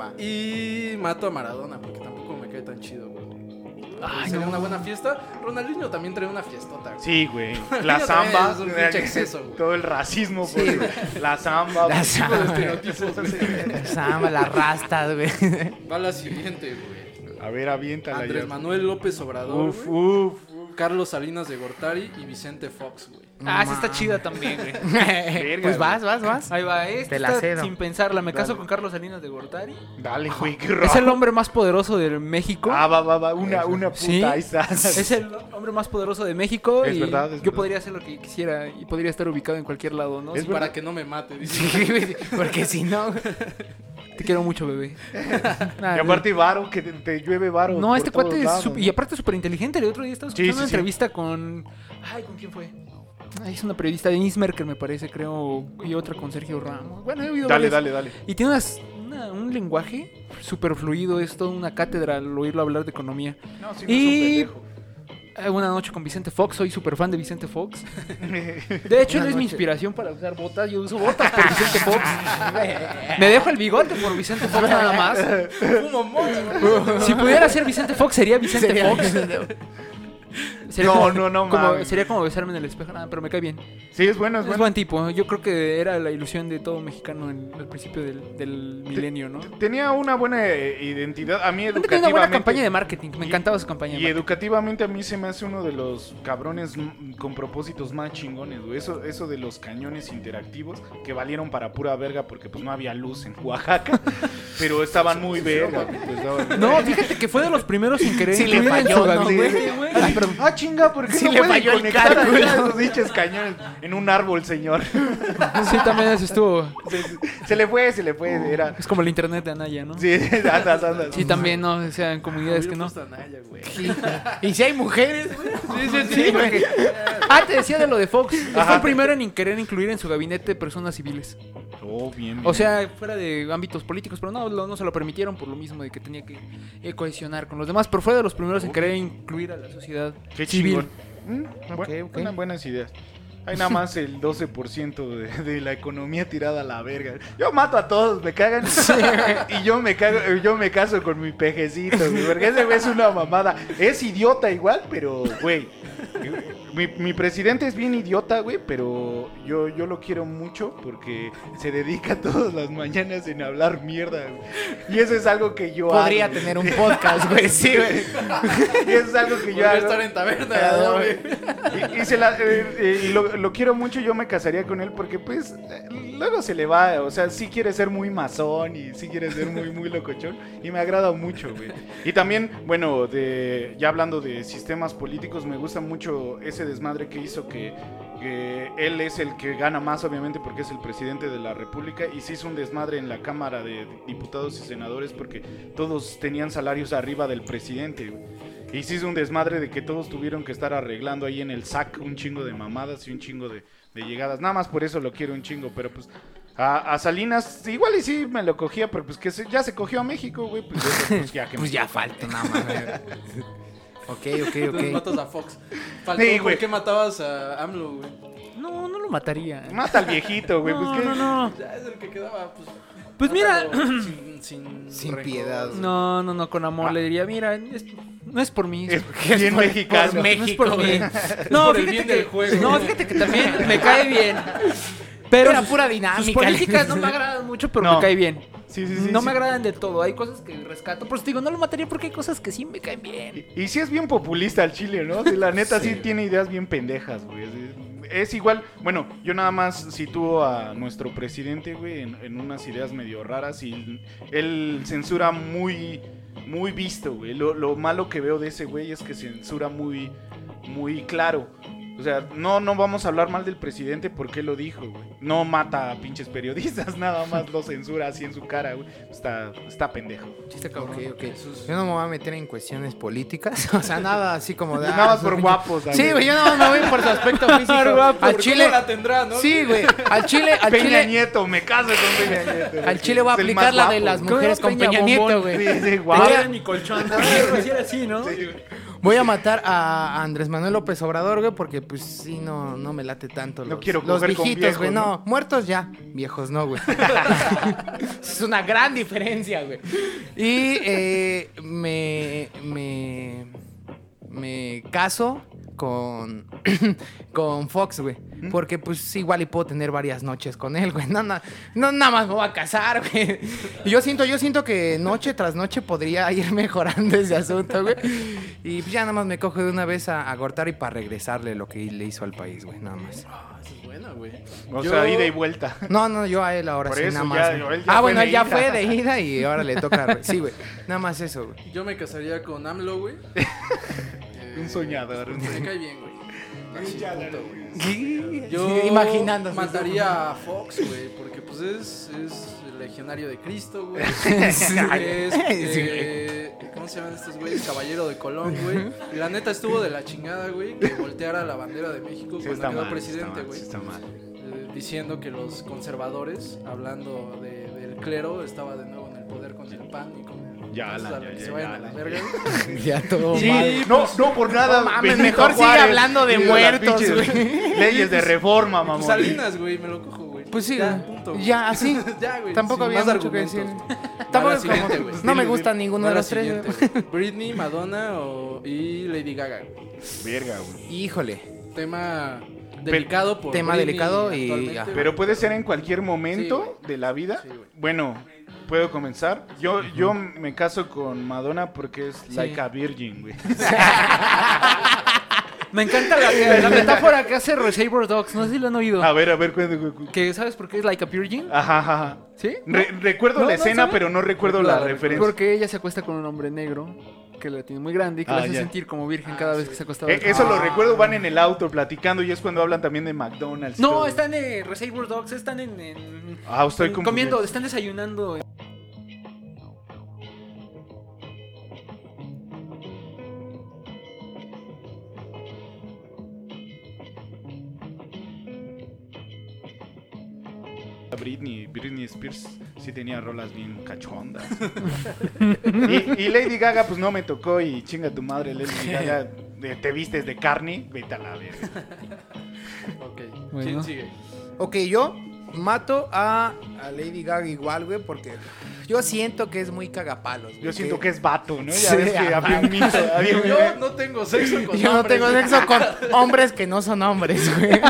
Speaker 4: Va.
Speaker 3: Y mato a Maradona, porque tampoco me cae tan chido, güey.
Speaker 2: Ay,
Speaker 3: Sería
Speaker 2: no.
Speaker 3: una buena fiesta. Ronaldinho también trae una fiestota, güey.
Speaker 1: Sí, güey. La
Speaker 3: Yo también,
Speaker 1: zamba.
Speaker 3: es un pinche exceso, güey.
Speaker 1: Todo el racismo, por La zamba.
Speaker 4: La
Speaker 1: güey.
Speaker 4: zamba.
Speaker 3: Estereotipos, güey.
Speaker 4: Sama, las rastas, güey.
Speaker 3: Va la siguiente, güey.
Speaker 1: A ver, aviéntala
Speaker 3: Andrés
Speaker 1: ya.
Speaker 3: Manuel López Obrador,
Speaker 1: Uf,
Speaker 3: güey.
Speaker 1: uf.
Speaker 3: Carlos Salinas de Gortari y Vicente Fox, güey.
Speaker 2: Ah, esa está chida también, güey.
Speaker 4: pues vas, vas, vas.
Speaker 2: Ahí va, esta
Speaker 4: Te la
Speaker 2: está
Speaker 4: cedo.
Speaker 2: sin pensarla. Me caso con Carlos Salinas de Gortari.
Speaker 1: Dale, güey, qué
Speaker 2: Es
Speaker 1: raro.
Speaker 2: el hombre más poderoso de México.
Speaker 1: Ah, va, va, va. Una, una puta.
Speaker 2: Sí.
Speaker 1: Ahí está.
Speaker 2: Es el hombre más poderoso de México
Speaker 1: Es
Speaker 2: y
Speaker 1: verdad, es
Speaker 2: yo
Speaker 1: verdad.
Speaker 2: podría hacer lo que quisiera y podría estar ubicado en cualquier lado, ¿no?
Speaker 1: Es
Speaker 2: Sí,
Speaker 3: Para que no me mate, dice.
Speaker 4: Sí, güey, porque si no, güey.
Speaker 2: Te quiero mucho, bebé. Nah,
Speaker 1: Y aparte, varo, que te, te llueve varo.
Speaker 2: no,
Speaker 1: por
Speaker 2: este
Speaker 1: todos
Speaker 2: cuate es
Speaker 1: lados,
Speaker 2: sup-
Speaker 1: ¿no?
Speaker 2: y aparte súper inteligente. El otro día estaba
Speaker 1: Sí,
Speaker 2: escuchando
Speaker 1: sí,
Speaker 2: una
Speaker 1: sí.
Speaker 2: entrevista con ay, ¿con quién fue? Ay, es una periodista de Insmerker, me parece, creo, y otra con Sergio Ramos. Bueno, he oído
Speaker 1: Dale,
Speaker 2: varias.
Speaker 1: dale, dale.
Speaker 2: Y tiene unas- una- un lenguaje súper fluido, es toda una cátedra al oírlo hablar de economía.
Speaker 1: No, sí,
Speaker 2: Y-
Speaker 1: no es
Speaker 2: Eh, Una noche con Vicente Fox, soy súper fan de Vicente Fox. De hecho, él
Speaker 4: Una
Speaker 2: es
Speaker 4: noche.
Speaker 2: mi inspiración para usar botas. Yo uso botas por Vicente Fox. Me dejo el bigote por Vicente Fox nada más.
Speaker 3: Fumo mota, güey.
Speaker 2: Si pudiera ser Vicente Fox, sería Vicente
Speaker 4: Sería
Speaker 2: Fox.
Speaker 4: Vicente-
Speaker 2: Sería
Speaker 1: No,
Speaker 2: como-
Speaker 1: no, no,
Speaker 2: como-
Speaker 1: mames.
Speaker 2: Sería como besarme en el espejo, nada, pero me cae bien.
Speaker 1: Sí, es bueno,
Speaker 2: Es
Speaker 1: es bueno.
Speaker 2: buen tipo. Yo creo que era la ilusión de todo mexicano en- al principio del, del milenio, ¿no?
Speaker 1: Tenía una buena eh, identidad. A mí
Speaker 2: Aparte tenía una buena campaña
Speaker 1: educativamente...
Speaker 2: de marketing. Me
Speaker 1: Y-
Speaker 2: encantaba su campaña. de
Speaker 1: Y educativamente a mí se me hace uno de los cabrones m- con propósitos más chingones, güey. Eso, eso de los cañones interactivos que valieron para pura verga porque pues no había luz en Oaxaca, pero estaban muy verga. güey, pues, estaban-
Speaker 2: No, fíjate que fue de los primeros sin querer.
Speaker 4: Sí le
Speaker 2: incluir en
Speaker 4: falló, ¿no,
Speaker 2: su gabinete,
Speaker 4: güey?
Speaker 2: güey.
Speaker 1: Ay, pero- ah, chinga, ¿por qué
Speaker 4: Sí
Speaker 1: no
Speaker 4: le
Speaker 1: pueden
Speaker 4: falló el
Speaker 1: conectar acá
Speaker 4: cálculo.
Speaker 1: esos dichos cañones en un árbol, señor?
Speaker 2: Sí, también eso estuvo.
Speaker 1: Se, se le fue, se le fue, era...
Speaker 2: Es como el internet de Anaya, ¿no? Sí,
Speaker 1: Sí, anda, anda, anda.
Speaker 2: también, ¿no? O sea, en comunidades que no.
Speaker 4: Y si hay mujeres, güey.
Speaker 2: Sí, porque- Ah, te decía de lo de Fox. Fue
Speaker 1: Ajá.
Speaker 2: el primero en querer incluir en su gabinete personas civiles.
Speaker 1: Oh, bien,
Speaker 2: O
Speaker 1: bien.
Speaker 2: sea, fuera de ámbitos políticos, pero no, lo- no se lo permitieron por lo mismo de que tenía que eh, cohesionar con los demás. Pero fue de los primeros en querer incluir a la sociedad
Speaker 1: Qué
Speaker 2: civil.
Speaker 1: chingón. Mm, bu-
Speaker 4: Ok, ok.
Speaker 1: buenas- buenas ideas. Hay nada más el 12% de, de la economía tirada a la verga. Yo mato a todos, me cagan. y yo me cago, yo me caso con mi pejecito, güey, porque ese güey es una mamada. Es idiota igual, pero güey. Mi, mi presidente es bien idiota, güey, pero yo, yo lo quiero mucho porque se dedica todas las mañanas en hablar mierda, güey. Y eso es algo que yo
Speaker 4: Podría
Speaker 1: hago.
Speaker 4: tener un podcast, güey. Sí, güey.
Speaker 1: Y eso es algo que yo
Speaker 3: Podría
Speaker 1: hago.
Speaker 3: estar en taberna,
Speaker 1: Ah,
Speaker 3: ¿no,
Speaker 1: no,
Speaker 3: güey?
Speaker 1: y, y se la- eh, eh, y lo, lo quiero mucho, yo me casaría con él porque pues eh, luego se le va, o sea, sí quiere ser muy masón y sí quiere ser muy, muy locochón y me agrada mucho, güey. Y también, bueno, de, ya hablando de sistemas políticos, me gusta mucho ese desmadre que hizo que, que él es el que gana más, obviamente, porque es el presidente de la República y se hizo un desmadre en la Cámara de Diputados y Senadores porque todos tenían salarios arriba del presidente, güey. Y se hizo un desmadre de que todos tuvieron que estar arreglando ahí en el sac un chingo de mamadas y un chingo de, de llegadas. Nada más por eso lo quiero un chingo, pero pues a, a Salinas igual y sí me lo cogía, pero pues que se- ya se cogió a México, güey. Pues, eso, pues, ya que
Speaker 4: Pues ya falta nada más. güey. Ok, ok,
Speaker 3: Entonces
Speaker 4: ok.
Speaker 3: matas a Fox. Faltó,
Speaker 1: Sí, güey.
Speaker 3: ¿Por qué matabas a AMLO, güey?
Speaker 2: No, no lo mataría.
Speaker 1: Mata al viejito, güey. pues
Speaker 2: no,
Speaker 1: que...
Speaker 2: no, no.
Speaker 3: Ya es el que quedaba, pues.
Speaker 2: Pues mira,
Speaker 3: mátalo Sin, sin,
Speaker 4: Sin
Speaker 3: rencor.
Speaker 4: piedad.
Speaker 2: No, no, no, con amor
Speaker 1: Ah.
Speaker 2: le diría, mira, es- no es por mí. es
Speaker 1: Es
Speaker 2: por-
Speaker 1: bien
Speaker 4: por-
Speaker 1: mexicano.
Speaker 4: por
Speaker 2: no es
Speaker 4: México,
Speaker 2: por mí.
Speaker 4: güey.
Speaker 2: No,
Speaker 3: por el
Speaker 2: fíjate
Speaker 3: bien
Speaker 2: que,
Speaker 3: del juego.
Speaker 2: no, fíjate que también me cae bien. Pero
Speaker 4: Era
Speaker 2: sus-
Speaker 4: pura
Speaker 2: sus
Speaker 4: dinámica.
Speaker 2: políticas no me agradan mucho, pero
Speaker 1: No.
Speaker 2: me cae bien.
Speaker 1: Sí, sí, sí,
Speaker 2: no
Speaker 1: sí.
Speaker 2: me agradan del todo. Hay cosas que rescato. Por eso te digo, no lo mataría porque hay cosas que sí me caen bien.
Speaker 1: Y, y sí es bien populista el Chile, ¿no? Sí, la neta sí, tiene ideas bien pendejas, güey. Es- Es igual, bueno, yo nada más sitúo a nuestro presidente, güey, en, en unas ideas medio raras y él censura muy, muy visto, güey. Lo, lo malo que veo de ese güey es que censura muy, muy claro. O sea, no, no vamos a hablar mal del presidente porque él lo dijo, güey. No mata a pinches periodistas, nada más lo censura así en su cara, güey. Está, está pendejo.
Speaker 2: Chiste cabrón.
Speaker 4: Ok, ok.
Speaker 3: Sus-
Speaker 4: Yo no me voy a meter en cuestiones políticas. O sea, nada así como de.
Speaker 1: Nada más
Speaker 4: ah,
Speaker 1: por
Speaker 4: pinche-
Speaker 1: guapos,
Speaker 4: Sí,
Speaker 1: Daniel.
Speaker 4: güey, yo nada más me voy por su aspecto físico. Al
Speaker 3: Por
Speaker 4: Chile.
Speaker 3: ¿Cómo la tendrá, no?
Speaker 4: Sí, güey. Al Chile, al
Speaker 1: Peña
Speaker 4: Chile.
Speaker 1: Nieto, me caso con Peña Nieto.
Speaker 4: Al Chile voy a
Speaker 1: Es el
Speaker 4: aplicar
Speaker 1: más
Speaker 4: la de
Speaker 1: guapo,
Speaker 4: las
Speaker 1: güey.
Speaker 4: mujeres
Speaker 2: ¿Cómo
Speaker 4: con
Speaker 2: era
Speaker 4: Peña
Speaker 2: Peña
Speaker 4: Nieto,
Speaker 2: Bombón?
Speaker 4: güey.
Speaker 1: Sí, sí,
Speaker 2: Te
Speaker 1: guapo.
Speaker 2: queda en mi colchón. ¿no? Sí, era así, ¿no?
Speaker 4: Voy a matar a Andrés Manuel López Obrador, güey, porque pues sí, no, no me late tanto.
Speaker 1: No
Speaker 4: Los,
Speaker 1: quiero
Speaker 4: los
Speaker 1: coger con
Speaker 4: viejitos, güey.
Speaker 1: viejos,
Speaker 4: No, muertos ya, viejos no, güey. es una gran diferencia, güey. Y eh, me, me, me caso con, con Fox, güey. Porque pues igual y puedo tener varias noches con él, güey. No, no, no, nada más me voy a casar, güey. Y yo siento, yo siento que noche tras noche podría ir mejorando ese asunto, güey. Y pues, ya nada más me cojo de una vez a, a Gortari para regresarle lo que le hizo al país, güey, nada más.
Speaker 3: Ah, esa es buena, güey.
Speaker 1: O
Speaker 3: Yo-
Speaker 1: sea, ida y vuelta.
Speaker 4: No, no, yo a él ahora
Speaker 1: Por
Speaker 4: sí,
Speaker 1: eso,
Speaker 4: nada
Speaker 1: ya,
Speaker 4: más.
Speaker 1: yo-
Speaker 4: güey.
Speaker 1: él ya
Speaker 4: Ah,
Speaker 1: fue
Speaker 4: bueno,
Speaker 1: de
Speaker 4: él ya
Speaker 1: ida.
Speaker 4: fue de ida y ahora le toca. re- Sí, güey. Nada más eso, güey.
Speaker 3: Yo me casaría con AMLO, güey. Eh,
Speaker 1: Un soñador.
Speaker 3: pues, Me cae bien, güey. Así, punto, güey.
Speaker 4: Sí,
Speaker 3: Yo
Speaker 4: imaginando.
Speaker 3: mataría a Fox, güey, porque pues es, es el legionario de Cristo, güey.
Speaker 4: Sí,
Speaker 3: es,
Speaker 4: sí,
Speaker 3: eh, ¿Cómo se llaman estos güeyes? Caballero de Colón, güey. Y La neta estuvo de la chingada, güey, que volteara la bandera de México
Speaker 1: Sí,
Speaker 3: cuando
Speaker 1: está
Speaker 3: quedó
Speaker 1: mal. Está
Speaker 3: presidente,
Speaker 1: mal,
Speaker 3: güey.
Speaker 1: sí, está mal.
Speaker 3: eh, diciendo que los conservadores, hablando de- del clero, estaba de nuevo en el poder con el pan y con el...
Speaker 1: Ya,
Speaker 3: entonces,
Speaker 1: Alan,
Speaker 3: a
Speaker 1: ya,
Speaker 3: la que
Speaker 1: ya,
Speaker 3: se
Speaker 1: ya,
Speaker 3: vayan a la
Speaker 1: Alan.
Speaker 3: verga.
Speaker 4: Ya todo
Speaker 1: Sí,
Speaker 4: mal.
Speaker 1: no, no por nada.
Speaker 4: pues, mames,
Speaker 1: Benito
Speaker 4: mejor sigue
Speaker 1: Juárez,
Speaker 4: hablando de
Speaker 1: digo, las
Speaker 4: muertos,
Speaker 1: pinches
Speaker 4: güey.
Speaker 1: Leyes de reforma,
Speaker 3: Pues
Speaker 1: mamón.
Speaker 3: Salinas, güey, me lo cojo, güey.
Speaker 4: Pues sí,
Speaker 3: Ya,
Speaker 4: güey.
Speaker 3: punto. argumento. güey.
Speaker 4: Ya, así.
Speaker 3: ya, güey.
Speaker 4: Tampoco
Speaker 3: sin
Speaker 4: había
Speaker 3: más
Speaker 4: mucho que decir.
Speaker 3: argumentos, güey. Va
Speaker 4: Tampoco
Speaker 3: la
Speaker 4: es como-
Speaker 3: siguiente, güey.
Speaker 4: no me
Speaker 1: Dile,
Speaker 4: gusta ninguno
Speaker 3: Va
Speaker 4: de
Speaker 3: la
Speaker 4: los tres. güey.
Speaker 3: siguiente, güey. Britney, Madonna o- y Lady Gaga. güey.
Speaker 1: Verga, güey.
Speaker 4: Híjole.
Speaker 3: Tema delicado por
Speaker 4: tema
Speaker 3: Britney
Speaker 4: delicado y-
Speaker 3: actualmente,
Speaker 4: ajá.
Speaker 3: güey.
Speaker 1: Pero puede ser en cualquier
Speaker 3: Sí,
Speaker 1: momento
Speaker 3: güey.
Speaker 1: de la vida.
Speaker 3: Sí, güey.
Speaker 1: bueno, puedo comenzar. Yo, yo me caso con Madonna porque es like a virgin, güey.
Speaker 2: Me encanta la, la metáfora que hace Reservoir Dogs. No sé si lo han oído.
Speaker 1: A ver, a ver, cuéntame. cu- cu-
Speaker 2: Que sabes por qué es like a virgin.
Speaker 1: Ajá, ajá, ajá.
Speaker 2: ¿Sí?
Speaker 1: Re- recuerdo
Speaker 2: No,
Speaker 1: la
Speaker 2: no,
Speaker 1: escena,
Speaker 2: ¿sabe?
Speaker 1: pero no recuerdo
Speaker 3: Recuerda,
Speaker 1: la
Speaker 3: recuerda.
Speaker 1: referencia.
Speaker 2: Porque ella se acuesta con un hombre negro que la tiene muy grande y que
Speaker 1: Ah,
Speaker 2: la hace
Speaker 1: ya.
Speaker 2: sentir como virgen cada vez que Ah. se acostaba.
Speaker 1: Eh, eso lo recuerdo, van en el auto platicando y es cuando hablan también de McDonald's. y todo,
Speaker 2: No,
Speaker 1: güey.
Speaker 2: están en Reservoir Dogs, están en, en-
Speaker 1: Ah, estoy
Speaker 2: en-
Speaker 1: confundido.
Speaker 2: comiendo, están desayunando.
Speaker 1: Britney, Britney Spears sí tenía rolas bien cachondas. y, y Lady Gaga, pues no me tocó y chinga tu madre, Lady Gaga. de- Te vistes de carne, vete a la verga.
Speaker 3: Ok.
Speaker 2: Bueno.
Speaker 3: ¿Quién sigue?
Speaker 4: Ok, yo mato a, a Lady Gaga igual, güey, porque yo siento que es muy cagapalos. güey,
Speaker 1: Yo siento que es vato, ¿no? Ya
Speaker 4: Sí,
Speaker 1: ves que
Speaker 4: ajá.
Speaker 1: había un mito, había un-
Speaker 3: Yo no tengo sexo con
Speaker 4: Yo no
Speaker 3: hombres,
Speaker 4: tengo
Speaker 3: güey.
Speaker 4: sexo con hombres que no son hombres, güey.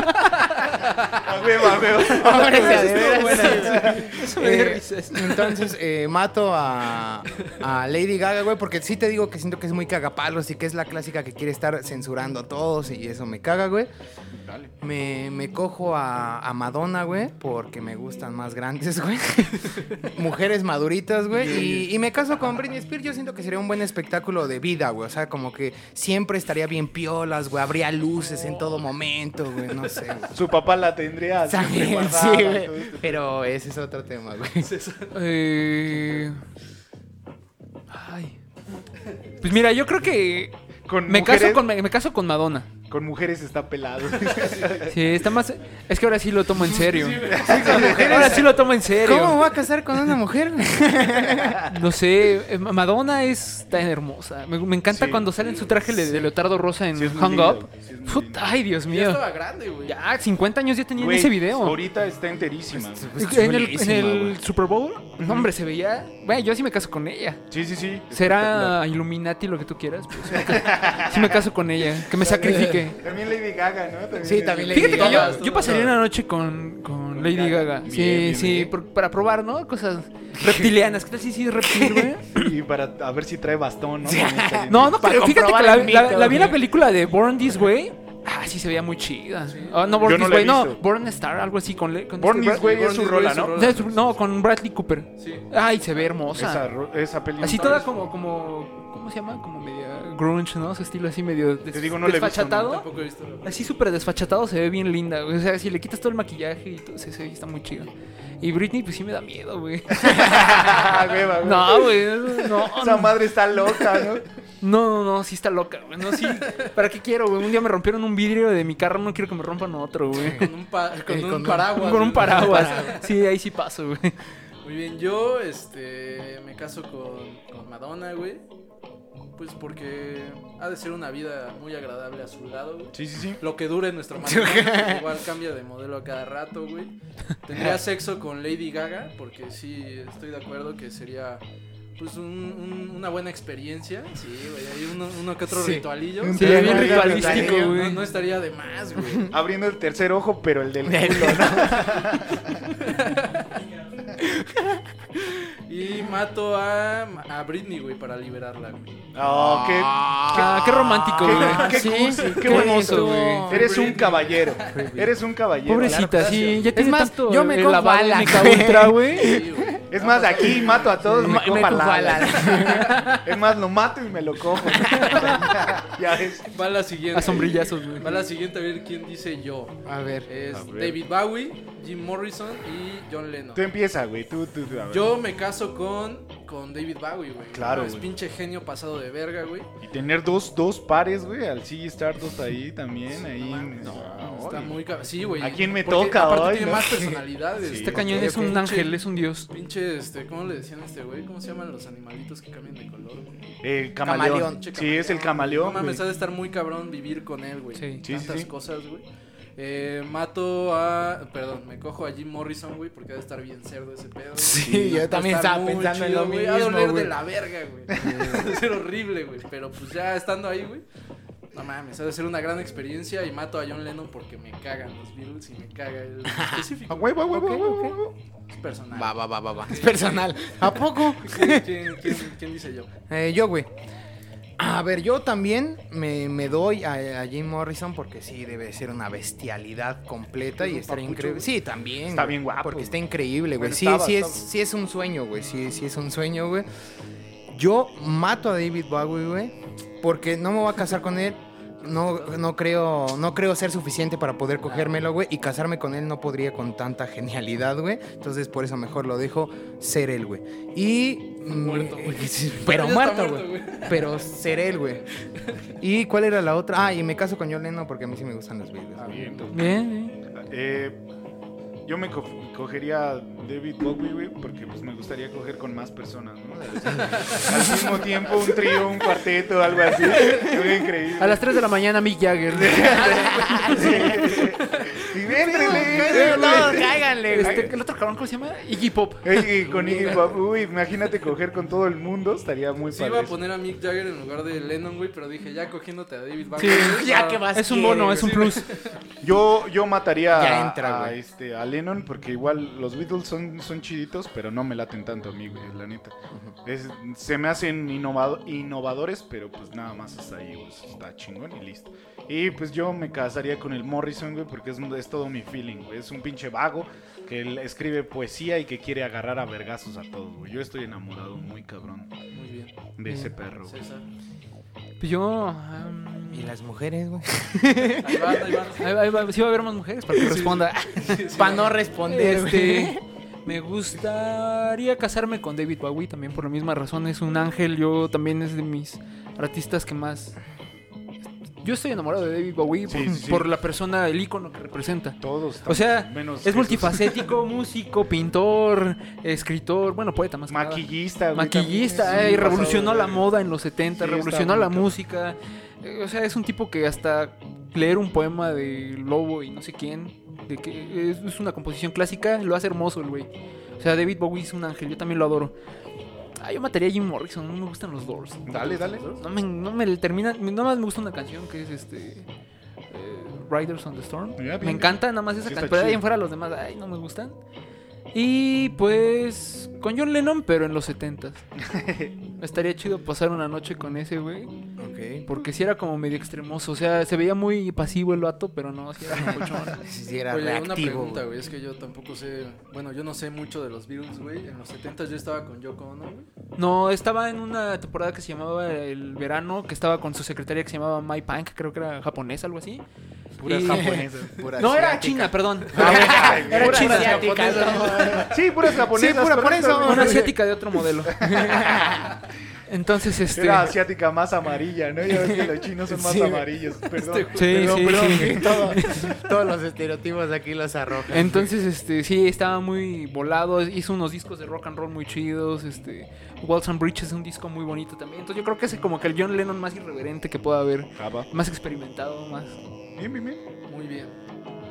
Speaker 1: A huevo, a huevo.
Speaker 4: Hombres de
Speaker 2: Estuvo
Speaker 4: veras.
Speaker 2: buena. Eso me dio
Speaker 4: Eh,
Speaker 2: risa.
Speaker 4: Entonces eh, mato a, a Lady Gaga, güey, porque sí te digo que siento que es muy cagapalos y que es la clásica que quiere estar censurando a todos y eso me caga, güey.
Speaker 1: Dale.
Speaker 4: Me, me cojo a, a Madonna, güey, porque me gustan más grandes, güey. Mujeres maduritas, güey. Y, y me caso con Britney Spears. Yo siento que sería un buen espectáculo de vida, güey. O sea, como que siempre estaría bien piolas, güey. Habría luces en todo momento, güey. No sé. güey.
Speaker 1: Su papá la tendría. siempre
Speaker 4: También,
Speaker 1: guardada,
Speaker 4: sí,
Speaker 1: todo
Speaker 4: güey.
Speaker 1: esto.
Speaker 4: Pero ese es otro tema, güey.
Speaker 2: Eh, ay. Pues mira, yo creo que
Speaker 1: Con
Speaker 2: me
Speaker 1: mujeres-
Speaker 2: caso con, me caso con Madonna.
Speaker 1: Con mujeres está pelado.
Speaker 2: Sí, está más. Es que ahora sí lo tomo en serio. ahora sí lo tomo en serio.
Speaker 4: ¿Cómo me voy a casar con una mujer?
Speaker 2: No sé, eh, Madonna es tan hermosa. Me, me encanta
Speaker 1: Sí,
Speaker 2: cuando sale en su traje de, de leotardo rosa en
Speaker 1: Sí, es muy
Speaker 2: Hung
Speaker 1: linda,
Speaker 2: Up.
Speaker 1: güey. Sí, es muy
Speaker 2: Puta,
Speaker 1: linda.
Speaker 2: ay, Dios
Speaker 3: Ya
Speaker 2: mío.
Speaker 3: estaba grande, güey.
Speaker 2: Ya, 50 años ya tenía en
Speaker 1: Güey,
Speaker 2: ese video.
Speaker 1: Ahorita está enterísima. güey.
Speaker 2: En el, en el Super Bowl, no, hombre, se veía. Bueno, yo sí me caso con ella.
Speaker 1: Sí, sí, sí.
Speaker 2: Será Illuminati lo que tú quieras. pero sí me ca- sí me caso con ella. Que me sacrifique.
Speaker 1: También Lady Gaga, ¿no? También
Speaker 4: Sí, también Lady
Speaker 2: Fíjate que
Speaker 4: Gaga.
Speaker 2: yo, yo pasaría una noche con, con Lady Gaga. Sí,
Speaker 1: Bien, bien,
Speaker 2: sí,
Speaker 1: bien.
Speaker 2: por- para probar, ¿no? Cosas reptilianas. ¿Qué tal si sí es reptil, güey?
Speaker 1: Y para a ver si trae bastón, ¿no?
Speaker 2: No, no,
Speaker 4: Para
Speaker 2: pero fíjate que
Speaker 4: comprobar
Speaker 2: la,
Speaker 4: el
Speaker 2: la-
Speaker 4: mito,
Speaker 2: la vi en la
Speaker 4: güey.
Speaker 2: película de Born This Way. Ah, sí, se veía muy chida. Ah, no,
Speaker 1: Yo no
Speaker 2: Born This
Speaker 1: la he
Speaker 2: Way, no.
Speaker 1: visto.
Speaker 2: Born Star, algo así. Con, le- con
Speaker 1: Born
Speaker 2: este
Speaker 1: This
Speaker 2: Brad-
Speaker 1: Way es su rola, Ah, ¿no?
Speaker 2: No, es- No, con Bradley Cooper.
Speaker 3: Sí.
Speaker 2: Ay, se ve hermosa.
Speaker 1: Esa, ro- esa peli.
Speaker 2: Así
Speaker 1: no
Speaker 2: toda
Speaker 1: sabes.
Speaker 2: como, como, ¿cómo se llama? Como media grunge, ¿no? Su estilo así medio des-
Speaker 1: Te digo, no le he visto,
Speaker 2: desfachatado.
Speaker 3: Tampoco he visto. la-
Speaker 2: Así súper desfachatado se ve bien linda, güey. O sea, si le quitas todo el maquillaje y todo, se, se- está muy chido. Y Britney, pues sí me da miedo, güey.
Speaker 1: Hueva, hueva.
Speaker 2: No, güey, no,
Speaker 1: Esa
Speaker 2: no.
Speaker 1: madre está loca, ¿no?
Speaker 2: No, no, no, sí está loca, güey. No, sí. ¿Para qué quiero, güey? Un día me rompieron un vidrio de mi carro, no quiero que me rompan otro, güey.
Speaker 3: Con un, pa- con
Speaker 4: Eh,
Speaker 3: un
Speaker 4: con un-
Speaker 3: paraguas.
Speaker 2: Con un
Speaker 3: güey.
Speaker 2: paraguas. Sí, ahí sí paso, güey.
Speaker 3: Muy bien, yo este, me caso con, con Madonna, güey. Pues porque ha de ser una vida muy agradable a su lado, güey.
Speaker 1: Sí, sí, sí.
Speaker 3: Lo que dure nuestro matrimonio, pues, igual cambia de modelo a cada rato, güey. Tendría sexo con Lady Gaga, porque sí, estoy de acuerdo que sería pues un- un- una buena experiencia. Sí, güey, hay uno, uno que otro
Speaker 4: Sí.
Speaker 3: ritualillo.
Speaker 1: Un
Speaker 2: Sí,
Speaker 1: Pero
Speaker 2: bien
Speaker 1: no,
Speaker 2: ritualístico,
Speaker 1: no,
Speaker 3: No,
Speaker 2: güey.
Speaker 3: no estaría de más, güey.
Speaker 1: Abriendo el tercer ojo, pero el del culo,
Speaker 3: Y mato a, a Britney, güey, para liberarla, güey.
Speaker 1: ¿no? Oh, qué-
Speaker 2: Ah, qué romántico,
Speaker 1: Qué-
Speaker 2: güey.
Speaker 1: qué
Speaker 2: Sí,
Speaker 1: cursi, qué
Speaker 2: qué
Speaker 1: bonito.
Speaker 2: hermoso, güey.
Speaker 1: Eres un caballero. Eres un caballero.
Speaker 2: Pobrecita, sí, ya tiene
Speaker 4: más,
Speaker 2: tanto
Speaker 4: yo me
Speaker 2: el
Speaker 4: cojo
Speaker 2: lavado
Speaker 4: a la-
Speaker 2: MK Ultra, güey.
Speaker 3: Sí, güey.
Speaker 1: Es más, aquí mato a todos, me
Speaker 4: Ma-
Speaker 1: cojo
Speaker 4: me
Speaker 1: a
Speaker 4: cojo a
Speaker 1: Lala. Es más, lo mato y me lo cojo. ya ves.
Speaker 3: Va la siguiente.
Speaker 2: A sombrillazos, güey.
Speaker 3: Va la siguiente a ver quién dice yo.
Speaker 4: A ver.
Speaker 3: Es
Speaker 1: A ver.
Speaker 3: David Bowie, Jim Morrison y John Lennon.
Speaker 1: Tú empieza, güey. Tú, tú, tú. a ver.
Speaker 3: Yo me caso con, con David Bowie, güey.
Speaker 1: Claro,
Speaker 3: Es
Speaker 1: güey.
Speaker 3: pinche genio pasado de verga, güey.
Speaker 1: Y tener dos, dos pares, güey, al CG Stardust ahí también, ahí. Ah,
Speaker 3: Está muy cab- Sí, güey.
Speaker 1: ¿A quién me
Speaker 3: Porque
Speaker 1: toca
Speaker 3: aparte
Speaker 1: hoy,
Speaker 3: tiene
Speaker 1: no?
Speaker 3: más personalidades.
Speaker 1: Sí.
Speaker 2: Este
Speaker 1: Ok,
Speaker 2: cañón es un
Speaker 3: Pinche-
Speaker 2: ángel, es un dios.
Speaker 3: Pinche, este, ¿cómo le decían a este güey? ¿Cómo se llaman los animalitos que cambian de color? güey?
Speaker 1: El camaleón.
Speaker 4: Camaleón.
Speaker 3: Pinche
Speaker 1: Sí, es el camaleón.
Speaker 3: No mames, ha
Speaker 1: güey.
Speaker 3: de estar muy cabrón vivir con él, güey.
Speaker 2: Sí.
Speaker 1: Sí, sí,
Speaker 3: Tantas
Speaker 1: sí.
Speaker 3: cosas, güey. eh, mato a. Perdón, me cojo a Jim Morrison, güey, porque debe estar bien cerdo ese pedo. güey.
Speaker 4: Sí,
Speaker 3: Va a
Speaker 4: yo también
Speaker 3: estar
Speaker 4: estaba
Speaker 3: muy
Speaker 4: pensando en
Speaker 3: chido,
Speaker 4: lo
Speaker 3: güey.
Speaker 4: mismo.
Speaker 3: Va a doler
Speaker 4: güey.
Speaker 3: de la verga, güey. Ha de ser horrible, güey. Pero pues ya estando ahí, güey. No mames, ha de ser una gran experiencia. Y mato a John Lennon porque me cagan los Beatles y me caga el específico.
Speaker 1: A huevo, a huevo, a
Speaker 4: Ok,
Speaker 1: huevo,
Speaker 4: ok.
Speaker 1: a huevo.
Speaker 3: Es personal.
Speaker 4: Va, va, va, va, va. Es personal. ¿A poco?
Speaker 3: ¿Quién, quién, quién- quién dice yo?
Speaker 4: Eh, yo, güey. A ver, yo también me, me doy a, a Jim Morrison porque sí, debe ser una bestialidad completa
Speaker 3: Es
Speaker 4: y
Speaker 3: un
Speaker 4: estar
Speaker 3: papucho,
Speaker 4: increíble.
Speaker 3: güey.
Speaker 4: Sí, también.
Speaker 1: Está
Speaker 4: güey,
Speaker 1: bien guapo,
Speaker 4: Porque
Speaker 1: güey.
Speaker 4: está increíble, güey.
Speaker 1: Bueno,
Speaker 4: sí,
Speaker 1: estaba,
Speaker 4: sí, es,
Speaker 1: estaba.
Speaker 4: sí es un sueño, güey. Sí, sí es un sueño, güey. Yo mato a David Bowie, güey, porque no me voy a casar con él. No, no, creo, no creo ser suficiente para poder cogérmelo, güey. Y casarme con él no podría con tanta genialidad, güey. Entonces, por eso mejor lo dejo ser él, güey. Y. mm,
Speaker 3: Muerto, güey.
Speaker 4: Pero
Speaker 3: Ya
Speaker 4: muerto,
Speaker 3: está muerto,
Speaker 4: güey.
Speaker 3: güey.
Speaker 4: Pero ser él, güey. ¿Y cuál era la otra? Ah, y me caso con John Lennon porque a mí sí me gustan los videos.
Speaker 1: Está bien.
Speaker 2: Bien, bien.
Speaker 1: Eh, yo me co- cogería a David Bowie, güey, porque pues me gustaría coger con más personas, ¿no? Al mismo tiempo un trío, un cuarteto, algo así. Sería increíble.
Speaker 5: A las 3 de la mañana, Mick Jagger.
Speaker 1: Y véndrele, véndrele.
Speaker 4: Pero no, cáiganle, güey.
Speaker 2: Este, el otro cabrón, ¿cómo se llama? Iggy Pop.
Speaker 1: Ey, y con Iggy Pop, uy, imagínate coger con todo el mundo, estaría muy
Speaker 3: Sí,
Speaker 1: padre.
Speaker 3: iba a poner a Mick Jagger en lugar de Lennon, güey, pero dije, ya cogiéndote a David Bowie.
Speaker 2: Sí.
Speaker 3: güey,
Speaker 4: Ya
Speaker 3: va-
Speaker 4: que vas.
Speaker 2: Es un bono,
Speaker 4: que-
Speaker 2: es un plus.
Speaker 1: Yo, yo mataría
Speaker 4: Ya
Speaker 1: a-
Speaker 4: entra,
Speaker 1: a,
Speaker 4: güey.
Speaker 1: este, a Lennon porque igual los Beatles son, son chiditos, pero no me laten tanto a mí, güey, la neta. Es- se me hacen innovado- innovadores, pero pues nada más hasta ahí, güey, está chingón y listo. Y pues yo me casaría con el Morrison, güey, porque es, es todo mi feeling, güey. Es un pinche vago que él escribe poesía y que quiere agarrar a vergazos a todos, güey. Yo estoy enamorado muy cabrón
Speaker 3: Muy bien,
Speaker 1: de ese perro, güey.
Speaker 3: César.
Speaker 2: Pues Yo. ah, am,
Speaker 4: Y las mujeres, güey.
Speaker 3: Ahí va, ahí va.
Speaker 2: ahí va- ahí va- sí va a haber más mujeres para que responda.
Speaker 4: Para no responder,
Speaker 2: Este, me gustaría casarme con David Bowie también por la misma razón. Es un ángel. Yo también es de mis artistas que más. Yo estoy enamorado de David Bowie
Speaker 1: Sí,
Speaker 2: por,
Speaker 1: sí, sí.
Speaker 2: por la persona, el icono que representa.
Speaker 1: Todos.
Speaker 2: O sea,
Speaker 1: menos
Speaker 2: es
Speaker 1: Jesús.
Speaker 2: multifacético, músico, pintor, escritor, bueno, poeta más que nada.
Speaker 1: Maquillista, güey.
Speaker 2: Maquillista,
Speaker 1: también es un
Speaker 2: eh, y revolucionó
Speaker 1: pasado
Speaker 2: la
Speaker 1: de-
Speaker 2: moda en los 70,
Speaker 1: Sí,
Speaker 2: revolucionó
Speaker 1: está
Speaker 2: la
Speaker 1: bonito.
Speaker 2: música. Eh, O sea, es un tipo que hasta leer un poema de Lobo y no sé quién, de que es, es una composición clásica, lo hace hermoso el güey. O sea, David Bowie es un ángel, yo también lo adoro. Ah, yo mataría a Jim Morrison, no me gustan los Doors.
Speaker 1: Dale, dale.
Speaker 2: No me, no me termina, nada más me gusta una canción que es este eh, Riders on the Storm.
Speaker 1: Ya, bien.
Speaker 2: Me encanta nada más
Speaker 1: Sí,
Speaker 2: esa
Speaker 1: está
Speaker 2: canción, pero de ahí
Speaker 1: chido.
Speaker 2: en fuera los demás, ay, no me gustan. Y pues con John Lennon, pero en los 70s. Estaría chido pasar una noche con ese güey,
Speaker 4: güey. Ok.
Speaker 2: porque si era como medio extremoso, o sea, se veía muy pasivo el vato, pero no, si era cochón.
Speaker 4: Si sí era
Speaker 3: Oye, una
Speaker 4: reactivo.
Speaker 3: pregunta,
Speaker 4: güey.
Speaker 3: güey. Es que yo tampoco sé. Bueno, yo no sé mucho de los Beatles, güey. En los 70 yo estaba con Yoko Ono, güey.
Speaker 2: No, estaba en una temporada que se llamaba El Verano, que estaba con su secretaria que se llamaba Mai Punk, creo que era japonesa, algo así.
Speaker 1: Puras
Speaker 2: Y-
Speaker 1: japonesas.
Speaker 4: Pura
Speaker 2: No, era
Speaker 4: asiática.
Speaker 2: china, perdón. Ah,
Speaker 4: Ah, Era
Speaker 1: Puras
Speaker 4: china
Speaker 1: japonesas.
Speaker 4: asiática.
Speaker 1: Sí, puras japonesas.
Speaker 4: Sí, pura, por
Speaker 1: correcto,
Speaker 4: eso.
Speaker 1: güey.
Speaker 2: Una asiática de otro modelo. Entonces, este.
Speaker 1: Era asiática más amarilla, ¿no? Ya ves que los chinos son más
Speaker 4: Sí.
Speaker 1: amarillos, perdón.
Speaker 2: Sí,
Speaker 4: Perdón,
Speaker 2: sí,
Speaker 4: perdón,
Speaker 2: sí.
Speaker 4: que todo- todos los estereotipos aquí los arrojan.
Speaker 2: Entonces, este, sí, estaba muy volado. Hizo unos discos de rock and roll muy chidos. Este, Waltz and Bridge es un disco muy bonito también. Entonces, yo creo que es como que el John Lennon más irreverente que pueda haber.
Speaker 1: Ah, va.
Speaker 2: Más experimentado, más.
Speaker 1: Bien, bien, bien.
Speaker 3: Muy bien.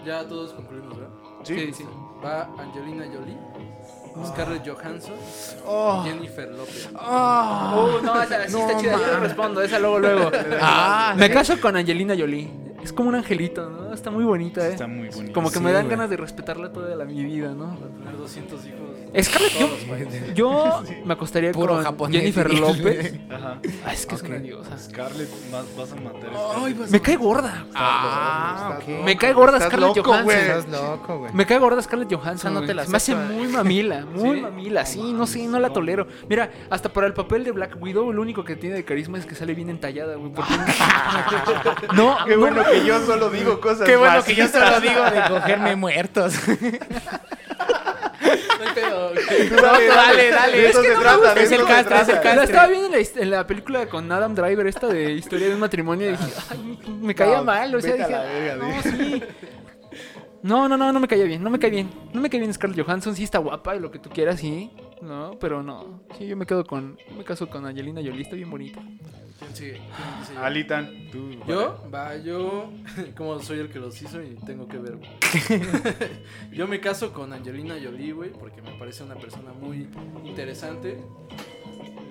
Speaker 3: Ya todos concluimos, ¿verdad?
Speaker 1: Sí.
Speaker 2: sí.
Speaker 3: Va Angelina Jolie, Scarlett Johansson,
Speaker 4: Oh.
Speaker 3: Jennifer López.
Speaker 4: Oh.
Speaker 2: Uh, no, esa sí
Speaker 4: No,
Speaker 2: está chida. Yo le
Speaker 4: man.
Speaker 2: respondo, esa luego, luego.
Speaker 4: Ah,
Speaker 2: Me
Speaker 4: sí.
Speaker 2: caso con Angelina Jolie. Es como un angelito, ¿no? Está muy bonita, ¿eh?
Speaker 1: Está muy bonito.
Speaker 2: Como que
Speaker 4: Sí,
Speaker 2: me dan
Speaker 4: güey.
Speaker 2: ganas de respetarla toda la, mi vida, ¿no?
Speaker 3: Para tener 200 hijos.
Speaker 2: Scarlett, yo, yo me acostaría
Speaker 4: Puro
Speaker 2: con
Speaker 4: japonés.
Speaker 2: Jennifer López.
Speaker 1: Ajá.
Speaker 2: Ay, es que es una
Speaker 4: Ok.
Speaker 2: diosa.
Speaker 1: Scarlett, más vas a matar.
Speaker 2: Me cae gorda.
Speaker 4: Ah,
Speaker 1: Estás
Speaker 4: ok.
Speaker 2: Me cae gorda
Speaker 1: Estás
Speaker 2: Scarlett
Speaker 1: loco,
Speaker 2: Johansson.
Speaker 1: güey.
Speaker 4: Estás loco, güey.
Speaker 2: Me cae gorda Scarlett Johansson.
Speaker 4: O sea, no te
Speaker 2: güey.
Speaker 4: la
Speaker 2: Se me hace
Speaker 4: acepto.
Speaker 2: muy mamila, muy
Speaker 3: ¿Sí?
Speaker 2: mamila, sí, no sé, no la tolero. Mira, hasta para el papel de Black Widow, lo único que tiene de carisma es que sale bien entallada, güey. porque- no,
Speaker 1: Qué
Speaker 2: no,
Speaker 1: bueno que yo solo digo cosas
Speaker 4: Qué bueno que yo
Speaker 1: racistas.
Speaker 4: solo digo de cogerme muertos.
Speaker 3: No hay pedo, güey.
Speaker 1: Tú Dale,
Speaker 4: Dale, dale.
Speaker 1: De eso
Speaker 4: Es que
Speaker 1: se
Speaker 4: no me
Speaker 1: trata.
Speaker 4: gusta.
Speaker 1: de
Speaker 4: Es el
Speaker 1: eso se
Speaker 4: castre, es el
Speaker 1: trata.
Speaker 4: castre.
Speaker 2: La estaba viendo en la, his- en la película con Adam Driver, esta de historia de un matrimonio, y dije, ay, me caía
Speaker 1: No,
Speaker 2: mal, o sea,
Speaker 1: vete a
Speaker 2: dije,
Speaker 1: la verga,
Speaker 2: "Ah, no,
Speaker 1: dije".
Speaker 2: sí. No, no, no, no me caía bien, no me cae bien. No me cae bien Scarlett Johansson, sí está guapa y lo que tú quieras, sí. No, pero no. Sí, yo me quedo con, yo me caso con Angelina Jolie, está bien bonita.
Speaker 3: ¿Quién sigue? ¿Quién dice yo?
Speaker 1: Alitan, tú.
Speaker 3: ¿Yo? Va, yo. Como soy el que los hizo y tengo que ver, güey. yo me caso con Angelina Jolie, güey, porque me parece una persona muy interesante.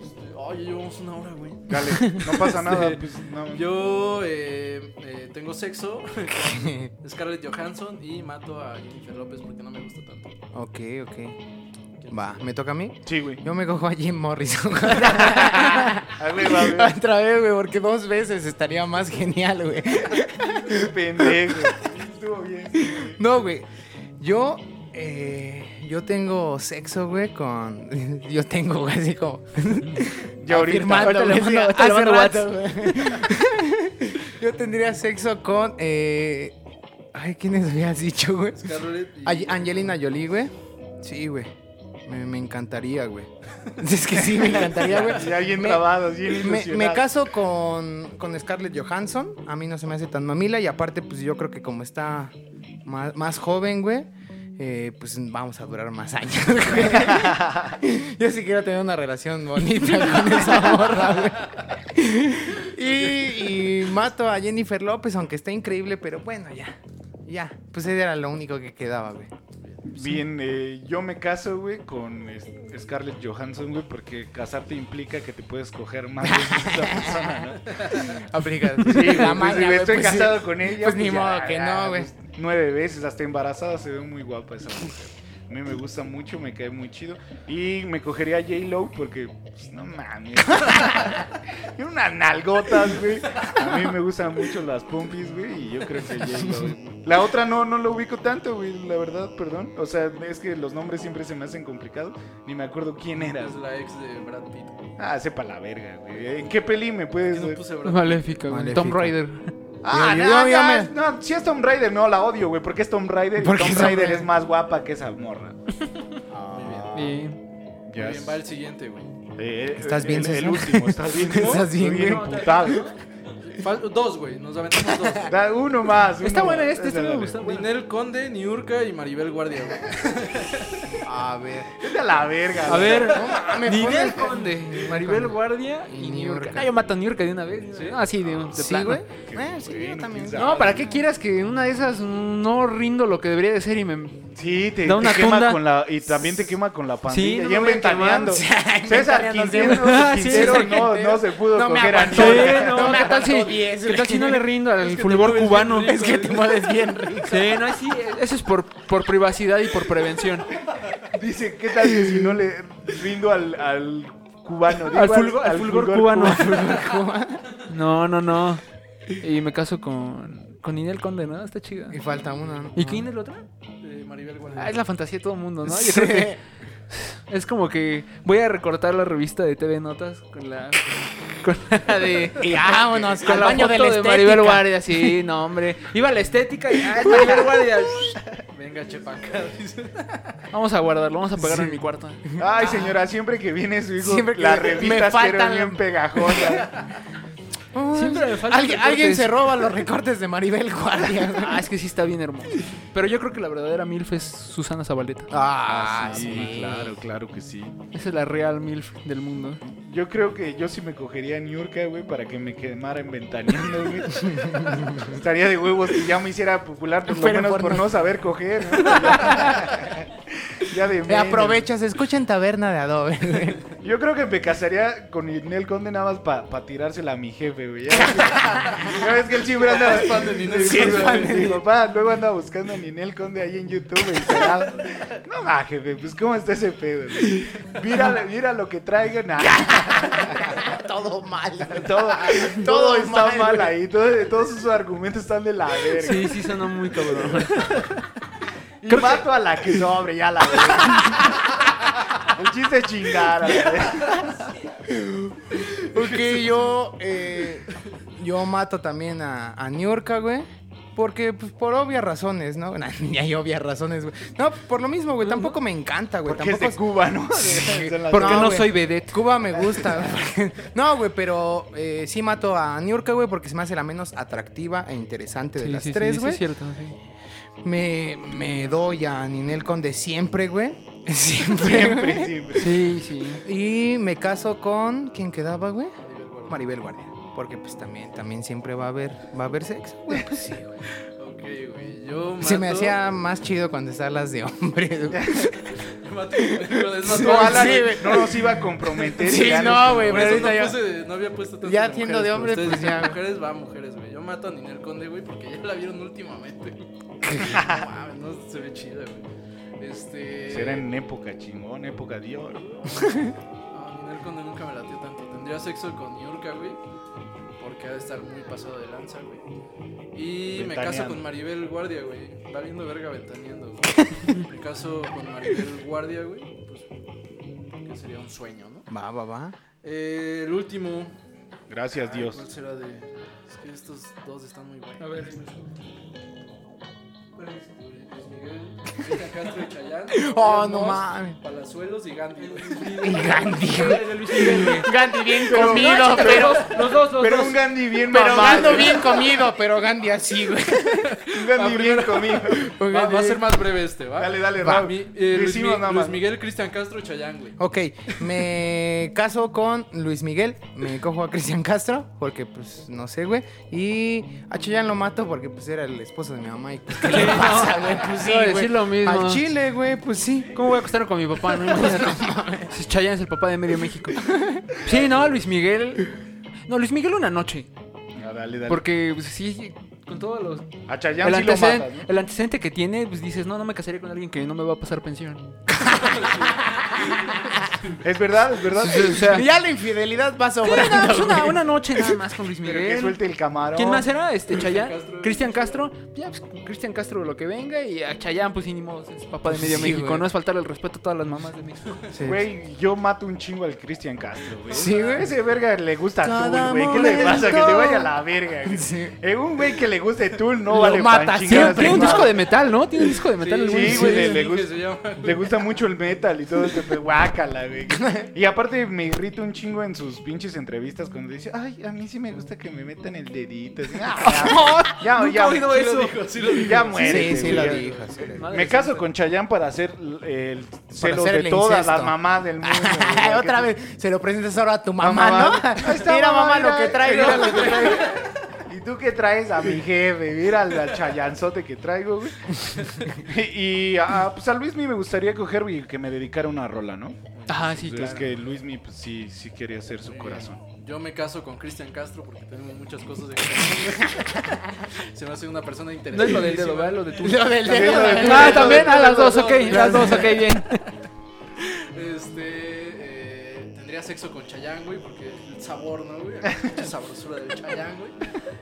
Speaker 3: Este, Ay, ya llevamos una hora, güey.
Speaker 1: Dale, no pasa nada.
Speaker 3: Este,
Speaker 1: Pues, no.
Speaker 3: Yo eh, eh, tengo sexo con Scarlett Johansson y mato a Jennifer López porque no me gusta tanto.
Speaker 4: Ok, ok.
Speaker 3: ¿Quién
Speaker 4: Va, ¿me toca a mí?
Speaker 1: Sí, güey.
Speaker 4: Yo me cojo a Jim Morrison.
Speaker 1: Ah, güey, va, güey.
Speaker 4: Otra vez, güey, porque dos veces estaría más genial, güey.
Speaker 1: Qué pendejo. Estuvo bien. güey.
Speaker 4: No, güey. Yo. eh, yo tengo sexo, güey, con. Yo tengo, güey, así como.
Speaker 1: Ya ahorita.
Speaker 4: afirmando,
Speaker 2: ahorita le
Speaker 4: güey,
Speaker 2: mando-
Speaker 4: así,
Speaker 2: ahorita
Speaker 4: hace
Speaker 2: le mando
Speaker 4: rato, güey. Yo tendría sexo con. eh, Ay, ¿quiénes habías dicho, güey?
Speaker 3: es? Scarlett y...
Speaker 4: Ay, Angelina Jolie, güey. Sí, güey. Me, me encantaría, güey. Es que sí, me encantaría, güey.
Speaker 1: Ya bien
Speaker 4: Me-
Speaker 1: trabado, bien
Speaker 4: me, me
Speaker 1: ilusionado.
Speaker 4: caso con, con Scarlett Johansson. A mí no se me hace tan mamila. Y aparte, pues yo creo que como está más, más joven, güey. eh, pues vamos a durar más años, güey. Yo sí quiero tener una relación bonita con esa morra, güey. Y, y mato a Jennifer López, aunque está increíble, pero bueno, ya. Ya. Pues ella era lo único que quedaba, güey.
Speaker 1: Bien, eh, yo me caso, güey, con es- Scarlett Johansson, güey, porque casarte implica que te puedes coger más veces a esa persona, ¿no?
Speaker 4: Aplica.
Speaker 1: Sí, güey,
Speaker 4: La
Speaker 1: pues,
Speaker 4: maña,
Speaker 1: si
Speaker 4: güey,
Speaker 1: estoy
Speaker 4: pues, sí.
Speaker 1: casado con ella.
Speaker 4: pues, ni modo que no, güey.
Speaker 1: pues, nueve veces, hasta embarazada se ve muy guapa esa mujer. A mí me gusta mucho, me cae muy chido. Y me cogería a J-Lo porque, pues, no mames. y unas nalgotas, güey. A mí me gustan mucho las pompis, güey. Y yo creo que J-Lo. güey. La otra no, no lo ubico tanto, güey. La verdad, perdón. O sea, es que los nombres siempre se me hacen complicados. Ni me acuerdo quién era.
Speaker 3: Es la ex de Brad Pitt. güey.
Speaker 1: Ah, sepa la verga, güey. ¿En qué peli me
Speaker 3: Yo
Speaker 1: puedes.?
Speaker 3: no puse Brad Pitt.
Speaker 2: Maléfica, güey.
Speaker 4: Maléfica.
Speaker 2: Tomb Raider.
Speaker 1: Ah,
Speaker 4: Yo-
Speaker 1: no,
Speaker 4: yo- yo
Speaker 1: no,
Speaker 4: me-
Speaker 1: es- no, si es Tomb Raider, no, la odio, güey, porque es Tomb Raider y
Speaker 4: Porque
Speaker 1: Tomb
Speaker 4: es Tomb
Speaker 1: Raider
Speaker 4: Raider.
Speaker 1: es más guapa que esa morra. Ah,
Speaker 3: Muy bien.
Speaker 2: Bien.
Speaker 3: Muy bien, va el siguiente, güey.
Speaker 1: Eh,
Speaker 4: ¿Estás
Speaker 1: eh,
Speaker 4: bien,
Speaker 1: el, el
Speaker 4: César?
Speaker 1: último, ¿estás bien? no?
Speaker 4: ¿Estás bien,
Speaker 1: Estoy
Speaker 4: güey?
Speaker 1: emputado.
Speaker 3: Fal- dos, güey. Nos aventamos dos. güey.
Speaker 1: Da uno más.
Speaker 2: Está
Speaker 1: uno
Speaker 2: buena
Speaker 1: más.
Speaker 2: este, este
Speaker 1: Dale,
Speaker 2: me
Speaker 1: dale.
Speaker 2: gusta. Bueno.
Speaker 3: Ninel Conde, Niurka y Maribel Guardia, güey.
Speaker 4: A ver.
Speaker 1: Vete a la verga.
Speaker 2: A ver,
Speaker 1: Ah,
Speaker 4: mames,
Speaker 2: Ninel
Speaker 4: ponle-
Speaker 2: Conde, Maribel Guardia
Speaker 4: Y
Speaker 2: y New York.
Speaker 4: Niurka.
Speaker 2: Ah, yo mato a New York de una vez. ¿Sí? Ah, sí, de, de
Speaker 4: ¿Sí,
Speaker 2: plano.
Speaker 4: güey?
Speaker 1: Qué
Speaker 4: Eh, sí, yo
Speaker 1: bueno,
Speaker 4: también.
Speaker 1: quién sabe.
Speaker 2: No, ¿para qué quieras que en una de esas no rindo lo que debería de ser y me...
Speaker 1: Sí, te,
Speaker 2: Da una
Speaker 1: te quema
Speaker 2: tunda.
Speaker 1: con la. Y también te quema con la
Speaker 2: no
Speaker 1: pandilla.
Speaker 2: me
Speaker 1: ya
Speaker 2: voy a
Speaker 1: ventaneando.
Speaker 4: quemar.
Speaker 1: César
Speaker 4: Ventaneando
Speaker 1: Quintero,
Speaker 2: siempre. Ah, sí,
Speaker 1: Quintero
Speaker 2: César
Speaker 1: no, no se pudo
Speaker 4: No me
Speaker 1: coger a
Speaker 4: aguantó.
Speaker 1: Niurka.
Speaker 4: Sí,
Speaker 2: no,
Speaker 4: me
Speaker 2: ¿qué tal si,
Speaker 4: aguantó diez,
Speaker 2: qué tal si no le rindo al
Speaker 3: que te
Speaker 2: fulgor
Speaker 3: mueves bien
Speaker 2: cubano?
Speaker 3: rico, Es que
Speaker 4: te mueves bien rico.
Speaker 2: Sí, no, sí, eso es por, por privacidad y por prevención.
Speaker 1: Dice, ¿qué tal que si no le rindo al, al cubano? Digo,
Speaker 2: Al fulgor, al fulgor cubano. No, no, no. Y me caso con, con Ninel Conde, ¿no? Está chida.
Speaker 4: Y falta uno. ¿no?
Speaker 2: ¿Y quién es la otra?
Speaker 3: Eh, Maribel
Speaker 2: Ah,
Speaker 3: Guardia.
Speaker 2: es la fantasía de todo el mundo, ¿no? Yo
Speaker 4: Sí.
Speaker 2: creo que es como que voy a recortar la revista de TV Notas con la con la de
Speaker 4: Y ah, vámonos,
Speaker 2: con
Speaker 4: al
Speaker 2: la
Speaker 4: baño
Speaker 2: foto
Speaker 4: de
Speaker 2: de,
Speaker 4: la
Speaker 2: Maribel
Speaker 4: estética.
Speaker 2: Guardia, sí, no, hombre. Iba a la estética y ah, es Maribel Guardia.
Speaker 3: Venga, chepaca. dice.
Speaker 2: Vamos a guardarlo, vamos a pegarlo en mi cuarto.
Speaker 1: Ay, señora, siempre que viene su hijo,
Speaker 4: Ah. Siempre que
Speaker 1: las
Speaker 4: me
Speaker 1: revistas
Speaker 4: faltan
Speaker 1: quedan
Speaker 4: la-
Speaker 1: bien pegajosas.
Speaker 2: Siempre me faltan
Speaker 4: Alguien,
Speaker 2: recortes.
Speaker 4: alguien se roba los recortes de Maribel Guardia. güey.
Speaker 2: Ah, es que sí está bien hermoso. Pero yo creo que la verdadera MILF es Susana Zabaleta.
Speaker 4: Ah, sí.
Speaker 1: claro que sí.
Speaker 2: Esa es la real MILF del mundo.
Speaker 1: Yo creo que yo sí me cogería a Niurka, güey, para que me quemara en ventaneando, güey. Estaría de huevos que ya me hiciera popular, por lo
Speaker 4: Pero
Speaker 1: menos
Speaker 4: por
Speaker 1: por
Speaker 4: no-
Speaker 1: no saber coger. ¿no? ya de
Speaker 4: Te
Speaker 1: menos.
Speaker 4: aprovechas, escucha en Taberna de Adobe. güey.
Speaker 1: Yo creo que me casaría con Inel Conde nada más para tirársela a mi jefe, güey. Ya, ves que- ya ves que él siempre anda.
Speaker 3: Es fan de Ninel
Speaker 1: Sí,
Speaker 3: Conde,
Speaker 1: es fan de-
Speaker 3: güey.
Speaker 1: Mi papá luego anda buscando a Ninel Conde ahí en YouTube. güey, encerrado. No, ma, jefe, pues ¿cómo está ese pedo? güey? Mira, mira lo que traigan. ah,
Speaker 4: Todo mal.
Speaker 1: todo, todo,
Speaker 4: Todo
Speaker 1: está
Speaker 4: mal,
Speaker 1: mal,
Speaker 4: güey.
Speaker 1: ahí. todo- todos sus argumentos están de la verga.
Speaker 2: Sí, sí sonó muy cabrón.
Speaker 1: Y mato a la que sobre, ya la verga. El chiste es chingar. a la verga.
Speaker 4: Ok, yo. eh, yo mato también a, a Niurka, güey. Porque, pues, por obvias razones, ¿no? Nah, Ni hay obvias razones, güey. No, por lo mismo, güey. Tampoco me encanta, güey.
Speaker 1: Porque es
Speaker 4: Tampoco
Speaker 1: de Cuba, ¿no?
Speaker 4: Sí,
Speaker 1: Son las-
Speaker 2: Porque
Speaker 4: No,
Speaker 2: no,
Speaker 4: güey.
Speaker 2: soy vedette.
Speaker 4: Cuba me gusta. güey. no, güey, pero eh, sí mato a Niurka, güey, porque se me hace la menos atractiva e interesante de las tres,
Speaker 2: sí,
Speaker 4: güey.
Speaker 2: es cierto. sí.
Speaker 4: me, me doy a Ninel Conde siempre, güey. Siempre.
Speaker 1: Siempre, siempre.
Speaker 2: Sí, sí.
Speaker 4: Y me caso con. ¿Quién quedaba, güey? Maribel Guardia. Porque pues también, también siempre va a haber, va a haber sexo. güey, pues, sí, güey.
Speaker 3: Ok, güey. Yo mato.
Speaker 4: Se me hacía más chido contestar las de hombre. güey.
Speaker 3: mato- les mato
Speaker 4: Sí,
Speaker 3: a Alan,
Speaker 1: Alan
Speaker 3: güey.
Speaker 4: güey.
Speaker 1: no nos iba a comprometer.
Speaker 4: Sí,
Speaker 1: ya
Speaker 4: no,
Speaker 1: nos-
Speaker 4: güey,
Speaker 3: Por
Speaker 4: pero
Speaker 3: eso
Speaker 4: ahorita
Speaker 3: no,
Speaker 4: ya-
Speaker 3: puse- no había puesto tanto
Speaker 4: Ya atiendo de hombre, pues, ya, güey.
Speaker 3: Mujeres va, mujeres, güey. Yo mato a Ninel Conde, güey, porque ya la vieron últimamente. no mames, no se ve chida, güey. Este.
Speaker 1: Será en época chingón, época Dior.
Speaker 3: No, Ninel Conde nunca me latió tanto. Tendría sexo con Yurka, güey. Porque ha de estar muy pasado de lanza, güey. Y me caso
Speaker 1: Ventaneando.
Speaker 3: con Maribel Guardia, güey. Va viendo verga ventaneando, güey. me caso con Maribel Guardia, güey. Pues. Que sería un sueño, ¿no?
Speaker 4: Va, va, va.
Speaker 3: Eh, el último.
Speaker 1: Gracias,
Speaker 3: Ay,
Speaker 1: Dios.
Speaker 3: ¿Cuál será de.? Es que estos dos están muy buenos.
Speaker 6: A ver.
Speaker 3: Luis Miguel, Cristian Castro y Chayanne.
Speaker 4: Oh,
Speaker 3: Elon
Speaker 4: no
Speaker 3: Musk,
Speaker 4: mames.
Speaker 3: Palazuelos y Gandhi. güey.
Speaker 4: Y Gandhi.
Speaker 2: Gandhi bien comido, pero. Los dos, los
Speaker 1: Pero
Speaker 2: dos.
Speaker 1: un Gandhi bien
Speaker 4: Pero
Speaker 1: mamado. ¿eh?
Speaker 4: Gandhi bien comido, pero Gandhi así, güey.
Speaker 1: Un Gandhi bien comido.
Speaker 3: Va, va a ser más breve este, ¿va?
Speaker 1: Dale, dale,
Speaker 3: Va,
Speaker 1: Raúl.
Speaker 3: mi- eh,
Speaker 1: Lo
Speaker 3: Luis,
Speaker 1: hicimos
Speaker 3: Mi-
Speaker 1: nada
Speaker 3: Luis
Speaker 1: más.
Speaker 3: Miguel, Cristian Castro y Chayanne, güey.
Speaker 4: Ok, me caso con Luis Miguel, me cojo a Cristian Castro, porque pues no sé, güey. Y a Chayanne lo mato porque pues era el esposo de mi mamá y pues, ¿qué le pasa, güey? Pues sí,
Speaker 2: Iba a
Speaker 4: güey.
Speaker 2: decir lo mismo.
Speaker 4: Al Chile, güey, pues sí.
Speaker 2: ¿Cómo voy a acostarme con mi papá? No imagínate. Si Chayanne es el papá de medio México. Sí, no, Luis Miguel. No, Luis Miguel una noche.
Speaker 1: Ah, dale, dale.
Speaker 2: Porque, pues, sí, con todos los.
Speaker 1: A
Speaker 2: El,
Speaker 1: Chayanne sí lo
Speaker 2: anteceden-
Speaker 1: matas, ¿no?
Speaker 2: el antecedente que tiene, pues dices, no, no me casaría con alguien que no me va a pasar pensión.
Speaker 1: Es verdad, es verdad.
Speaker 2: O sea,
Speaker 4: Ya la infidelidad va
Speaker 2: sí, no,
Speaker 4: sobrando.
Speaker 2: pues, una, una noche nada más con Luis
Speaker 1: Pero que
Speaker 2: Miguel.
Speaker 1: suelte el camarón.
Speaker 2: ¿Quién más era? Este,
Speaker 3: Castro.
Speaker 2: Chayanne. Cristian Castro. Ya, pues, Cristian Castro lo que venga. Y a Chayanne, pues, sí, ni modo, es papá de
Speaker 4: Pues
Speaker 2: medio
Speaker 4: sí,
Speaker 2: México.
Speaker 4: güey.
Speaker 2: No es faltar el respeto a todas las mamás de México.
Speaker 4: Sí.
Speaker 1: Güey, yo mato un chingo al Cristian Castro, güey.
Speaker 4: Sí, güey.
Speaker 1: Ese verga le gusta a Tool,
Speaker 4: Cada
Speaker 1: güey. ¿Qué le
Speaker 4: momento.
Speaker 1: pasa? Que te vaya a la verga, güey.
Speaker 4: Sí.
Speaker 1: Eh, un güey que le guste Tool no
Speaker 4: Lo
Speaker 1: vale
Speaker 4: mata
Speaker 1: pan
Speaker 4: siempre.
Speaker 1: chingadas,
Speaker 2: Tiene un
Speaker 1: güey.
Speaker 2: disco de metal, ¿no? Tiene un disco de metal el güey.
Speaker 1: sí, güey, le- le
Speaker 3: que
Speaker 1: gusta.
Speaker 3: se llama.
Speaker 1: Le gusta mucho el metal y todo ese pe- guácala, güey. Y aparte me irrita un chingo en sus pinches entrevistas cuando dice, ay, a mí sí me gusta que me metan el dedito. Así, "Ah, ya, ya, ya,
Speaker 3: Sí lo dijo, sí lo dijo.
Speaker 1: ya muere.
Speaker 4: Sí, sí, lo dijo. sí lo dijo.
Speaker 1: Me caso con Chayán para hacer l- el celos
Speaker 4: hacer el
Speaker 1: de todas
Speaker 4: incesto.
Speaker 1: las mamás del mundo. güey.
Speaker 4: Ay, Otra vez, se lo presentas ahora a tu mamá,
Speaker 1: Mamá,
Speaker 4: ¿no?
Speaker 1: ahí está,
Speaker 4: mira, mamá,
Speaker 1: mira,
Speaker 4: lo que traigo.
Speaker 1: mira lo que traigo. ¿Y tú qué traes a mi jefe? Mira al, al chayanzote que traigo, güey. Y, y, ah, pues a Luismi me gustaría coger y que me dedicara una rola, ¿no?
Speaker 2: Ajá, sí,
Speaker 1: Pues
Speaker 2: claro.
Speaker 1: Es que Luismi pues, sí, sí quería hacer su corazón.
Speaker 3: Yo me caso con Cristian Castro porque tenemos muchas cosas de común. Se me hace una persona interesante.
Speaker 6: No es lo del dedo, ¿verdad? Lo de tu.
Speaker 4: Lo del dedo.
Speaker 2: Ah, también, a las dos, ok, las dos, ok, bien.
Speaker 3: Este. eh, tendría sexo con Chayanne, güey, porque el sabor, ¿no, güey? La pinche sabrosura del Chayanne, güey.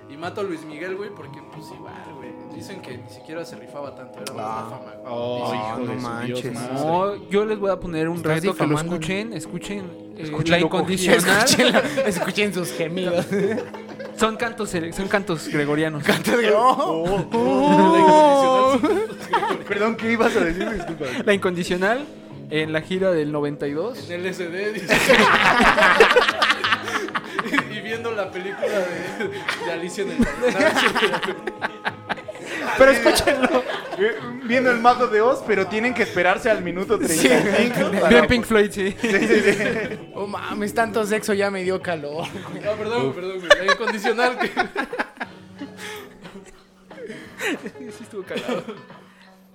Speaker 3: Y mato a Luis Miguel, güey, porque, pues, igual, güey. Dicen que ni siquiera se rifaba tanto, era más
Speaker 4: Ah.
Speaker 3: la fama, güey.
Speaker 1: Oh,
Speaker 3: Dicen.
Speaker 1: hijo
Speaker 4: no
Speaker 1: de su Dios,
Speaker 4: manches.
Speaker 1: madre.
Speaker 2: No, yo les voy a poner un
Speaker 4: Estás
Speaker 2: reto que lo
Speaker 4: difamando.
Speaker 2: escuchen, escuchen, eh, la
Speaker 1: Escúchenlo,
Speaker 2: incondicional.
Speaker 4: Escuchen sus gemidos.
Speaker 2: Son cantos, eh, son cantos gregorianos.
Speaker 1: Oh,
Speaker 3: La incondicional.
Speaker 1: Perdón, ¿qué ibas a decir? Disculpa.
Speaker 2: La incondicional en la gira del 92.
Speaker 3: En el SD, dice. y viendo la película de, de Alicia en el País.
Speaker 1: Pero escúchenlo. Eh, Viendo el mago de Oz, pero tienen que esperarse al minuto 35. para-
Speaker 2: Bien Pink Floyd, sí.
Speaker 1: Sí, sí, sí.
Speaker 4: Oh mames, tanto sexo ya me dio calor.
Speaker 3: No, perdón, güey, perdón, güey. La incondicional que.
Speaker 2: Sí, estuvo cagado.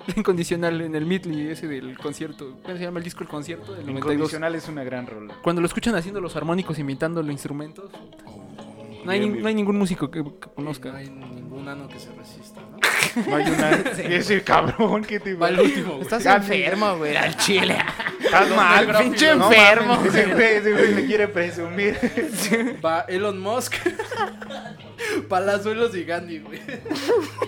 Speaker 2: La incondicional en el Midley ese del concierto. ¿Cómo se llama el disco? El concierto del 92.
Speaker 1: Incondicional es una gran rola.
Speaker 2: Cuando lo escuchan haciendo los armónicos, imitando los instrumentos. No hay,
Speaker 1: Bien,
Speaker 2: ni-
Speaker 1: bien.
Speaker 2: no hay ningún músico que, que
Speaker 3: No
Speaker 2: conozca.
Speaker 3: hay ningún ano que se resista, ¿no?
Speaker 1: No hay una. Ese cabrón que te
Speaker 3: Va el último, güey.
Speaker 4: Estás
Speaker 1: Gandhi.
Speaker 4: enfermo, güey, al chile.
Speaker 1: Estás mal,
Speaker 4: pinche
Speaker 1: No mames,
Speaker 4: enfermo.
Speaker 1: Ese güey, ese güey me quiere presumir.
Speaker 3: Va Elon Musk, Palazuelos y Gandhi, güey.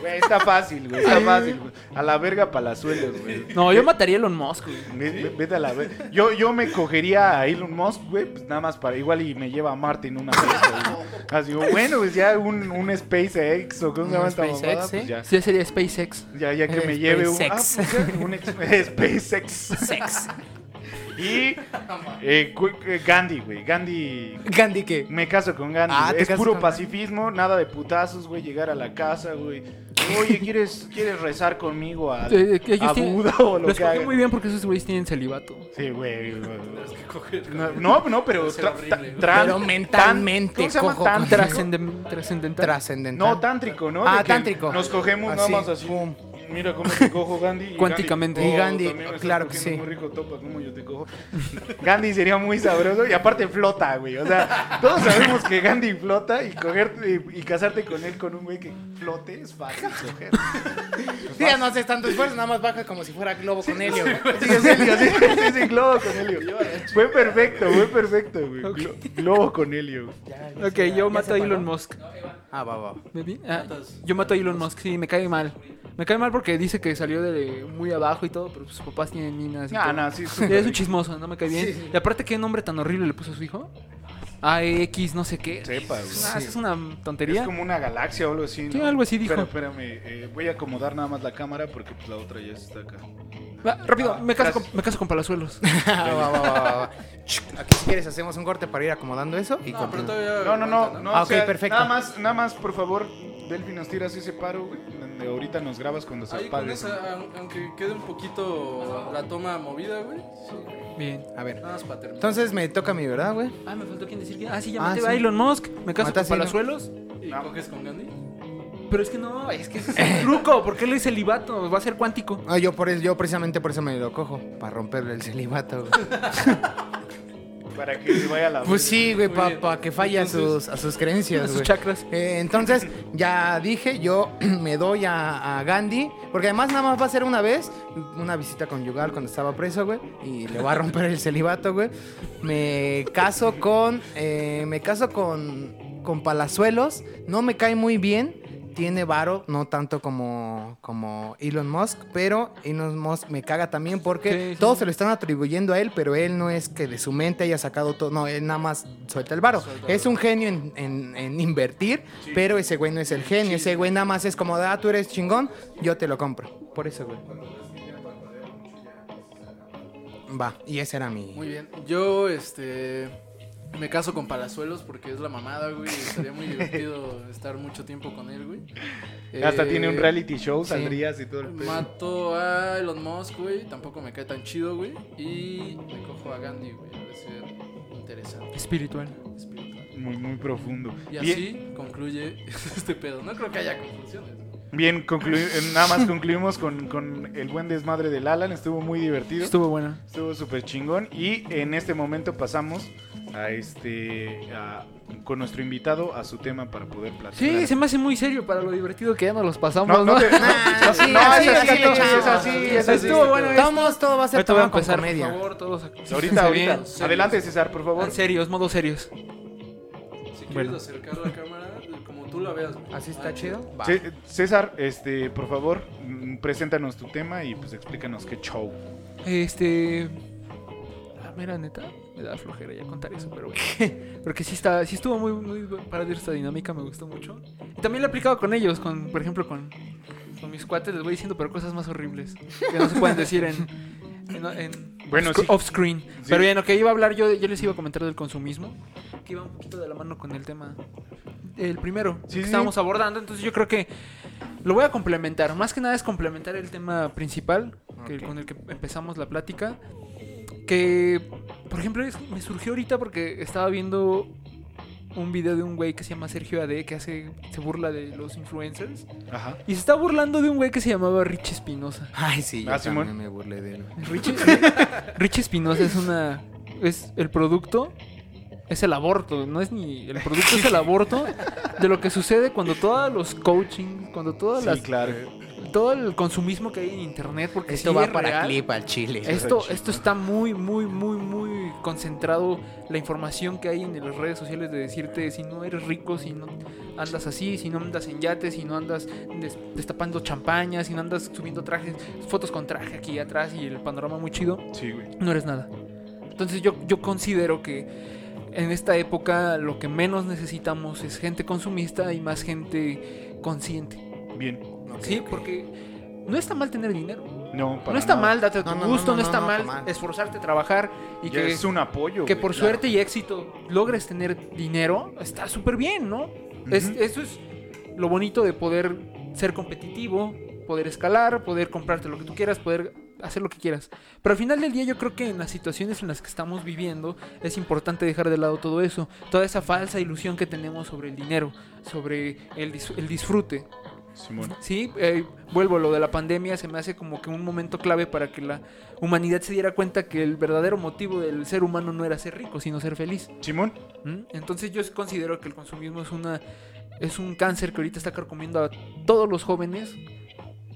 Speaker 1: Güey, está fácil, güey. Está fácil, güey. A la verga palazuelos, güey.
Speaker 2: No, yo mataría a Elon Musk, güey.
Speaker 1: Ve- ve- Vete a la verga. Yo, yo me cogería a Elon Musk, güey, pues nada más para igual y me lleva a Martin una fiesta, güey. Así, bueno, pues ya un, un SpaceX o cómo se
Speaker 4: Un
Speaker 1: llama esta
Speaker 4: SpaceX,
Speaker 1: mamada,
Speaker 4: ¿sí?
Speaker 1: pues ya.
Speaker 2: Sí, sería SpaceX.
Speaker 1: Ya, ya que
Speaker 4: Eh,
Speaker 1: me lleve un, ah,
Speaker 4: SpaceX.
Speaker 1: pues ya, un ex- SpaceX.
Speaker 4: Sex.
Speaker 1: Y eh, cu- eh, Gandhi, güey. Gandhi.
Speaker 4: Gandhi, ¿qué?
Speaker 1: Me caso con Gandhi.
Speaker 4: Ah,
Speaker 1: güey.
Speaker 4: te
Speaker 1: es
Speaker 4: casas
Speaker 1: puro
Speaker 4: con Gandhi.
Speaker 1: pacifismo, nada de putazos, güey. Llegar a la casa, güey. Oye, ¿quieres, ¿quieres rezar conmigo a,
Speaker 2: Eh, eh, que ellos
Speaker 1: a
Speaker 2: tienen-
Speaker 1: Buda o
Speaker 2: Lo
Speaker 1: lo que
Speaker 2: escogí
Speaker 1: haga?
Speaker 2: muy bien porque esos güeyes tienen celibato.
Speaker 1: Sí, güey. güey.
Speaker 3: Tienes que coger.
Speaker 1: No, no, no, pero,
Speaker 3: Debe ser
Speaker 1: tra-
Speaker 3: horrible,
Speaker 1: ta-
Speaker 3: güey.
Speaker 1: tran-
Speaker 4: Pero mentalmente,
Speaker 1: ¿Cómo se llama?
Speaker 4: cojo,
Speaker 1: Tántrico.
Speaker 2: Trascendem- Trascendental.
Speaker 4: Trascendental.
Speaker 1: No, tántrico, ¿no?
Speaker 4: Ah,
Speaker 1: De que
Speaker 4: tántrico.
Speaker 1: Nos cogemos
Speaker 4: Así,
Speaker 1: nada más así.
Speaker 4: pum.
Speaker 1: Mira cómo te cojo, Gandhi. y
Speaker 2: Cuánticamente.
Speaker 1: Gandhi,
Speaker 4: Y Gandhi,
Speaker 1: también me estás
Speaker 4: claro que
Speaker 1: cogiendo
Speaker 4: sí.
Speaker 1: Muy rico, topa, cómo yo te cojo. Gandhi sería muy sabroso y aparte flota, güey. O sea, todos sabemos que Gandhi flota y, cogerte, y, y casarte con él con un güey que flote es fácil coger.
Speaker 4: Sí, ya no haces tanto esfuerzo, nada más baja como si fuera globo con helio. güey.
Speaker 1: Sí, es Helio, sí, sí, sí, globo con helio. Fue perfecto, fue perfecto, güey. Glo- Globo con helio.
Speaker 2: Ok, yo mato a Elon Musk.
Speaker 4: Ah, va, va.
Speaker 2: ¿Me vi? Ah, yo mato a Elon Musk, sí, me cae mal. Me cae mal porque dice que salió de muy abajo y todo, pero sus papás tienen minas. y
Speaker 1: No,
Speaker 2: todo.
Speaker 1: Ah, no, sí,
Speaker 2: Sí,
Speaker 1: súper
Speaker 2: es un
Speaker 1: rico.
Speaker 2: chismoso, no me cae bien. Y aparte, ¿qué nombre tan horrible le puso a su hijo? AX, no sé qué.
Speaker 1: Sepa, güey.
Speaker 2: Ah, eso es una
Speaker 1: Es
Speaker 2: tontería.
Speaker 1: como una galaxia o algo así.
Speaker 2: Sí,
Speaker 1: ¿no?
Speaker 2: algo así dijo.
Speaker 1: Espera, espérame, eh, voy a acomodar nada más la cámara porque pues, la otra ya está acá.
Speaker 2: Va, rápido, me, caso con,
Speaker 1: gracias.
Speaker 2: me caso con Palazuelos.
Speaker 4: Ah, va, va, va, va, va. Aquí si quieres hacemos un corte para ir acomodando eso y
Speaker 3: No, pero
Speaker 4: continu-
Speaker 3: todavía.
Speaker 1: No, no, no,
Speaker 3: aguanta,
Speaker 1: no.
Speaker 4: Ah,
Speaker 1: o
Speaker 4: ok,
Speaker 1: sea,
Speaker 4: perfecto.
Speaker 1: Nada más, nada más, por favor, Delphi nos tiras ese paro, güey. donde Ahorita nos grabas cuando se
Speaker 3: Ahí con
Speaker 1: apague.
Speaker 3: esa, aun- aunque quede un poquito la toma movida, güey. sí,
Speaker 2: Bien.
Speaker 4: A ver.
Speaker 3: Nada más para terminar.
Speaker 4: Entonces me toca a mí, ¿verdad, güey?
Speaker 2: Ah, me faltó quien decir que. Ah, sí, ya
Speaker 4: Ah,
Speaker 2: maté
Speaker 4: sí.
Speaker 2: a Elon Musk, me caso
Speaker 4: Mataste
Speaker 2: con
Speaker 4: a Elon.
Speaker 2: Palazuelos.
Speaker 3: ¿Y coges con Gandhi?
Speaker 2: Pero es que no, es que ese es un truco. ¿Por qué le dice celibato? Va a ser cuántico.
Speaker 4: No, Ah, yo, por el- yo precisamente por eso me lo cojo, para romperle el celibato. güey.
Speaker 1: Para que se vaya la.
Speaker 4: Pues sí, güey,
Speaker 3: Muy
Speaker 4: para
Speaker 3: bien.
Speaker 4: que falle a sus, a sus creencias.
Speaker 2: A sus
Speaker 4: güey.
Speaker 2: chakras.
Speaker 4: Eh, entonces, ya dije, yo me doy a, a Gandhi, porque además nada más va a ser una vez, una visita conyugal cuando estaba preso, güey, y le va a romper el celibato, güey. Me caso con, eh, me caso con, con Palazuelos, no me cae muy bien, tiene varo, no tanto como, como Elon Musk, pero Elon Musk me caga también porque
Speaker 2: Sí, sí.
Speaker 4: todos se lo están atribuyendo a él, pero él no es que de su mente haya sacado todo, no, él nada más suelta el varo. Es un genio en, en- en invertir, pero ese güey no es el genio, ese güey nada más es como, ah, tú eres chingón, yo te lo compro. Por eso, güey. Va, y ese era mi...
Speaker 3: Muy bien. Yo, este. Me caso con Palazuelos porque es la mamada, güey. y Sería muy divertido estar mucho tiempo con él, güey.
Speaker 1: Hasta
Speaker 3: Eh,
Speaker 1: tiene un reality show,
Speaker 4: sí.
Speaker 1: saldrías y todo el pedo.
Speaker 3: Mato a Elon Musk, güey. Tampoco me cae tan chido, güey. Y me cojo a Gandhi, güey. Debe ser interesante,
Speaker 2: Espiritual.
Speaker 3: espiritual.
Speaker 1: Muy, muy profundo.
Speaker 3: Y
Speaker 1: Bien,
Speaker 3: así concluye este pedo. No creo que haya conclusiones. güey.
Speaker 1: bien conclu- eh, nada más concluimos con, con el buen desmadre del Alan. Estuvo muy divertido.
Speaker 2: Estuvo buena.
Speaker 1: Estuvo súper chingón. Y en este momento pasamos a este. a- con nuestro invitado a su tema para poder platicar.
Speaker 2: Sí, se me hace muy serio para lo divertido que ya nos los pasamos,
Speaker 1: No,
Speaker 2: ¿no?
Speaker 1: no, te- no,
Speaker 4: Ah, sí,
Speaker 1: no,
Speaker 4: así,
Speaker 1: es
Speaker 4: así,
Speaker 1: así,
Speaker 4: chavos.
Speaker 1: es así, es así.
Speaker 2: Estuvo bueno.
Speaker 4: Tomos, todo va a ser
Speaker 2: Ahorita voy a
Speaker 4: tomado con
Speaker 2: empezar, por
Speaker 4: comedia.
Speaker 2: favor, todos. aquí.
Speaker 1: Ahorita, ahorita.
Speaker 2: Serios.
Speaker 1: Adelante, César, por favor.
Speaker 2: Serios, modos serios.
Speaker 3: Si quieres
Speaker 2: Bueno.
Speaker 3: acercar la cámara, como tú la veas. güey.
Speaker 4: Así
Speaker 3: Ah,
Speaker 4: está chido. Va.
Speaker 1: Ce- César, este, por favor, mm, preséntanos tu tema y pues explícanos qué show.
Speaker 2: Este. Ah, mira, neta. Me da flojera ya contar eso, pero bueno. Porque sí, está, sí estuvo muy, muy bu- padre esta dinámica, me gustó mucho. Y también la he aplicado con ellos, con, por ejemplo, con, con mis cuates, les voy diciendo, pero cosas más horribles que no se pueden decir en. en- en-
Speaker 1: Bueno,
Speaker 2: sc-
Speaker 1: sí.
Speaker 2: off screen.
Speaker 1: Sí.
Speaker 2: Pero bien, ok, iba a hablar yo, yo les iba a comentar del consumismo, que iba un poquito de la mano con el tema. El primero,
Speaker 1: Sí, sí.
Speaker 2: que estábamos abordando, entonces yo creo que lo voy a complementar. Más que nada es complementar el tema principal que-
Speaker 4: Ok.
Speaker 2: con el que empezamos la plática. Que, por ejemplo, es- me surgió ahorita porque estaba viendo un video de un güey que se llama Sergio AD que hace, se burla de los influencers.
Speaker 1: Ajá.
Speaker 2: Y se está burlando de un güey que se llamaba Rich Espinosa.
Speaker 4: Ay, sí, yo
Speaker 1: Ah, Simón.
Speaker 4: también me burlé de él.
Speaker 2: Rich, Rich Espinosa es una. Es el producto. Es el aborto, no es ni. El producto es el aborto de lo que sucede cuando todos los coachings, cuando todas las eh,
Speaker 1: Sí, claro.
Speaker 2: todo el consumismo que hay en internet, porque
Speaker 4: Esto
Speaker 2: sí
Speaker 4: va
Speaker 2: es
Speaker 4: para
Speaker 2: real.
Speaker 4: clip al chile.
Speaker 2: Esto,
Speaker 1: Chido.
Speaker 2: esto está muy, muy, muy, muy concentrado. La información que hay en las redes sociales de decirte si no eres rico, si no andas así, si no andas en yates, si no andas des- destapando champañas, si no andas subiendo trajes, fotos con traje aquí atrás y el panorama muy chido
Speaker 1: Sí, güey.
Speaker 2: no eres nada. Entonces yo, yo considero que en esta época lo que menos necesitamos es gente consumista y más gente consciente.
Speaker 1: Bien.
Speaker 2: sí, porque no está mal tener dinero.
Speaker 1: No, para
Speaker 2: no está
Speaker 1: nada.
Speaker 2: mal date a tu
Speaker 4: No, no, no,
Speaker 2: gusto, no,
Speaker 4: no, no,
Speaker 2: está
Speaker 4: no,
Speaker 2: mal
Speaker 4: jamás.
Speaker 2: esforzarte, trabajar y
Speaker 1: Ya
Speaker 2: que,
Speaker 1: es un apoyo.
Speaker 2: que
Speaker 1: güey,
Speaker 2: por
Speaker 1: claro.
Speaker 2: suerte y éxito logres tener dinero, está súper bien, ¿no? Es-
Speaker 1: Ujú.
Speaker 2: eso es lo bonito de poder ser competitivo, poder escalar, poder comprarte lo que tú quieras, poder hacer lo que quieras. Pero al final del día yo creo que en las situaciones en las que estamos viviendo es importante dejar de lado todo eso, toda esa falsa ilusión que tenemos sobre el dinero, sobre el, dis- el disfrute.
Speaker 1: Simón.
Speaker 2: Sí, eh, vuelvo, lo de la pandemia se me hace como que un momento clave para que la humanidad se diera cuenta que el verdadero motivo del ser humano no era ser rico, sino ser feliz.
Speaker 1: Simón,
Speaker 2: ¿Mm? Entonces yo considero que el consumismo es una es un cáncer que ahorita está carcomiendo a todos los jóvenes.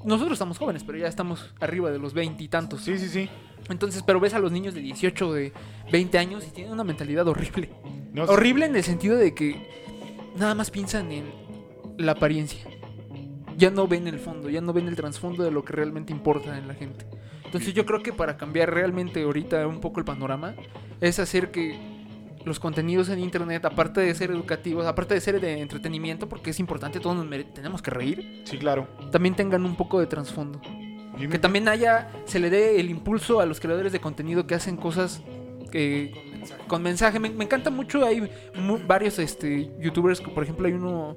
Speaker 2: Nosotros estamos jóvenes, pero ya estamos arriba de los veintitantos.
Speaker 1: sí, sí, sí.
Speaker 2: Entonces, pero ves a los niños de 18, de 20 años y tienen una mentalidad horrible.
Speaker 1: No,
Speaker 2: Horrible en el sentido de que nada más piensan en la apariencia. Ya no ven el fondo, ya no ven el trasfondo de lo que realmente importa en la gente. Entonces yo creo que para cambiar realmente ahorita un poco el panorama es hacer que los contenidos en internet, aparte de ser educativos, aparte de ser de entretenimiento, porque es importante, todos nos mere- tenemos que reír,
Speaker 1: Sí, claro.
Speaker 2: también tengan un poco de trasfondo.
Speaker 1: Dime.
Speaker 2: Que también haya, se le dé el impulso a los creadores de contenido que hacen cosas que,
Speaker 3: Con mensaje.
Speaker 2: con mensaje. Me, me encanta mucho. Hay mu- varios este, youtubers, por ejemplo, hay uno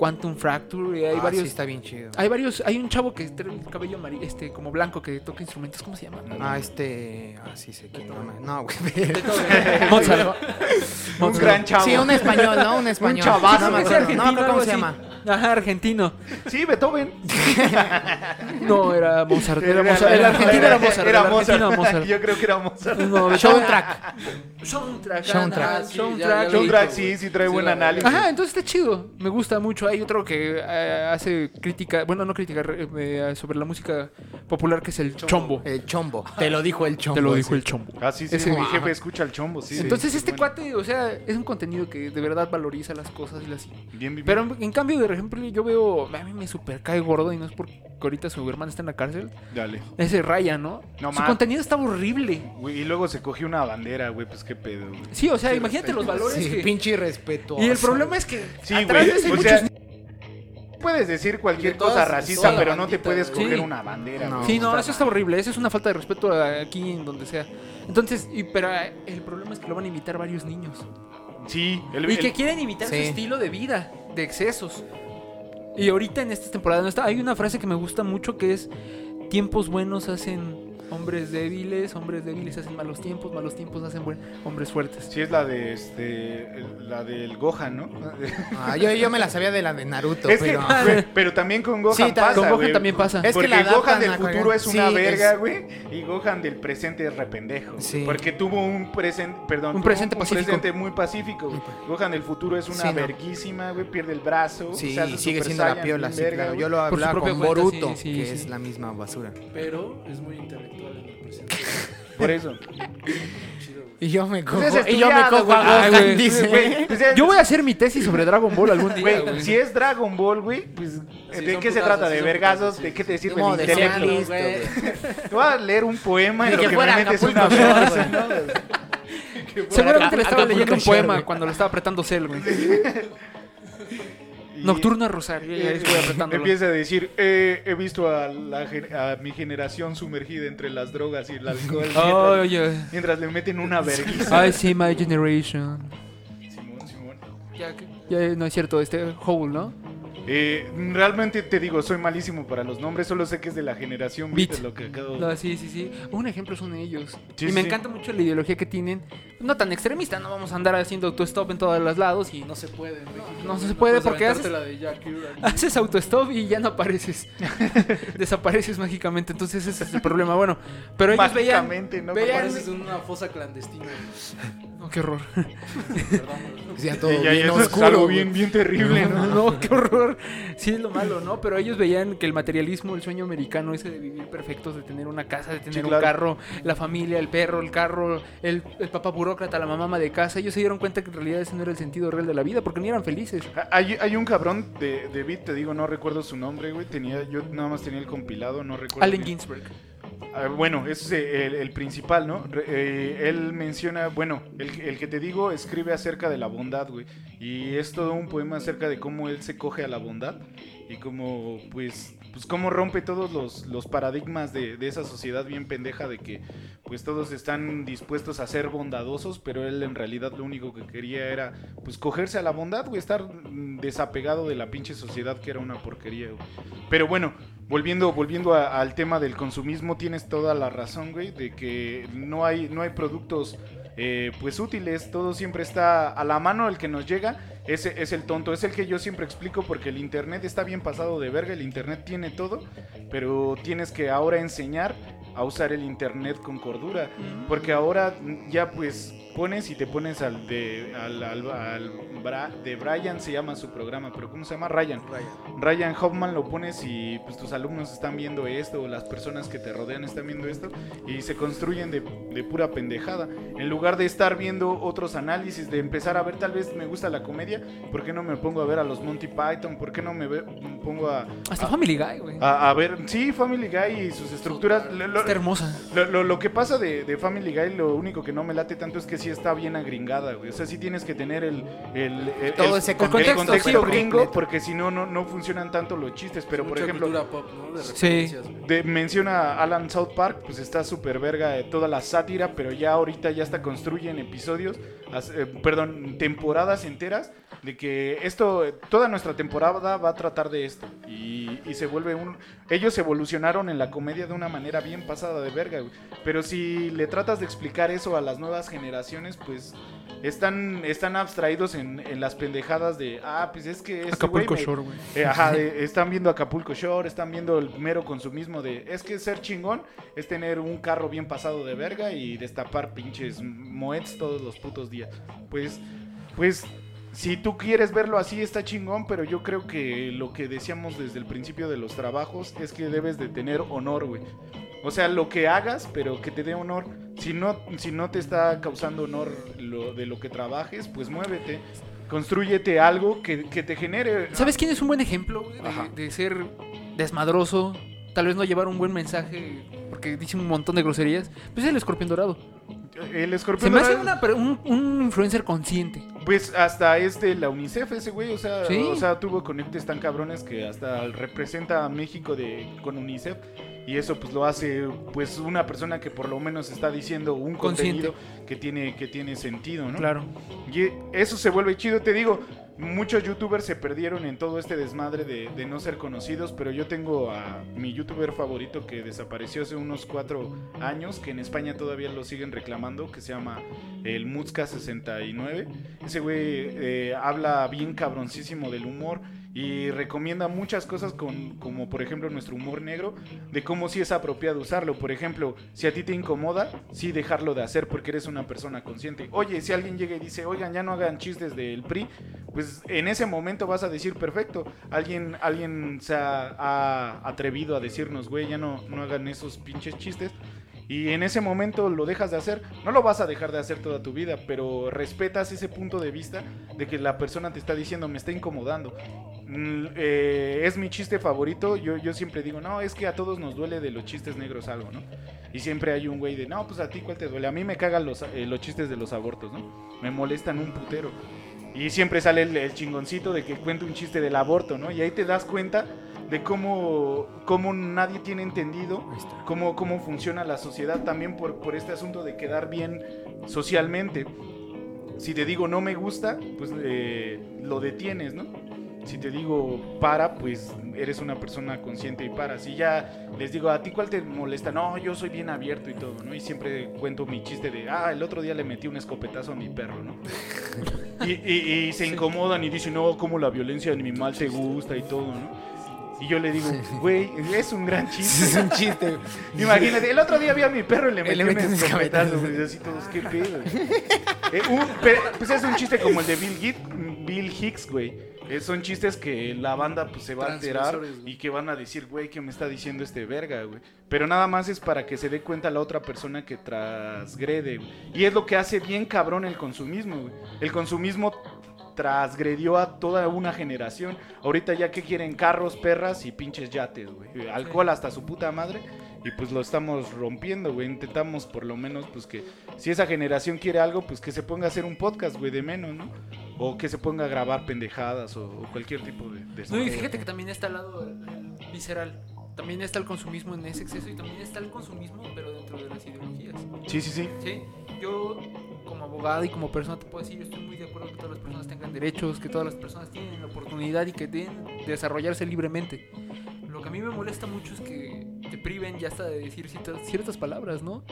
Speaker 2: Quantum Fracture. Y hay
Speaker 4: Ah,
Speaker 2: varios.
Speaker 4: sí, está bien chido.
Speaker 2: Hay varios. Hay un chavo que tiene el cabello amari- este, como blanco que toca instrumentos. ¿Cómo se llama?
Speaker 4: Ah, este. Ah, sí, sé quién. No,
Speaker 3: Beethoven.
Speaker 4: me- no, güey. Eh,
Speaker 2: Mozart.
Speaker 1: Un gran chavo.
Speaker 4: Sí, un español, ¿no? Un español.
Speaker 1: chavazo,
Speaker 4: No me
Speaker 1: güey.
Speaker 2: Es
Speaker 4: acuerdo, no
Speaker 2: argentino,
Speaker 4: me acuerdo
Speaker 2: algo
Speaker 4: cómo se
Speaker 2: así.
Speaker 4: llama.
Speaker 2: Ajá, argentino.
Speaker 1: Sí, Beethoven.
Speaker 2: No, era Mozart. Era Mozart. El argentino era Mozart.
Speaker 1: Era
Speaker 2: el argentino era Mozart.
Speaker 1: Yo creo que era Mozart.
Speaker 2: No, yo-
Speaker 4: Soundtrack.
Speaker 2: Soundtrack. Ah,
Speaker 4: Soundtrack.
Speaker 1: Ah,
Speaker 2: ajá,
Speaker 3: Sí, ya-
Speaker 2: soundtrack.
Speaker 3: ya lo
Speaker 1: John
Speaker 2: y-
Speaker 3: vi.
Speaker 1: Drake sí, sí trae
Speaker 3: Sí,
Speaker 1: buen
Speaker 3: la-
Speaker 1: análisis.
Speaker 2: Ajá, entonces está chido. Me gusta mucho. Hay otro que eh, hace crítica, bueno, no crítica, re- eh, sobre la música popular que es el chombo. Eh,
Speaker 4: El chombo. Te lo dijo el chombo.
Speaker 2: Te lo dijo
Speaker 4: ese.
Speaker 2: el chombo.
Speaker 1: Ah, sí, sí,
Speaker 2: Ese-
Speaker 1: mi
Speaker 2: Ajá.
Speaker 1: jefe escucha el chombo, sí.
Speaker 2: Entonces
Speaker 1: sí,
Speaker 2: este
Speaker 1: bueno.
Speaker 2: cuate, o sea, es un contenido que de verdad valoriza las cosas y las...
Speaker 1: Bien vivido.
Speaker 2: Pero en, en cambio, por ejemplo, yo veo... A mí me super cae gordo y no es porque ahorita su hermana está en la cárcel.
Speaker 1: Dale.
Speaker 2: Ese Raya, ¿no?
Speaker 1: No
Speaker 2: su
Speaker 1: más.
Speaker 2: contenido está horrible.
Speaker 1: Güey, y luego se cogió una bandera, güey, pues qué pedo, güey.
Speaker 2: Sí, o sea, imagínate los valores
Speaker 4: Sí,
Speaker 2: que-
Speaker 4: pinche irrespetuoso.
Speaker 2: Y el problema es que
Speaker 1: Sí,
Speaker 2: atrás
Speaker 1: güey.
Speaker 2: de eso hay
Speaker 1: O
Speaker 2: muchos
Speaker 1: sea, puedes decir cualquier
Speaker 3: De todas-
Speaker 1: cosa
Speaker 3: de
Speaker 1: racista,
Speaker 3: toda la
Speaker 1: pero no te
Speaker 3: bandita,
Speaker 1: puedes
Speaker 2: güey.
Speaker 1: coger
Speaker 2: Sí.
Speaker 1: una bandera,
Speaker 4: No.
Speaker 1: güey.
Speaker 2: Sí, no,
Speaker 4: está
Speaker 2: eso está horrible. Eso es una falta de respeto a- aquí en donde sea. Entonces, y, pero eh, el problema es que lo van a imitar varios niños.
Speaker 1: Sí, el,
Speaker 2: Y que
Speaker 1: el-
Speaker 2: quieren imitar
Speaker 4: Sí.
Speaker 2: su estilo de vida, de excesos. Y ahorita en esta temporada no está. Hay una frase que me gusta mucho que es: Tiempos buenos hacen hombres débiles, hombres débiles hacen malos tiempos, malos tiempos hacen buen- hombres fuertes.
Speaker 1: sí es la de este el- la del Gohan, ¿no?
Speaker 4: Ah, yo, yo me la sabía de la de Naruto,
Speaker 1: es que
Speaker 4: pero.
Speaker 1: güey, pero también con Gohan
Speaker 4: Sí, también
Speaker 1: pasa,
Speaker 2: Con Gohan
Speaker 1: güey.
Speaker 2: también pasa.
Speaker 4: Es que
Speaker 1: porque
Speaker 4: la
Speaker 1: Gohan
Speaker 4: adaptan
Speaker 1: del
Speaker 4: a
Speaker 1: futuro
Speaker 4: cualquier-
Speaker 1: es una
Speaker 4: Sí,
Speaker 1: verga,
Speaker 4: es-
Speaker 1: güey. Y Gohan del presente es rependejo.
Speaker 4: Sí.
Speaker 1: Porque tuvo un presente, perdón,
Speaker 2: Un
Speaker 1: tuvo
Speaker 2: presente pacífico.
Speaker 1: presente muy pacífico. güey. Gohan del futuro es una
Speaker 4: Sí, no.
Speaker 1: verguísima, güey. Pierde el brazo.
Speaker 4: Sí,
Speaker 1: se hace
Speaker 4: sigue
Speaker 1: Super
Speaker 4: siendo la
Speaker 1: Saiyan,
Speaker 4: piola,
Speaker 1: bien
Speaker 4: sí,
Speaker 1: verga,
Speaker 4: claro.
Speaker 1: güey.
Speaker 4: Yo lo
Speaker 2: Por su
Speaker 4: hablaba
Speaker 2: propia
Speaker 4: con
Speaker 2: cuenta,
Speaker 4: Boruto,
Speaker 2: sí, sí,
Speaker 4: que
Speaker 2: sí.
Speaker 4: es la misma basura.
Speaker 3: Pero es muy intelectual en el presente.
Speaker 1: Por eso.
Speaker 3: Chido, güey.
Speaker 4: Y yo me cojo.
Speaker 1: Pues es
Speaker 4: Y yo me
Speaker 1: estudiado, Ah,
Speaker 4: cojo a
Speaker 2: güey. Ay,
Speaker 4: Gohan,
Speaker 2: güey.
Speaker 4: dice.
Speaker 1: Güey, pues, es-
Speaker 2: Yo voy a hacer mi tesis sobre Dragon Ball algún día.
Speaker 1: Güey,
Speaker 2: güey.
Speaker 1: si es Dragon Ball, güey, pues
Speaker 3: Sí,
Speaker 1: ¿de
Speaker 3: son
Speaker 1: qué se
Speaker 3: putazos,
Speaker 1: trata?
Speaker 3: sí,
Speaker 1: ¿De
Speaker 3: son
Speaker 1: vergazos?
Speaker 3: putazos,
Speaker 1: ¿De
Speaker 3: sí,
Speaker 1: qué te sirve
Speaker 4: No,
Speaker 1: el
Speaker 4: de
Speaker 1: intelecto?
Speaker 4: ser listo,
Speaker 3: güey.
Speaker 4: güey.
Speaker 1: Te voy a leer un poema y
Speaker 4: Ni
Speaker 1: lo
Speaker 4: que
Speaker 1: que me
Speaker 4: fuera
Speaker 1: metes es
Speaker 4: Acapulco
Speaker 1: una
Speaker 4: Shore,
Speaker 1: verga,
Speaker 4: güey.
Speaker 1: ¿no? Que fuera-
Speaker 2: Seguramente le
Speaker 4: Acá-
Speaker 2: estaba
Speaker 4: Acapulco
Speaker 2: leyendo un
Speaker 4: Shore,
Speaker 2: poema
Speaker 4: güey.
Speaker 2: cuando lo estaba apretando Cell, güey.
Speaker 1: Y-
Speaker 2: Nocturna Rosario.
Speaker 1: y-
Speaker 2: ya estoy apretándolo.
Speaker 1: Eh, Empieza a decir, eh, he visto a, la gen- a mi generación sumergida entre las drogas y el alcohol.
Speaker 2: Oh,
Speaker 1: mientras,
Speaker 2: yeah.
Speaker 1: mientras le meten una vergüenza.
Speaker 2: I see my generation.
Speaker 1: Simón, Simón.
Speaker 2: Ya, que- ya, no es cierto, este Hole, ¿no?
Speaker 1: Eh, realmente te digo, soy malísimo para los nombres, solo sé que es de la generación
Speaker 2: Beat.
Speaker 1: Beat, es lo que acabo
Speaker 2: No, sí, sí, sí. Un ejemplo son ellos.
Speaker 1: Sí,
Speaker 2: y
Speaker 1: sí,
Speaker 2: me
Speaker 1: sí.
Speaker 2: encanta mucho la ideología que tienen. No tan extremista, no vamos a andar haciendo auto-stop en todos los lados y
Speaker 3: No se puede. en México,
Speaker 2: no se puede
Speaker 3: güey. puedes
Speaker 2: porque
Speaker 3: aventarte
Speaker 2: haces-
Speaker 3: la de Jack Kerouac, güey.
Speaker 2: haces auto-stop y ya no apareces. Desapareces mágicamente, entonces ese es el problema. Bueno, pero ellos veían.
Speaker 1: Mágicamente, ¿no?
Speaker 2: veían-
Speaker 3: Pareces en una fosa clandestina. güey.
Speaker 2: No, Oh, qué horror.
Speaker 3: Perdón. güey.
Speaker 4: Ya todo
Speaker 1: Sí, ya- ya
Speaker 4: bien
Speaker 1: eso es
Speaker 4: oscuro,
Speaker 1: algo
Speaker 4: güey.
Speaker 1: bien, bien terrible, ¿no?
Speaker 2: No, qué horror. Sí, es lo malo, ¿no? Pero ellos veían que el materialismo, el sueño americano, ese de vivir perfectos, de tener una casa, de tener
Speaker 1: Sí,
Speaker 2: un
Speaker 1: claro.
Speaker 2: carro, la familia, el perro, el carro, el, el papá burócrata, la mamá ama de casa, ellos se dieron cuenta que en realidad ese no era el sentido real de la vida, porque ni eran felices.
Speaker 1: Hay, hay un cabrón de, de Beat, te digo, no recuerdo su nombre, güey. Tenía, yo nada más tenía el compilado, no recuerdo.
Speaker 2: Allen
Speaker 1: ni-
Speaker 2: Ginsberg.
Speaker 1: Ah, bueno, ese es eh, el, el principal, ¿no? Re- eh, él menciona, bueno, el, el que te digo escribe acerca de la bondad, güey. Y es todo un poema acerca de cómo él se coge a la bondad y cómo, pues, pues cómo rompe todos los, los paradigmas de, de esa sociedad bien pendeja de que pues todos están dispuestos a ser bondadosos, pero él en realidad lo único que quería era pues cogerse a la bondad, güey, estar mm, desapegado de la pinche sociedad que era una porquería, güey. Pero bueno, volviendo, volviendo a- al tema del consumismo, tienes toda la razón, güey, de que no hay, no hay productos eh, pues útiles, todo siempre está a la mano, el que nos llega ese es el tonto, es el que yo siempre explico porque el internet está bien pasado de verga, el internet tiene todo, pero tienes que ahora enseñar a usar el internet con cordura, porque ahora ya pues pones y te pones al de al, al- al Bra- de Brian se llama su programa, pero ¿cómo se llama? Ryan.
Speaker 3: Ryan.
Speaker 1: Ryan Hoffman lo pones y pues tus alumnos están viendo esto o las personas que te rodean están viendo esto y se construyen de, de pura pendejada. En lugar de estar viendo otros análisis, de empezar a ver tal vez me gusta la comedia, ¿por qué no me pongo a ver a los Monty Python? ¿Por qué no me ve- pongo a,
Speaker 5: Ah.
Speaker 2: Hasta Family Guy, güey.
Speaker 1: a- a ver, sí, Family Guy y sus estructuras? Lo- Ah, lo-
Speaker 2: Está hermosa.
Speaker 1: lo, lo- lo que pasa de, de Family Guy, lo único que no me late tanto es que sí está bien agringada, güey. O sea, sí tienes que tener el, el, el-
Speaker 4: Todo
Speaker 1: el-
Speaker 4: ese
Speaker 1: el
Speaker 4: contexto,
Speaker 1: contexto
Speaker 4: sí,
Speaker 1: gringo,
Speaker 4: completo.
Speaker 1: porque si no, no, no funcionan tanto los chistes. Pero, por
Speaker 3: Mucha
Speaker 1: ejemplo,
Speaker 3: cultura pop, ¿no? De
Speaker 2: Sí.
Speaker 3: referencias, güey.
Speaker 1: de- menciona Alan South Park, pues está súper verga de toda la sátira, pero ya ahorita ya hasta construyen episodios, as- eh, perdón, temporadas enteras de que esto, eh, toda nuestra temporada va a tratar de esto. Y, y se vuelve un... Ellos evolucionaron en la comedia de una manera bien pasada de verga, güey. Pero si le tratas de explicar eso a las nuevas generaciones, pues... Están, están abstraídos en, en las pendejadas de, ah, pues es que... Este güey
Speaker 5: Acapulco
Speaker 1: me-
Speaker 5: Shore, güey.
Speaker 1: eh, ajá, de- están viendo Acapulco Shore, están viendo el mero consumismo de... Es que ser chingón es tener un carro bien pasado de verga y destapar pinches moets todos los putos días. Pues, pues, si tú quieres verlo así está chingón, pero yo creo que lo que decíamos desde el principio de los trabajos es que debes de tener honor, güey. O sea, lo que hagas, pero que te dé honor. Si no, si no te está causando honor lo, de lo que trabajes, pues muévete. Construyete algo que, que te genere.
Speaker 2: ¿Sabes quién es un buen ejemplo güey, de-
Speaker 1: Ajá.
Speaker 2: de, ser desmadroso? Tal vez no llevar un buen mensaje porque dice un montón de groserías. Pues es el escorpión dorado.
Speaker 1: El escorpión
Speaker 2: Se me hace
Speaker 1: dorado,
Speaker 2: una per- un, un influencer consciente.
Speaker 1: Pues hasta es de la UNICEF ese güey, o sea,
Speaker 2: Sí.
Speaker 1: o sea, tuvo conectes tan cabrones que hasta representa a México de, con UNICEF y eso pues lo hace pues una persona que por lo menos está diciendo un
Speaker 2: Consciente.
Speaker 1: contenido que tiene, que tiene sentido, ¿no?
Speaker 2: Claro.
Speaker 1: Y eso se vuelve chido, te digo. Muchos youtubers se perdieron en todo este desmadre de, de no ser conocidos, pero yo tengo a mi youtuber favorito que desapareció hace unos cuatro años, que en España todavía lo siguen reclamando, que se llama el Mutzka69. Ese güey eh, habla bien cabroncísimo del humor y recomienda muchas cosas con, como por ejemplo nuestro humor negro, de cómo sí es apropiado usarlo. Por ejemplo, si a ti te incomoda, sí dejarlo de hacer porque eres una persona consciente. Oye, si alguien llega y dice, oigan, ya no hagan chistes del PRI, pues en ese momento vas a decir, perfecto, alguien, alguien se ha, ha atrevido a decirnos, güey, ya no, no hagan esos pinches chistes. Y en ese momento lo dejas de hacer. No lo vas a dejar de hacer toda tu vida, pero respetas ese punto de vista de que la persona te está diciendo, me está incomodando. Mm, eh, es mi chiste favorito. Yo, yo siempre digo, no, es que a todos nos duele de los chistes negros algo, ¿no? Y siempre hay un güey de, no, pues a ti cuál te duele. A mí me cagan los, eh, los chistes de los abortos, ¿no? Me molestan un putero. Y siempre sale el, el chingoncito de que cuenta un chiste del aborto, ¿no? Y ahí te das cuenta de cómo, cómo nadie tiene entendido cómo, cómo funciona la sociedad también por, por este asunto de quedar bien socialmente. Si te digo no me gusta, pues eh, lo detienes, ¿no? Si te digo para, pues eres una persona consciente y para. Si ya les digo a ti cuál te molesta, no, yo soy bien abierto y todo, ¿no? Y siempre cuento mi chiste de, ah, el otro día le metí un escopetazo a mi perro, ¿no? y, y- y se incomodan y dicen, no, como la violencia animal te gusta y todo, ¿no? Y yo le digo, güey, es un gran chiste.
Speaker 4: Es un chiste.
Speaker 1: Imagínate, el otro día vi a mi perro y le metí,
Speaker 4: Le metí
Speaker 1: un
Speaker 4: unos
Speaker 1: escopetazo,
Speaker 4: cabetazos.
Speaker 1: güey, así todos, qué pedo. Eh, un- pero, pues es un chiste como el de Bill, Git- Bill Hicks, güey. Eh, son chistes que la banda pues, se va a alterar
Speaker 3: Transgresores, güey.
Speaker 1: y que van a decir, güey, ¿qué me está diciendo este verga, güey? Pero nada más es para que se dé cuenta la otra persona que transgrede, güey. Y es lo que hace bien cabrón el consumismo, güey. El consumismo transgredió a toda una generación. Ahorita ya que quieren carros, perras y pinches yates, güey. Alcohol hasta su puta madre. Y pues lo estamos rompiendo, güey. Intentamos por lo menos, pues que si esa generación quiere algo, pues que se ponga a hacer un podcast, güey, de menos, ¿no? o que se ponga a grabar pendejadas o, o cualquier tipo de... de
Speaker 2: No, y fíjate que también está al lado eh, visceral. También está el consumismo en ese exceso y también está el consumismo, pero dentro de las ideologías.
Speaker 1: Sí, sí, sí.
Speaker 2: ¿sí? Yo, como abogada y como persona, te puedo decir, yo estoy muy de acuerdo que todas las personas tengan derechos, que todas las personas tienen la oportunidad y que deben desarrollarse libremente. Lo que a mí me molesta mucho es que te priven ya hasta de decir ciertas, ciertas palabras, ¿no?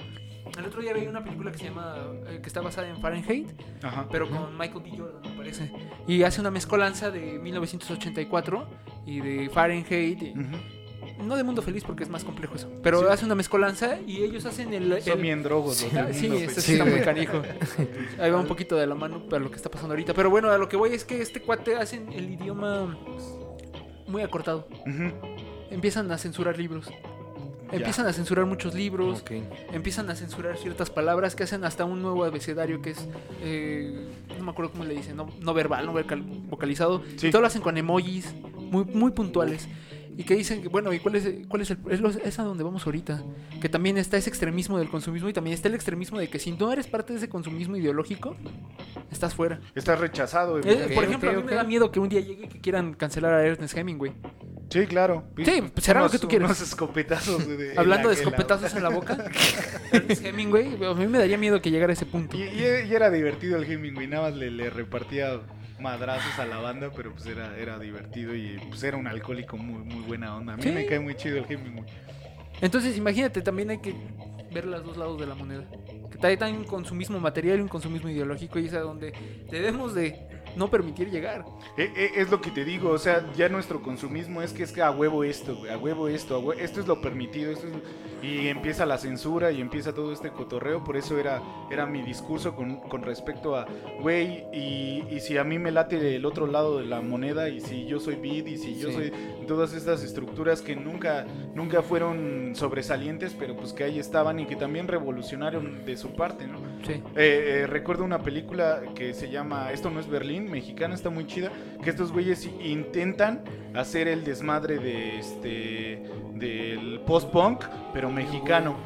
Speaker 2: El otro día veía una película que se llama, eh, que está basada en Fahrenheit,
Speaker 1: Ajá.
Speaker 2: pero con Michael B. Jordan, me parece. Y hace una mezcolanza de 1984 y de Fahrenheit. y-
Speaker 1: Ujú.
Speaker 2: no de Mundo Feliz porque es más complejo eso. Pero
Speaker 1: Mm. Sí.
Speaker 2: hace una mezcolanza y ellos hacen el.
Speaker 1: Son
Speaker 2: el-
Speaker 1: bien drogos los del
Speaker 2: Ah, sí,
Speaker 1: mundo,
Speaker 2: esto
Speaker 1: pues.
Speaker 2: sí está
Speaker 4: Sí,
Speaker 2: muy
Speaker 4: güey.
Speaker 2: canijo. Ahí va un poquito de la mano para lo que está pasando ahorita. Pero bueno, a lo que voy es que este cuate hacen el idioma muy acortado.
Speaker 1: Ujú.
Speaker 2: Empiezan a censurar libros.
Speaker 1: Ya.
Speaker 2: Empiezan a censurar muchos libros.
Speaker 4: Ok.
Speaker 2: Empiezan a censurar ciertas palabras que hacen hasta un nuevo abecedario que es. eh, no me acuerdo cómo le dicen. No, no verbal, no vocal- vocalizado.
Speaker 1: Sí.
Speaker 2: Y todo lo hacen con emojis muy, muy puntuales. Y que dicen, que, bueno, ¿y cuál es, cuál es el...? Es, los- es a donde vamos ahorita. Que también está ese extremismo del consumismo y también está el extremismo de que si no eres parte de ese consumismo ideológico, estás fuera.
Speaker 1: Estás rechazado.
Speaker 2: Eh,
Speaker 1: evidentemente.
Speaker 2: por ejemplo,
Speaker 4: ok,
Speaker 2: a mí
Speaker 4: ok.
Speaker 2: me da miedo que un día llegue y que quieran cancelar a Ernest Hemingway.
Speaker 1: Sí, claro.
Speaker 2: Sí, pues, será lo
Speaker 1: Unos-
Speaker 2: que tú quieras.
Speaker 1: Unos escopetazos. güey, en
Speaker 2: Hablando de
Speaker 1: Eh, la- en la-
Speaker 2: escopetazos en la boca, Ernest Hemingway, a mí me daría miedo que llegara a ese punto.
Speaker 1: Y, y- y era divertido el Hemingway, nada más le, le repartía madrazos a la banda, pero pues era, era divertido y pues era un alcohólico muy, muy buena onda. A mí
Speaker 2: Sí.
Speaker 1: me cae muy chido el Hemingway.
Speaker 2: Entonces, imagínate, también hay que ver los dos lados de la moneda. Que trae también un consumismo material y un consumismo ideológico y es a donde debemos de no permitir llegar.
Speaker 1: Eh, eh, es lo que te digo, o sea, ya nuestro consumismo es que es que a huevo esto, güey, a huevo esto, a hue- esto es lo permitido, esto es lo- y empieza la censura y empieza todo este cotorreo, por eso era, era mi discurso con, con respecto a, güey, y, y si a mí me late el otro lado de la moneda, y si yo soy bid, y si yo
Speaker 4: Sí.
Speaker 1: soy todas estas estructuras que nunca, nunca fueron sobresalientes, pero pues que ahí estaban y que también revolucionaron de su parte, ¿no?
Speaker 2: Sí.
Speaker 1: Eh, eh, recuerdo una película que se llama Esto no es Berlín, mexicana, está muy chida. Que estos güeyes intentan hacer el desmadre de este del post-punk, pero mexicano.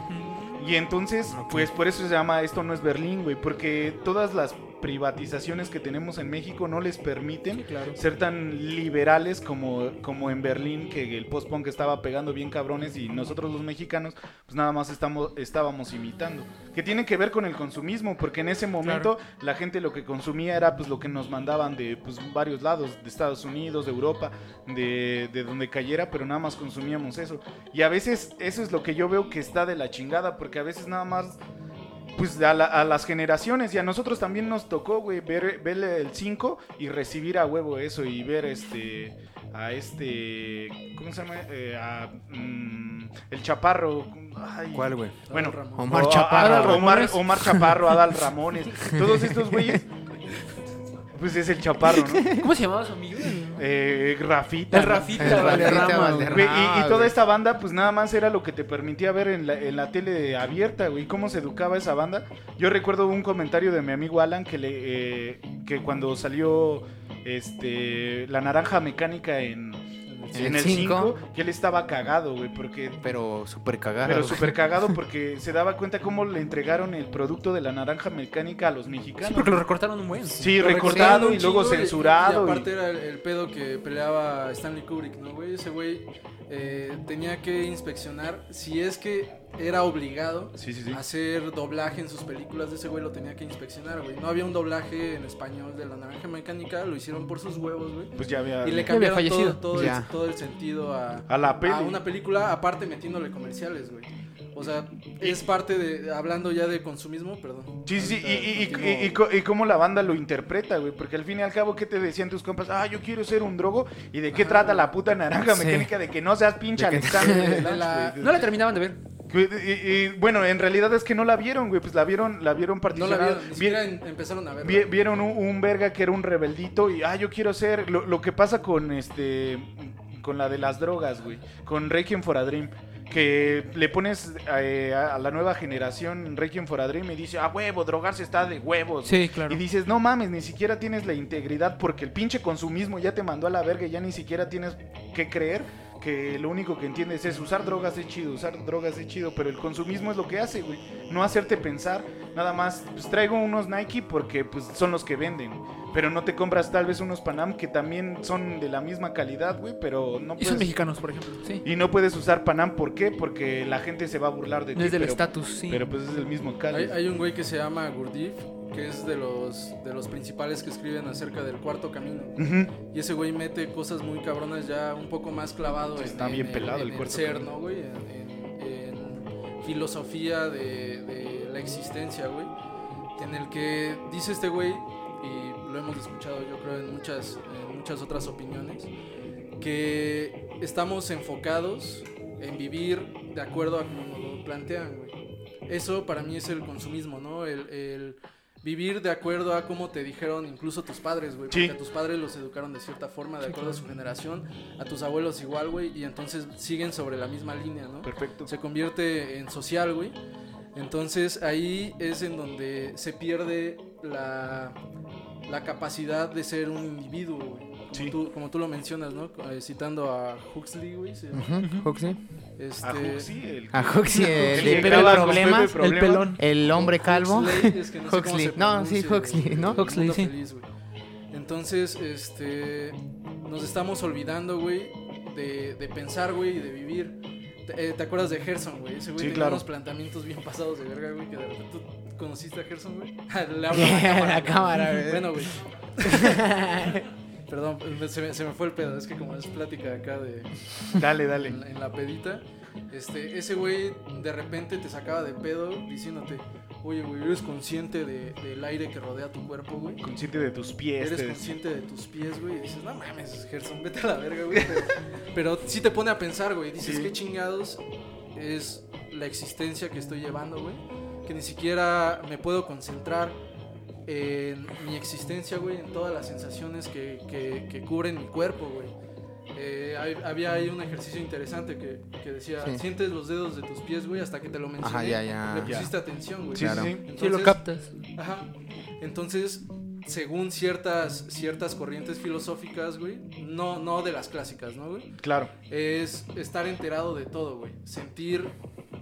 Speaker 1: Y entonces, pues por eso se llama Esto no es Berlín, güey, porque todas las privatizaciones que tenemos en México no les permiten
Speaker 2: claro.
Speaker 1: ser tan liberales como, como en Berlín, que el post-punk estaba pegando bien cabrones y nosotros los mexicanos, pues nada más estamos, estábamos imitando. Que tiene que ver con el consumismo, porque en ese momento la gente lo que consumía era pues lo que nos mandaban de pues, varios lados, de Estados Unidos, de Europa, de, de donde cayera, pero nada más consumíamos eso. Y a veces eso es lo que yo veo que está de la chingada, porque a veces nada más pues a, la- a las generaciones y a nosotros también nos tocó, güey, ver, ver el 5 y recibir a huevo eso y ver este a este ¿cómo se llama? Eh, a, mm, el chaparro. Ay.
Speaker 4: ¿Cuál, güey?
Speaker 1: Bueno,
Speaker 4: Omar
Speaker 1: o-
Speaker 4: Chaparro.
Speaker 1: Adal Omar, Omar Chaparro, Adal Ramones, todos estos güeyes. Pues es el chaparro, ¿no?
Speaker 2: ¿Cómo se llamaba su amigo?
Speaker 1: Eh, Rafita.
Speaker 2: El
Speaker 1: ¿no?
Speaker 2: Rafita
Speaker 4: El
Speaker 2: Valderrama,
Speaker 4: Rafita
Speaker 2: güey.
Speaker 4: Valderrama.
Speaker 1: Güey, y, y toda
Speaker 4: güey.
Speaker 1: esta banda, pues nada más era lo que te permitía ver en la, en la tele abierta, güey. Cómo se educaba esa banda. Yo recuerdo un comentario de mi amigo Alan que le eh, que cuando salió este la naranja mecánica en,
Speaker 4: En
Speaker 1: en
Speaker 4: el
Speaker 1: el
Speaker 4: cinco.
Speaker 1: 5, que él estaba cagado, güey, porque
Speaker 4: Pero súper cagado.
Speaker 1: pero súper cagado porque se daba cuenta cómo le entregaron el producto de la naranja mecánica a los mexicanos.
Speaker 2: Sí, porque lo recortaron un buen.
Speaker 1: Sí,
Speaker 3: Lo
Speaker 1: recortado
Speaker 3: recortaron
Speaker 1: y
Speaker 3: un
Speaker 1: luego
Speaker 3: chingo,
Speaker 1: censurado.
Speaker 3: Y
Speaker 1: y-
Speaker 3: aparte era el, el pedo que peleaba Stanley Kubrick, ¿no, güey? Ese güey eh, tenía que inspeccionar si es que era obligado
Speaker 1: Sí, sí, sí.
Speaker 3: hacer doblaje en sus películas. De ese güey lo tenía que inspeccionar, güey. No había un doblaje en español de La Naranja Mecánica, lo hicieron por sus huevos, güey.
Speaker 1: Pues ya había.
Speaker 3: Y le
Speaker 2: Ya había
Speaker 3: cambiaron
Speaker 2: fallecido.
Speaker 3: todo, todo el,
Speaker 4: Ya.
Speaker 3: todo el sentido a,
Speaker 1: A la peli.
Speaker 3: a una película, aparte metiéndole comerciales, güey. O sea, es parte de. Hablando ya de consumismo, perdón.
Speaker 1: Sí, sí, sí,
Speaker 3: Ahorita
Speaker 1: y, y,
Speaker 3: continúo.
Speaker 1: y, y co- y cómo la banda lo interpreta, güey, porque al fin y al cabo, ¿qué te decían tus compas? Ah, yo quiero ser un drogo, ¿y de qué
Speaker 3: Ah.
Speaker 1: trata la puta naranja
Speaker 4: Sí.
Speaker 1: mecánica? De que no seas pinche Alexander. de Lanz,
Speaker 3: la-
Speaker 1: güey.
Speaker 2: No la terminaban de ver.
Speaker 1: Güey, y- y, bueno, en realidad es que no la vieron, güey, pues la vieron, la vieron
Speaker 3: No la
Speaker 1: particionada.
Speaker 3: vieron, ni
Speaker 1: Vi-
Speaker 3: siquiera em- empezaron a ver.
Speaker 1: vi- vieron un, un verga que era un rebeldito y, ah, yo quiero ser, lo, lo que pasa con este, con la de las drogas, güey, con Requiem for a Dream. Que le pones eh, a, a la nueva generación Requiem for a Dream y dice, ah, huevo, drogarse está de huevos.
Speaker 2: Sí, claro.
Speaker 1: Y dices, no mames, ni siquiera tienes la integridad porque el pinche consumismo ya te mandó a la verga y ya ni siquiera tienes que creer que lo único que entiendes es usar drogas es chido, usar drogas es chido, pero el consumismo es lo que hace, güey. No hacerte pensar, nada más, pues traigo unos Nike porque pues son los que venden, pero no te compras tal vez unos Panam que también son de la misma calidad, güey, pero no
Speaker 5: Y son
Speaker 1: puedes...
Speaker 5: mexicanos, por ejemplo. Sí.
Speaker 1: Y no puedes usar Panam, ¿por qué? Porque la gente se va a burlar de ti.
Speaker 5: No es del
Speaker 1: pero-
Speaker 5: estatus, sí.
Speaker 1: Pero pues es el mismo
Speaker 3: Hay,
Speaker 1: cáliz.
Speaker 3: hay un güey que se llama Gurdjieff, que es de los, de los principales que escriben acerca del cuarto camino.
Speaker 1: Ujú.
Speaker 3: Y ese güey mete cosas muy cabronas ya un poco más clavado
Speaker 1: Está bien pelado el
Speaker 3: en
Speaker 1: cuarto
Speaker 3: ser,
Speaker 1: camino.
Speaker 3: ¿no, güey? En, en- en filosofía de, de la existencia, güey. En el que dice este güey, y lo hemos escuchado yo creo en muchas, en muchas otras opiniones, que estamos enfocados en vivir de acuerdo a como nos lo plantean, güey. Eso para mí es el consumismo, ¿no? El, el vivir de acuerdo a cómo te dijeron incluso tus padres, güey.
Speaker 1: Sí.
Speaker 3: Porque a tus padres los educaron de cierta forma, de acuerdo a su generación. A tus abuelos igual, güey. Y entonces siguen sobre la misma línea, ¿no?
Speaker 1: Perfecto.
Speaker 3: Se convierte en social, güey. Entonces ahí es en donde se pierde la, la capacidad de ser un individuo, güey. Como,
Speaker 1: Sí.
Speaker 3: tú, como tú lo mencionas, ¿no? Eh, citando a Huxley, güey. se llama.
Speaker 4: Ujú, Huxley.
Speaker 3: Este,
Speaker 1: A Huxley, el
Speaker 4: A Huxley, el
Speaker 1: que
Speaker 4: de Pepe
Speaker 1: llegaba con
Speaker 4: Problemas,
Speaker 1: Pepe
Speaker 5: El pelón.
Speaker 4: el hombre calvo.
Speaker 3: Huxley, es que no sé cómo se
Speaker 4: Huxley. No, sí,
Speaker 3: pronuncia, güey.
Speaker 4: Huxley, ¿no?
Speaker 3: El
Speaker 5: Huxley,
Speaker 3: mundo
Speaker 5: sí.
Speaker 3: feliz, güey. Entonces, este, nos estamos olvidando, güey, de, de pensar, güey, y de vivir. ¿Te, eh, ¿te acuerdas de Gerson, güey? Ese güey
Speaker 1: Sí,
Speaker 3: tenía
Speaker 1: claro.
Speaker 3: unos planteamientos bien pasados de verga, güey, que de repente tú conociste a Gerson, güey. Le hablo a
Speaker 4: La
Speaker 3: güey.
Speaker 4: cámara, güey.
Speaker 3: Bueno, güey. Perdón, se me, se me fue el pedo. Es que como es plática acá de,
Speaker 1: Dale, dale.
Speaker 3: en, la- en la pedita. Este, ese güey de repente te sacaba de pedo diciéndote, oye, güey, eres consciente de- del aire que rodea tu cuerpo, güey.
Speaker 1: Consciente de tus pies.
Speaker 3: Eres
Speaker 1: te-
Speaker 3: consciente de tus pies, güey. Y dices, no mames, Gerson, vete a la verga, güey. Pero, pero sí te pone a pensar, güey. Dices,
Speaker 1: Sí.
Speaker 3: qué chingados es la existencia que estoy llevando, güey. Que ni siquiera me puedo concentrar en mi existencia, güey. En todas las sensaciones que, que- que cubren mi cuerpo, güey. Eh, hay- había ahí un ejercicio interesante que, que decía,
Speaker 4: Sí.
Speaker 3: sientes los dedos de tus pies, güey, hasta que te lo mencioné.
Speaker 4: Ajá, ya, ya.
Speaker 3: Le pusiste atención, güey.
Speaker 1: Sí,
Speaker 4: Claro.
Speaker 1: sí, sí.
Speaker 5: Sí, lo
Speaker 3: Entonces,
Speaker 5: captas.
Speaker 3: Ajá. Entonces, según ciertas, ciertas corrientes filosóficas, güey, no, no de las clásicas, ¿no, güey?
Speaker 1: Claro.
Speaker 3: Es estar enterado de todo, güey. Sentir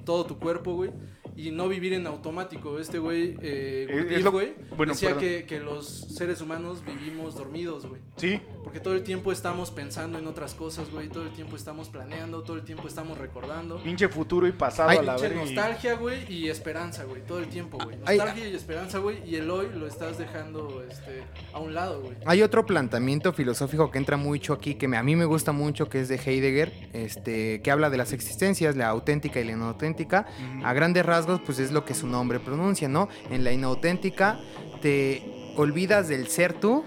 Speaker 3: todo tu cuerpo, güey. Y no vivir en automático. Este güey, eh,
Speaker 1: Es- es
Speaker 3: Gurdjieff,
Speaker 1: lo-
Speaker 3: güey,
Speaker 1: bueno,
Speaker 3: decía
Speaker 1: perdón.
Speaker 3: que, que los seres humanos vivimos dormidos, güey.
Speaker 1: Sí,
Speaker 3: Porque todo el tiempo estamos pensando en otras cosas, güey. Todo el tiempo estamos planeando, todo el tiempo estamos recordando.
Speaker 1: pinche futuro y pasado
Speaker 4: Ay,
Speaker 1: a la
Speaker 3: Pinche
Speaker 1: verga. y-
Speaker 3: nostalgia, güey, y esperanza, güey, todo el tiempo, güey.
Speaker 4: Ay,
Speaker 3: Nostalgia y esperanza, güey, y el hoy lo estás dejando este, a un lado, güey.
Speaker 4: Hay otro planteamiento filosófico que entra mucho aquí, que me- a mí me gusta mucho, que es de Heidegger, este, que habla de las existencias, la auténtica y la inauténtica.
Speaker 1: Ujú.
Speaker 4: A grandes rasgos, pues es lo que su nombre pronuncia, ¿no? En la inauténtica te olvidas del ser tú.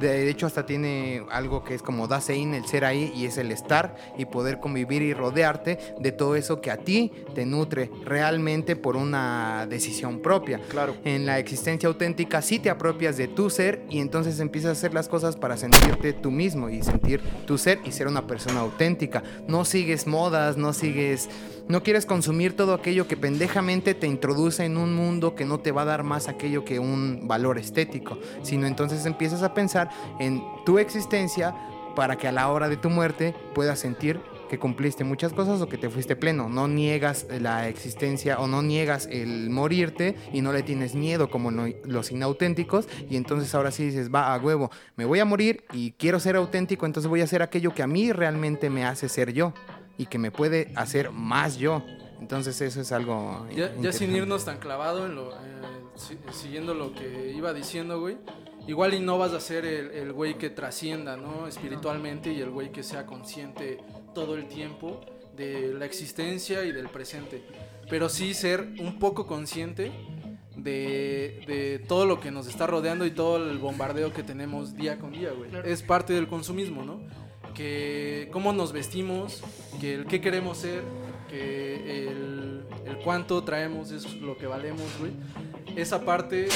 Speaker 4: De hecho, hasta tiene algo que es como Dasein, el ser ahí, y es el estar y poder convivir y rodearte de todo eso que a ti te nutre realmente por una decisión propia
Speaker 1: Claro.
Speaker 4: en la existencia auténtica si te apropias de tu ser y entonces empiezas a hacer las cosas para sentirte tú mismo y sentir tu ser y ser una persona auténtica. No sigues modas, no sigues... No quieres consumir todo aquello que pendejamente te introduce en un mundo que no te va a dar más aquello que un valor estético, sino entonces empiezas a pensar en tu existencia para que a la hora de tu muerte puedas sentir que cumpliste muchas cosas o que te fuiste pleno. No niegas eh, la existencia o no niegas el morirte y no le tienes miedo como no- los inauténticos y entonces ahora sí dices, va a huevo, me voy a morir y quiero ser auténtico, entonces voy a hacer aquello que a mí realmente me hace ser yo y que me puede hacer más yo. Entonces eso es algo...
Speaker 3: Ya, ya sin
Speaker 4: interesante.
Speaker 3: irnos tan clavado en lo, eh, si- siguiendo lo que iba diciendo, güey. Igual y no vas a ser el, el güey que trascienda, ¿no? Espiritualmente y el güey que sea consciente todo el tiempo de la existencia y del presente. Pero sí ser un poco consciente de, de todo lo que nos está rodeando y todo el bombardeo que tenemos día con día, güey. Es parte del consumismo, ¿no? que cómo nos vestimos, que el qué queremos ser, que el, el cuánto traemos es lo que valemos, güey. Esa parte,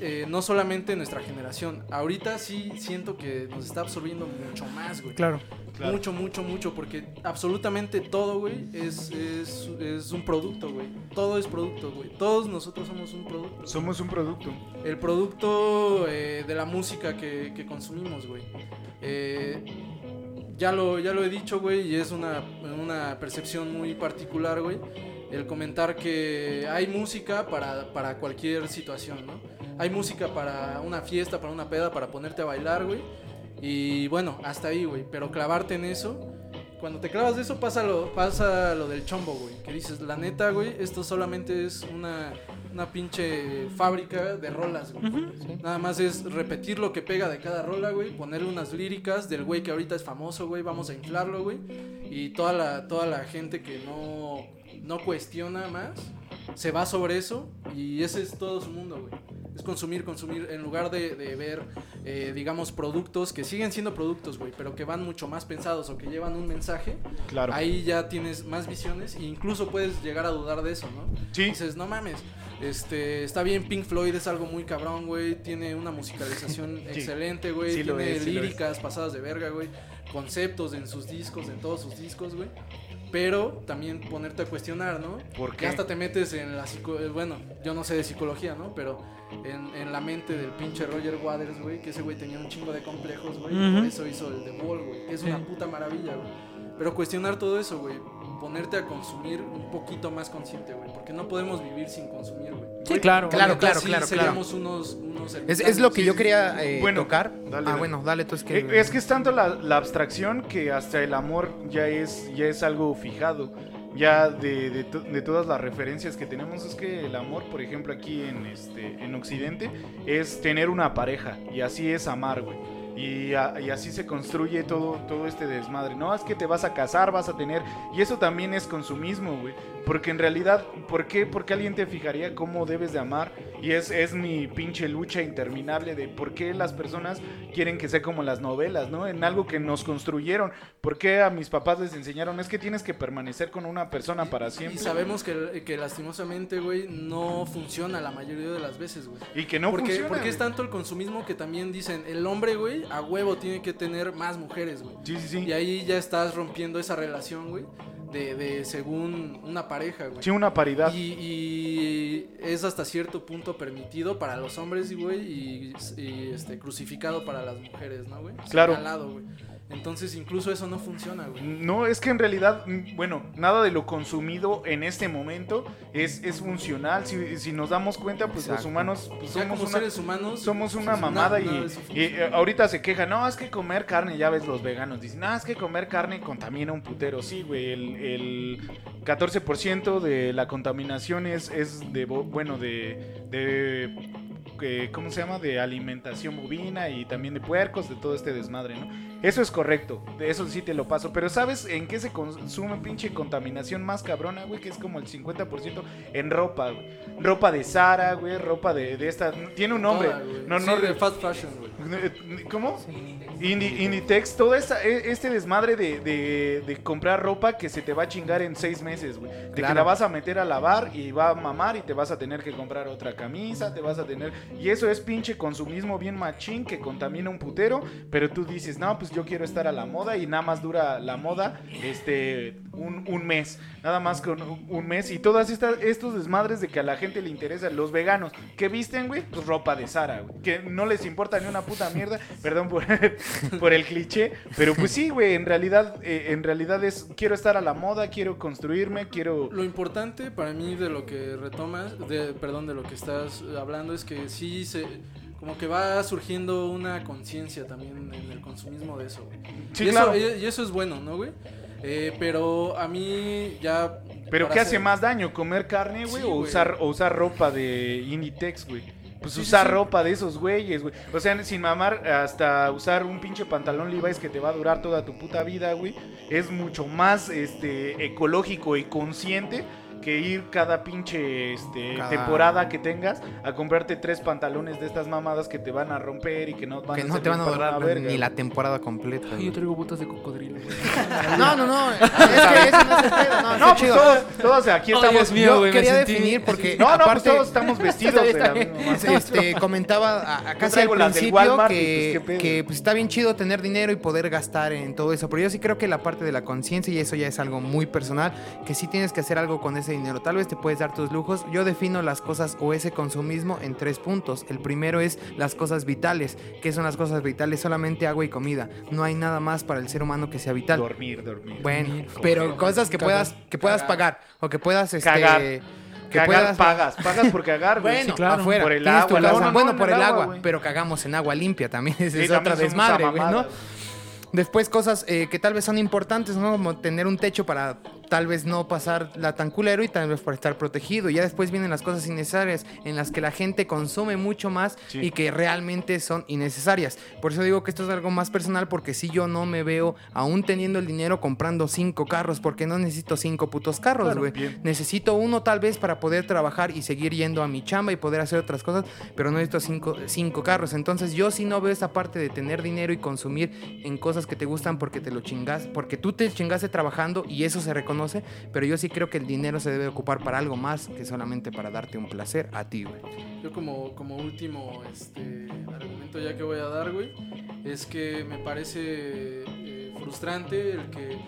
Speaker 3: eh, no solamente nuestra generación, ahorita sí siento que nos está absorbiendo mucho más, güey.
Speaker 5: Claro.
Speaker 1: Claro.
Speaker 3: Mucho, mucho, mucho, porque absolutamente todo, güey, es, es, es un producto, güey. Todo es producto, güey. Todos nosotros somos un producto.
Speaker 1: Somos un producto.
Speaker 3: El producto eh, de la música que, que consumimos, güey. Eh, ya lo, ya lo he dicho, güey, y es una, una percepción muy particular, güey, el comentar que hay música para, para cualquier situación, ¿no? Hay música para una fiesta, para una peda, para ponerte a bailar, güey. Y bueno, hasta ahí, güey. Pero clavarte en eso, cuando te clavas de eso pasa lo, pasa lo del chombo, güey. Que dices, la neta, güey, esto solamente es una, una pinche fábrica de rolas, güey. Nada más es repetir lo que pega de cada rola, güey. Ponerle unas líricas del güey que ahorita es famoso, güey. Vamos a inflarlo, güey. Y toda la, toda la gente que no, no cuestiona más se va sobre eso y ese es todo su mundo, güey. Es consumir, consumir, en lugar de, de ver, eh, digamos, productos que siguen siendo productos, güey, pero que van mucho más pensados o que llevan un mensaje.
Speaker 1: Claro.
Speaker 3: Ahí ya tienes más visiones e incluso puedes llegar a dudar de eso, ¿no?
Speaker 1: Sí.
Speaker 3: Dices, no mames, este, está bien, Pink Floyd es algo muy cabrón, güey, tiene una musicalización excelente, güey,
Speaker 1: Sí lo
Speaker 3: tiene
Speaker 1: es, sí lo es.
Speaker 3: líricas pasadas de verga, güey, conceptos en sus discos, en todos sus discos, güey. Pero también ponerte a cuestionar, ¿no?
Speaker 1: ¿Por
Speaker 3: Ya
Speaker 1: qué?
Speaker 3: hasta te metes en la psico eh, bueno, yo no sé de psicología, ¿no? Pero en, en la mente del pinche Roger Waters, güey, que ese güey tenía un chingo de complejos, güey, y por
Speaker 2: Ujú.
Speaker 3: eso hizo el The Wall, güey, que es
Speaker 2: Sí.
Speaker 3: una puta maravilla, güey. Pero cuestionar todo eso, güey, ponerte a consumir un poquito más consciente, güey, porque no podemos vivir sin consumir, güey.
Speaker 2: Sí, claro.
Speaker 4: Claro,
Speaker 3: Neta,
Speaker 4: claro,
Speaker 3: sí
Speaker 4: claro, claro.
Speaker 3: seríamos unos, unos
Speaker 4: Es, es lo que yo quería eh,
Speaker 1: Bueno,
Speaker 4: tocar.
Speaker 1: dale,
Speaker 4: ah,
Speaker 1: dale.
Speaker 4: bueno, dale tú es que.
Speaker 1: Eh, Es que es tanto la, la abstracción que hasta el amor ya es, ya es algo fijado. Ya de, de to- de todas las referencias que tenemos es que el amor, por ejemplo, aquí en, este, en Occidente, es tener una pareja. Y así es amar, güey. Y, a- y así se construye todo, todo este desmadre. No, es que te vas a casar, vas a tener... Y eso también es consumismo, güey. Porque en realidad, ¿por qué? ¿Por qué alguien te fijaría cómo debes de amar? Y es, es mi pinche lucha interminable de por qué las personas quieren que sea como las novelas, ¿no? En algo que nos construyeron. ¿Por qué a mis papás les enseñaron? Es que tienes que permanecer con una persona para
Speaker 3: Y
Speaker 1: siempre.
Speaker 3: sabemos que, que lastimosamente, güey, no funciona la mayoría de las veces, güey.
Speaker 1: Y que no
Speaker 3: porque,
Speaker 1: funciona.
Speaker 3: porque
Speaker 1: güey.
Speaker 3: es tanto el consumismo que también dicen, el hombre, güey, a huevo tiene que tener más mujeres, güey.
Speaker 1: Sí, sí, sí.
Speaker 3: Y ahí ya estás rompiendo esa relación, güey, de, de según una pareja, güey.
Speaker 1: Sí, una paridad.
Speaker 3: Y, y es hasta cierto punto permitido para los hombres, güey, y, y, este, crucificado para las mujeres, ¿no, güey?
Speaker 1: Claro.
Speaker 3: Señalado, güey. Entonces incluso eso no funciona, güey.
Speaker 1: No, es que en realidad, mm, bueno, nada de lo consumido en este momento es, es funcional. Si, si nos damos cuenta, pues los
Speaker 4: Exacto.
Speaker 1: humanos pues,
Speaker 3: ya
Speaker 1: somos
Speaker 3: como
Speaker 1: una,
Speaker 3: seres humanos
Speaker 1: somos una
Speaker 3: pues, nada-
Speaker 1: mamada y,
Speaker 3: nada de eso
Speaker 1: y,
Speaker 3: funciona.
Speaker 1: eh, ahorita se quejan, no, es que comer carne, ya ves los veganos, dicen, no, es que comer carne contamina un putero, sí, güey, el, el 14% de la contaminación es, es de, bo- bueno, de, de, eh, ¿cómo se llama? De alimentación bovina y también de puercos, de todo este desmadre, ¿no? Eso es correcto, de eso sí te lo paso, pero ¿sabes en qué se consume pinche contaminación más cabrona, güey? Que es como el 50% en ropa, güey. Ropa de Sara, güey, ropa de, de esta... Tiene un nombre.
Speaker 3: Toda, güey.
Speaker 1: no,
Speaker 3: Sí,
Speaker 1: no,
Speaker 3: de fast fashion, güey.
Speaker 1: ¿Cómo? Indi- Inditex, todo esa, e- este desmadre de, de- de comprar ropa que se te va a chingar en seis meses, güey. De que
Speaker 4: Claro.
Speaker 1: la vas a meter a lavar y va a mamar y te vas a tener que comprar otra camisa, te vas a tener... Y eso es pinche consumismo bien machín que contamina un putero, pero tú dices, no, pues yo quiero estar a la moda y nada más dura la moda este un, un mes, nada más con un un mes. Y todas estas estos desmadres de que a la gente le interesa, los veganos, que visten, güey? Pues ropa de Sara, güey. Que no les importa ni una puta mierda, perdón por, por el cliché, pero pues sí, güey, en realidad, eh, en realidad es, quiero estar a la moda, quiero construirme, quiero...
Speaker 3: Lo importante para mí de lo que retomas, de, perdón, de lo que estás eh, hablando es que sí se, como que va surgiendo una conciencia también en el consumismo de eso. güey.
Speaker 1: Sí,
Speaker 3: y,
Speaker 1: claro.
Speaker 3: eso, y- y eso es bueno, ¿no, güey? Eh, pero a mí ya...
Speaker 1: Pero
Speaker 3: para
Speaker 1: ¿qué hace
Speaker 3: hacer-
Speaker 1: más daño? ¿Comer carne, güey?
Speaker 3: Sí,
Speaker 1: o,
Speaker 3: güey.
Speaker 1: usar, o usar ropa de Inditex, güey. Pues
Speaker 3: Sí, sí,
Speaker 1: usar
Speaker 3: sí.
Speaker 1: ropa de esos güeyes, güey. O sea, sin mamar, hasta usar un pinche pantalón Levi's que te va a durar toda tu puta vida, güey. Es mucho más este, ecológico y consciente que ir cada pinche este,
Speaker 4: Cada-
Speaker 1: temporada que tengas a comprarte tres pantalones de estas mamadas que te van a romper y que no van
Speaker 4: que
Speaker 1: a
Speaker 4: no te
Speaker 1: servir
Speaker 4: van a
Speaker 1: para una
Speaker 4: durar
Speaker 1: verga,
Speaker 4: ni
Speaker 1: güey.
Speaker 4: la temporada completa.
Speaker 5: Ay, yo
Speaker 4: güey.
Speaker 5: traigo botas de cocodrilo, güey.
Speaker 1: Ah,
Speaker 4: No, no, no. Es que ese no es el pedo. No,
Speaker 1: No,
Speaker 4: está
Speaker 1: pues
Speaker 4: chido.
Speaker 1: todos, todos aquí
Speaker 5: Ay,
Speaker 1: estamos...
Speaker 5: Dios mío,
Speaker 4: yo
Speaker 5: güey, me
Speaker 4: quería
Speaker 5: sentí-
Speaker 4: definir porque
Speaker 1: no, no, pues
Speaker 4: aparte
Speaker 1: todos estamos vestidos de la misma mamada.
Speaker 4: este, comentaba a- a casi al
Speaker 1: traigo las del
Speaker 4: principio
Speaker 1: Walmart y,
Speaker 4: que,
Speaker 1: pues, qué pedo.
Speaker 4: que, pues, está bien chido tener dinero y poder gastar en todo eso, pero yo sí creo que la parte de la conciencia y eso ya es algo muy personal, que sí tienes que hacer algo con ese ese dinero. Tal vez te puedes dar tus lujos. Yo defino las cosas o ese consumismo en tres puntos. El primero es las cosas vitales. ¿Qué son las cosas vitales? Solamente agua y comida. No hay nada más para el ser humano que sea vital.
Speaker 1: Dormir, dormir.
Speaker 4: Bueno, pero cosas que puedas que puedas pagar o que puedas este
Speaker 1: Cagar.
Speaker 4: que
Speaker 1: cagar
Speaker 4: puedas
Speaker 1: pagas, pagas por cagar, güey.
Speaker 4: bueno,
Speaker 1: Sí, claro.
Speaker 4: afuera.
Speaker 1: por el
Speaker 4: Tienes tu
Speaker 1: agua, la-
Speaker 4: casa.
Speaker 1: no, no,
Speaker 4: bueno,
Speaker 1: no,
Speaker 4: por
Speaker 1: en
Speaker 4: el
Speaker 1: el
Speaker 4: agua,
Speaker 1: agua, güey.
Speaker 4: pero cagamos en agua limpia también. Esa
Speaker 1: Sí,
Speaker 4: es
Speaker 1: también
Speaker 4: otra
Speaker 1: somos
Speaker 4: desmadre, güey, ¿no?
Speaker 1: amamadas.
Speaker 4: Después cosas eh, que tal vez son importantes, ¿no? Como tener un techo para tal vez no pasar la tan culero y tal vez para estar protegido. Ya después vienen las cosas innecesarias en las que la gente consume mucho más
Speaker 1: Sí.
Speaker 4: y que realmente son innecesarias. Por eso digo que esto es algo más personal porque si yo no me veo aún teniendo el dinero comprando cinco carros porque no necesito cinco putos carros, güey.
Speaker 1: bien.
Speaker 4: necesito uno tal vez para poder trabajar y seguir yendo a mi chamba y poder hacer otras cosas, pero no necesito cinco, cinco carros. Entonces yo sí no veo esa parte de tener dinero y consumir en cosas que te gustan porque te lo chingas, porque tú te chingaste trabajando y eso se reconoce, pero yo sí creo que el dinero se debe ocupar para algo más que solamente para darte un placer a ti, güey.
Speaker 3: Yo como, como último este, argumento ya que voy a dar, güey, es que me parece eh, frustrante el que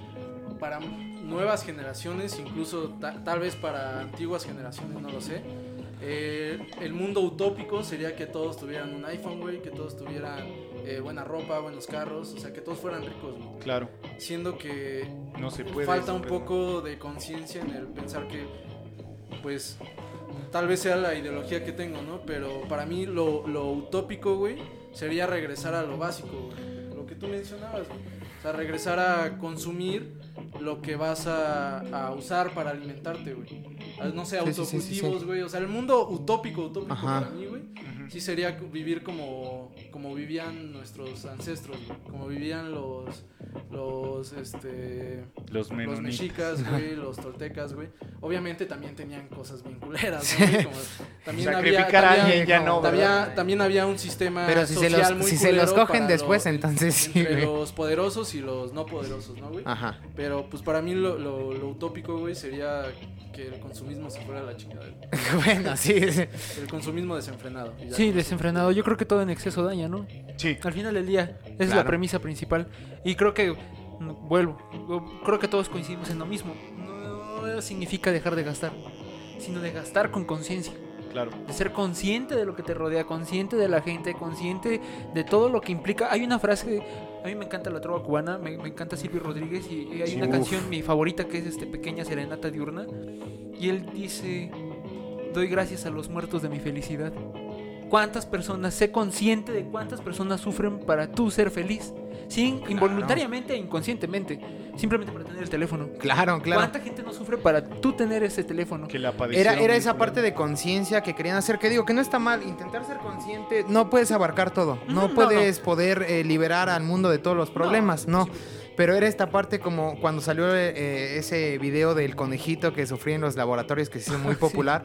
Speaker 3: para nuevas generaciones, incluso ta- tal vez para antiguas generaciones, no lo sé, eh, el mundo utópico sería que todos tuvieran un iPhone, güey, que todos tuvieran eh, buena ropa, buenos carros, o sea, que todos fueran ricos, güey.
Speaker 1: Claro,
Speaker 3: Siendo que
Speaker 1: no se puede.
Speaker 3: falta
Speaker 1: eso,
Speaker 3: un
Speaker 1: pero-
Speaker 3: poco de conciencia en el pensar que, pues, tal vez sea la ideología que tengo, ¿no? Pero para mí lo, lo utópico, güey, sería regresar a lo básico, güey. Lo que tú mencionabas, güey. O sea, regresar a consumir lo que vas a, a usar para alimentarte, güey. Ah, No sé,
Speaker 4: Sí, sí, sí, sí, sí.
Speaker 3: autocultivos, güey. O sea, el mundo utópico, utópico
Speaker 4: Ajá.
Speaker 3: para mí, güey.
Speaker 1: Ujú.
Speaker 3: Sí sería cu- vivir como, como vivían nuestros ancestros, güey. como vivían los, los, este,
Speaker 1: Los
Speaker 3: los
Speaker 1: menonitas.
Speaker 3: mexicas, güey, los toltecas, güey. Obviamente también tenían cosas bien culeras, ¿no, güey? Como también había,
Speaker 1: Sacrificar a
Speaker 3: también,
Speaker 1: alguien ya no,
Speaker 3: también-
Speaker 1: ¿verdad?
Speaker 3: también había un sistema
Speaker 4: Pero si se
Speaker 3: Ah, social
Speaker 4: los-
Speaker 3: muy
Speaker 4: si se los
Speaker 3: culero
Speaker 4: cogen
Speaker 3: para
Speaker 4: después,
Speaker 3: los-
Speaker 4: entonces sí,
Speaker 3: entre
Speaker 4: güey.
Speaker 3: los poderosos y los no poderosos, ¿no, güey?
Speaker 4: Ajá.
Speaker 3: Pero pues para mí lo, lo, lo utópico, güey, sería que el consumismo se fuera a la chingada, güey.
Speaker 4: bueno, sí. sí.
Speaker 3: el consumismo desenfrenado. y ya.
Speaker 2: Sí, desenfrenado. Yo creo que todo en exceso daña, ¿no?
Speaker 1: Sí,
Speaker 2: Al final del día, esa es la
Speaker 4: Claro.
Speaker 2: premisa principal. Y creo que, mm, vuelvo, yo creo que todos coincidimos en lo mismo. No significa dejar de gastar, sino de gastar con conciencia.
Speaker 1: claro.
Speaker 2: De ser consciente de lo que te rodea, consciente de la gente, consciente de todo lo que implica. Hay una frase, a mí me encanta la trova cubana, me, me encanta Silvio Rodríguez y, y hay
Speaker 1: Sí,
Speaker 2: una
Speaker 1: uf.
Speaker 2: canción, mi favorita, que es este Pequeña Serenata Diurna. Y él dice, doy gracias a los muertos de mi felicidad. ¿Cuántas personas, sé consciente de cuántas personas sufren para tú ser feliz? Sin, involuntariamente e inconscientemente, simplemente para tener el teléfono.
Speaker 4: Claro, claro.
Speaker 2: ¿Cuánta gente no sufre para tú tener ese teléfono?
Speaker 1: Que la
Speaker 4: Era,
Speaker 1: padecieron
Speaker 4: era
Speaker 1: muy
Speaker 4: esa
Speaker 1: culero.
Speaker 4: parte de conciencia que querían hacer, que digo que no está mal, intentar ser consciente, no puedes abarcar todo, no
Speaker 2: Ujú, no,
Speaker 4: puedes poder eh, liberar al mundo de todos los problemas, no. Pero era esta parte como cuando salió eh, ese video del conejito que sufría en los laboratorios que se hizo muy popular,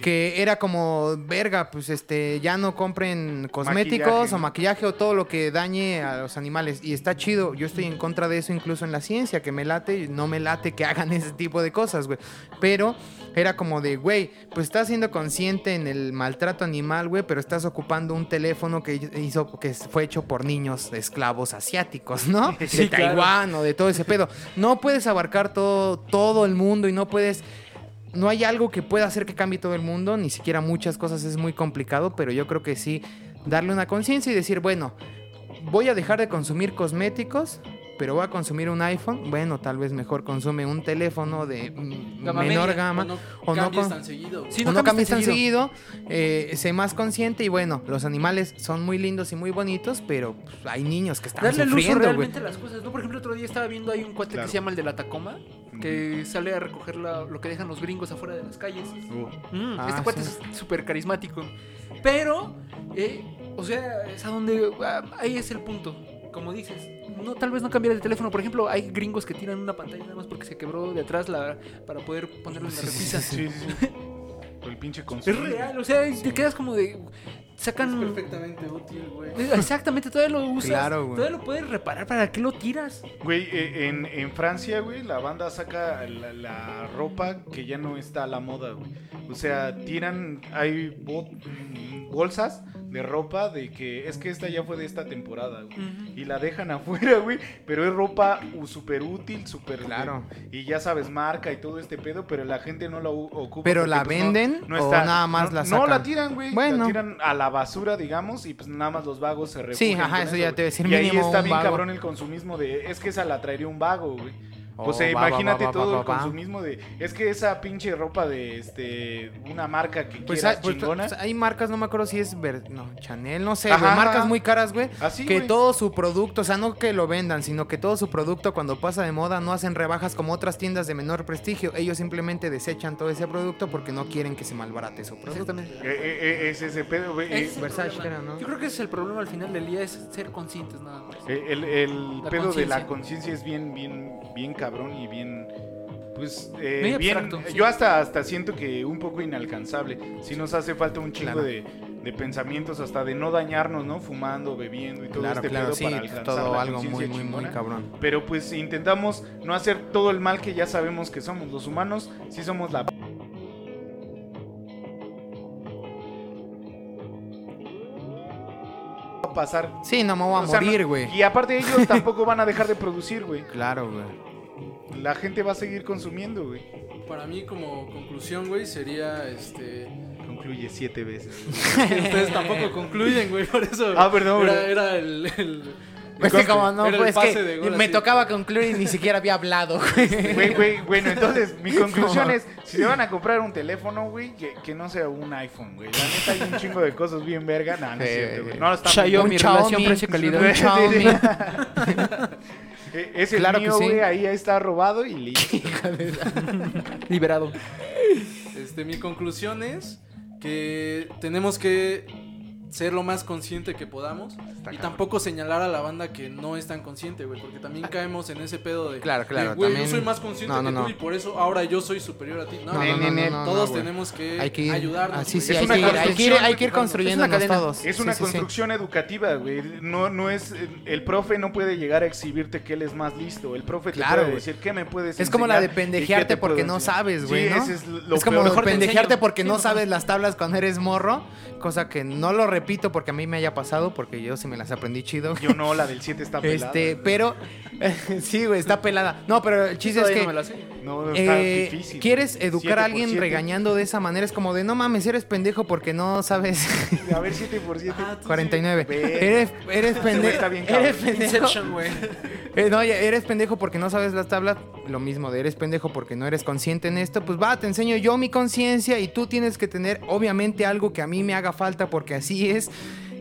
Speaker 4: que era como, verga, pues este, ya no compren cosméticos
Speaker 1: Maquillaje,
Speaker 4: o
Speaker 1: ¿no?
Speaker 4: maquillaje o todo lo que dañe a los animales. Y está chido, yo estoy en contra de eso incluso en la ciencia, que me late, no me late que hagan ese tipo de cosas, güey. Pero era como de, güey, pues estás siendo consciente en el maltrato animal, güey, pero estás ocupando un teléfono que hizo, que fue hecho por niños esclavos asiáticos, ¿no? De
Speaker 2: Sí, claro.
Speaker 4: Taiwán o de todo ese pedo. No puedes abarcar todo, todo el mundo y no puedes no hay algo que pueda hacer que cambie todo el mundo, ni siquiera muchas cosas es muy complicado, pero yo creo que sí darle una conciencia y decir, bueno, voy a dejar de consumir cosméticos, pero voy a consumir un iPhone, bueno, tal vez mejor consume un teléfono de mm,
Speaker 2: Gama
Speaker 4: menor
Speaker 2: media,
Speaker 4: gama.
Speaker 3: O
Speaker 4: o no
Speaker 3: no cambies
Speaker 4: con-
Speaker 3: tan seguido.
Speaker 2: Sí,
Speaker 4: o no cambies tan
Speaker 2: seguido.
Speaker 4: seguido, eh, sé más consciente y bueno, los animales son muy lindos y muy bonitos, pero pues, hay niños que están
Speaker 2: Darle el uso
Speaker 4: sufriendo, güey.
Speaker 2: realmente a las cosas, ¿no? Por ejemplo, otro día estaba viendo hay un cuate
Speaker 1: Claro.
Speaker 2: que se llama el de la Tacoma, que sale a recoger la- lo que dejan los gringos afuera de las calles.
Speaker 1: Uh,
Speaker 2: Mm,
Speaker 4: Ah,
Speaker 2: este cuate
Speaker 4: sí.
Speaker 2: es súper carismático. Pero, eh, o sea, es a donde. ah, ahí es el punto. Como dices, no, tal vez no cambiar el teléfono. Por ejemplo, hay gringos que tiran una pantalla nada más porque se quebró de atrás la, para poder ponerla en la repisa.
Speaker 1: sí, sí, sí. El pinche
Speaker 2: Es
Speaker 1: consumo.
Speaker 2: real, o sea, te quedas como de.
Speaker 3: Es
Speaker 2: Sacan.
Speaker 3: perfectamente útil, güey.
Speaker 2: Exactamente, todavía lo usas.
Speaker 4: Claro, güey.
Speaker 2: Todavía lo puedes reparar. ¿Para qué lo tiras?
Speaker 1: Güey, eh, en, en Francia, güey, la banda saca la, la ropa que ya no está a la moda, güey. O sea, tiran, hay bo- mm, bolsas de ropa de que es que esta ya fue de esta temporada, güey. Y la dejan afuera, güey. Pero es ropa u- súper útil, súper.
Speaker 4: Claro.
Speaker 1: Y ya sabes, marca y todo este pedo, pero la gente no la u- ocupa.
Speaker 4: ¿Pero
Speaker 1: porque,
Speaker 4: la
Speaker 1: pues, no-
Speaker 4: venden
Speaker 1: no
Speaker 4: o
Speaker 1: está-
Speaker 4: nada más
Speaker 1: no-
Speaker 4: la
Speaker 1: No la
Speaker 4: sacan?
Speaker 1: tiran, güey. La
Speaker 4: Bueno.
Speaker 1: tiran a la basura, digamos, y pues nada más los vagos se refugian.
Speaker 4: ajá,
Speaker 1: con
Speaker 4: eso ya
Speaker 1: güey.
Speaker 4: te iba a decir,
Speaker 1: Y ahí
Speaker 4: mínimo
Speaker 1: está
Speaker 4: un
Speaker 1: bien
Speaker 4: vago.
Speaker 1: cabrón el consumismo de. Es que esa la traería un vago, güey. O
Speaker 4: Oh,
Speaker 1: sea,
Speaker 4: va, va,
Speaker 1: imagínate
Speaker 4: va, va,
Speaker 1: todo el
Speaker 4: va, va.
Speaker 1: consumismo de. Es que esa pinche ropa de este una marca que
Speaker 4: Pues,
Speaker 1: quieras
Speaker 4: hay, pues,
Speaker 1: chingona.
Speaker 4: pues, hay marcas, no me acuerdo si es Ver- no, Chanel, no sé,
Speaker 1: Ajá,
Speaker 4: güey,
Speaker 1: ajá.
Speaker 4: marcas muy caras, güey.
Speaker 1: Así,
Speaker 4: ah, que
Speaker 1: güey.
Speaker 4: todo su producto, o sea, no que lo vendan, sino que todo su producto cuando pasa de moda no hacen rebajas como otras tiendas de menor prestigio. Ellos simplemente desechan todo ese producto porque no quieren que se malbarate su producto.
Speaker 1: Eh, eh, eh, es ese pedo, güey. Eh,
Speaker 5: Ese es el
Speaker 4: Versace
Speaker 5: problema.
Speaker 4: era, ¿no?
Speaker 5: Yo creo que ese es el problema al final del día, es ser conscientes nada más.
Speaker 1: eh, el, el
Speaker 5: La
Speaker 1: pedo de la
Speaker 5: conciencia.
Speaker 1: conciencia es bien, bien, bien cabrón y bien. Pues eh,
Speaker 5: Muy
Speaker 1: bien,
Speaker 5: abstracto, sí.
Speaker 1: yo hasta, hasta siento que un poco inalcanzable. Si nos hace falta un chingo
Speaker 4: Claro.
Speaker 1: de, de pensamientos, hasta de no dañarnos, ¿no? Fumando, bebiendo y todo
Speaker 4: Claro,
Speaker 1: este
Speaker 4: claro,
Speaker 1: pedo
Speaker 4: sí,
Speaker 1: para alcanzar
Speaker 4: todo
Speaker 1: la
Speaker 4: algo muy,
Speaker 1: conciencia
Speaker 4: muy, muy
Speaker 1: chingona.
Speaker 4: cabrón.
Speaker 1: Pero pues intentamos no hacer todo el mal que ya sabemos que somos. Los humanos sí somos la... Va a pasar.
Speaker 4: Sí, no me voy a
Speaker 1: O sea, no-
Speaker 4: morir, güey.
Speaker 1: Y aparte ellos tampoco van a dejar de producir, güey.
Speaker 4: Claro, güey.
Speaker 1: La gente va a seguir consumiendo, güey.
Speaker 3: Para mí, como conclusión, güey, sería este.
Speaker 1: Concluye siete veces.
Speaker 3: que ustedes tampoco concluyen, güey, por eso.
Speaker 1: Ah, perdón,
Speaker 3: Era,
Speaker 1: güey.
Speaker 3: era el. el-
Speaker 4: Pues que como no,
Speaker 3: Era el
Speaker 4: pues
Speaker 3: pase
Speaker 4: que
Speaker 3: de gol
Speaker 4: me
Speaker 3: así.
Speaker 4: tocaba concluir y ni siquiera había hablado,
Speaker 1: Ah,
Speaker 4: güey.
Speaker 1: Güey, güey, bueno, entonces mi conclusión es, si se van a comprar un teléfono, güey, que, que no sea un iPhone, güey. La neta hay un chingo de cosas bien verga. Nah, no es
Speaker 4: Sí,
Speaker 1: cierto,
Speaker 4: güey.
Speaker 1: güey. No lo estamos
Speaker 4: Un
Speaker 5: Xiaomi,
Speaker 4: Xiaomi.
Speaker 5: relación precio-calidad.
Speaker 1: Sí,
Speaker 4: Un Xiaomi.
Speaker 1: Eh, Es el
Speaker 4: Claro que
Speaker 1: mío,
Speaker 4: sí.
Speaker 1: güey, ahí está robado y listo.
Speaker 5: Liberado.
Speaker 3: Este, mi conclusión es que tenemos que ser lo más consciente que podamos y tampoco señalar a la banda que no es tan consciente, güey, porque también caemos en ese pedo de
Speaker 4: Claro, claro,
Speaker 3: de, güey,
Speaker 4: también-
Speaker 3: yo soy más consciente
Speaker 4: No, no,
Speaker 3: que
Speaker 4: no.
Speaker 3: tú y por eso ahora yo soy superior a ti. No,
Speaker 4: No, no,
Speaker 3: güey,
Speaker 1: no, no,
Speaker 4: no,
Speaker 3: todos
Speaker 4: no, güey.
Speaker 3: tenemos que,
Speaker 4: Hay que ir,
Speaker 3: ayudarnos.
Speaker 4: así
Speaker 3: güey.
Speaker 4: sí,
Speaker 1: Es
Speaker 4: hay
Speaker 1: una
Speaker 4: que ir, hay que ir, hay que ir
Speaker 3: construcción,
Speaker 4: construyéndonos todos.
Speaker 1: Es
Speaker 4: Sí,
Speaker 1: una
Speaker 4: sí, sí.
Speaker 1: construcción educativa, güey. No, no es. eh, El profe no puede llegar a exhibirte que él es más listo. El profe te
Speaker 4: Claro,
Speaker 1: puede
Speaker 4: güey.
Speaker 1: decir qué me puedes
Speaker 4: Es como la de
Speaker 1: enseñar y qué te
Speaker 4: pendejearte
Speaker 1: puedo
Speaker 4: porque no
Speaker 1: enseñar".
Speaker 4: sabes, güey.
Speaker 1: Sí,
Speaker 4: ¿no?
Speaker 1: ese es lo
Speaker 4: es como
Speaker 1: peor.
Speaker 5: te
Speaker 4: pendejearte
Speaker 5: enseño.
Speaker 4: porque no
Speaker 5: Sí,
Speaker 4: sabes las tablas cuando eres morro. Cosa que no lo repito porque a mí me haya pasado, porque yo sí me las aprendí chido.
Speaker 1: Yo no, la del 7 está pelada.
Speaker 4: Este, pero. sí, güey, está pelada. No, pero el chiste es
Speaker 5: Todavía
Speaker 4: que.
Speaker 5: no me la sé.
Speaker 1: No, está
Speaker 4: eh,
Speaker 1: difícil.
Speaker 4: ¿Quieres
Speaker 1: güey.
Speaker 4: educar a alguien
Speaker 1: 7x7.
Speaker 4: regañando de esa manera? Es como de no mames, eres pendejo porque no sabes.
Speaker 1: A ver, 7 por 7.
Speaker 3: Ah, tú
Speaker 4: 49.
Speaker 1: Ve.
Speaker 4: Eres, eres
Speaker 1: güey
Speaker 4: pendejo.
Speaker 1: está bien cabrón.
Speaker 4: Eres pendejo.
Speaker 5: Inception, güey.
Speaker 4: Eh, no, ya, eres pendejo porque no sabes las tablas. Lo mismo de eres pendejo porque no eres consciente en esto. Pues va, te enseño yo mi conciencia y tú tienes que tener, obviamente, algo que a mí me haga falta porque así es.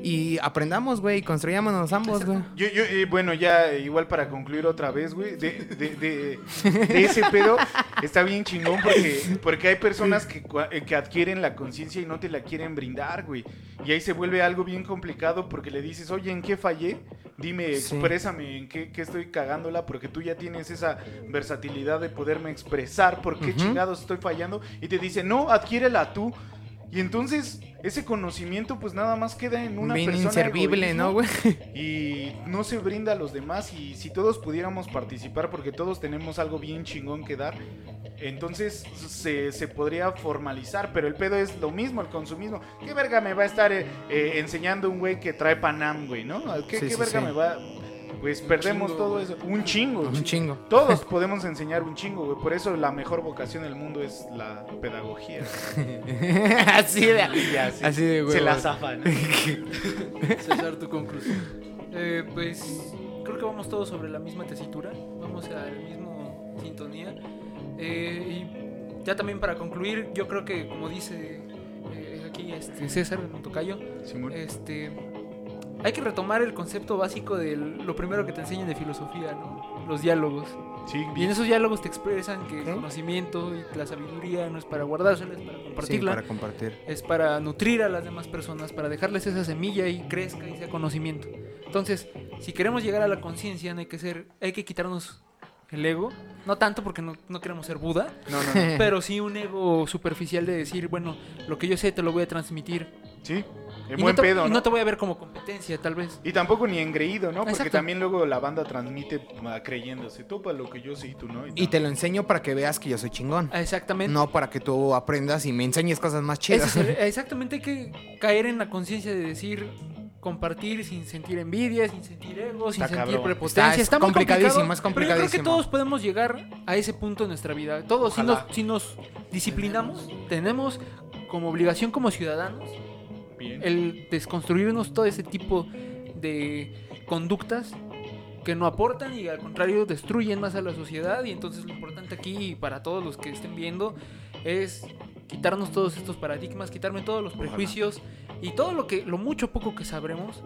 Speaker 4: Y aprendamos, güey, y construyámonos ambos, güey.
Speaker 1: Yo, yo, eh, bueno, ya eh, igual para concluir otra vez, güey, de, de, de- de ese pedo está bien chingón porque, porque hay personas que, cua- eh, que adquieren la conciencia y no te la quieren brindar, güey. Y ahí se vuelve algo bien complicado porque le dices, oye, ¿en qué fallé? Dime,
Speaker 4: Sí.
Speaker 1: exprésame, ¿en qué, qué estoy cagándola? Porque tú ya tienes esa versatilidad de poderme expresar por qué
Speaker 4: Ujú.
Speaker 1: chingados estoy fallando. Y te dice, no, adquiérela tú. Y entonces ese conocimiento pues nada más queda en una
Speaker 4: Bien
Speaker 1: persona
Speaker 4: inservible,
Speaker 1: egoísmo
Speaker 4: ¿no, güey?
Speaker 1: y no se brinda a los demás y si todos pudiéramos participar porque todos tenemos algo bien chingón que dar, entonces se, se podría formalizar, pero el pedo es lo mismo, el consumismo. ¿Qué verga me va a estar eh, eh, enseñando un güey que trae Panam, güey, no? ¿Qué,
Speaker 4: Sí,
Speaker 1: qué
Speaker 4: sí,
Speaker 1: verga
Speaker 4: sí.
Speaker 1: me va...? Pues perdemos
Speaker 3: chingo,
Speaker 1: todo
Speaker 3: güey.
Speaker 1: eso. Un chingo.
Speaker 4: Un chingo.
Speaker 1: Todos podemos enseñar un chingo, güey. Por eso la mejor vocación del mundo es la pedagogía.
Speaker 4: así de.
Speaker 1: Y así,
Speaker 4: Así de
Speaker 1: Se la
Speaker 4: huevos.
Speaker 1: zafan.
Speaker 3: César, tu conclusión.
Speaker 5: Eh, pues creo que vamos todos sobre la misma tesitura, vamos a la misma sintonía. Eh, y ya también para concluir, yo creo que como dice eh, aquí este César, el tocayo,
Speaker 1: Simón.
Speaker 5: este, hay que retomar el concepto básico de lo primero que te enseñan de filosofía, ¿no? los diálogos.
Speaker 1: Sí,
Speaker 5: Y en esos diálogos te expresan que el
Speaker 4: ¿Sí?
Speaker 5: conocimiento y la sabiduría no es para guardársela, es para
Speaker 4: Sí,
Speaker 5: compartirla.
Speaker 4: para compartir.
Speaker 5: es para nutrir a las demás personas, para dejarles esa semilla y crezca y sea conocimiento. Entonces, si queremos llegar a la conciencia, no hay que ser, hay que quitarnos el ego, no tanto porque no, no queremos ser Buda,
Speaker 1: No, no, no.
Speaker 5: pero sí un ego superficial de decir, bueno, lo que yo sé te lo voy a transmitir
Speaker 1: Sí. En
Speaker 2: Y
Speaker 1: buen
Speaker 2: no te,
Speaker 1: pedo,
Speaker 2: y
Speaker 1: ¿no?
Speaker 2: te voy a ver como competencia, tal vez.
Speaker 1: Y tampoco ni engreído, ¿no? Porque
Speaker 2: Exacto.
Speaker 1: también luego la banda transmite ah, creyéndose, topa lo que yo sé y tú no.
Speaker 4: Y te lo enseño para que veas que yo soy chingón.
Speaker 2: Ah, Exactamente.
Speaker 4: No para que tú aprendas y me enseñes cosas más
Speaker 2: Ese
Speaker 4: chidas.
Speaker 2: es el- exactamente hay que caer en la conciencia de decir compartir sin sentir envidia, sin sentir ego, sin
Speaker 1: Está
Speaker 2: sentir
Speaker 1: cabrón.
Speaker 2: prepotencia.
Speaker 4: Está-
Speaker 2: Está,
Speaker 4: es
Speaker 2: muy
Speaker 4: complicadísimo,
Speaker 2: complicado,
Speaker 4: es
Speaker 2: Pero yo creo
Speaker 4: complicadísimo.
Speaker 2: que todos podemos llegar a ese punto en nuestra vida. Todos, si nos,
Speaker 1: Ojalá.
Speaker 2: si nos disciplinamos, tenemos como obligación como ciudadanos
Speaker 1: Bien.
Speaker 2: el desconstruirnos todo ese tipo de conductas que no aportan y al contrario destruyen más a la sociedad y entonces lo importante aquí y para todos los que estén viendo es quitarnos todos estos paradigmas, quitarme todos los prejuicios y todo lo que lo mucho o poco que sabremos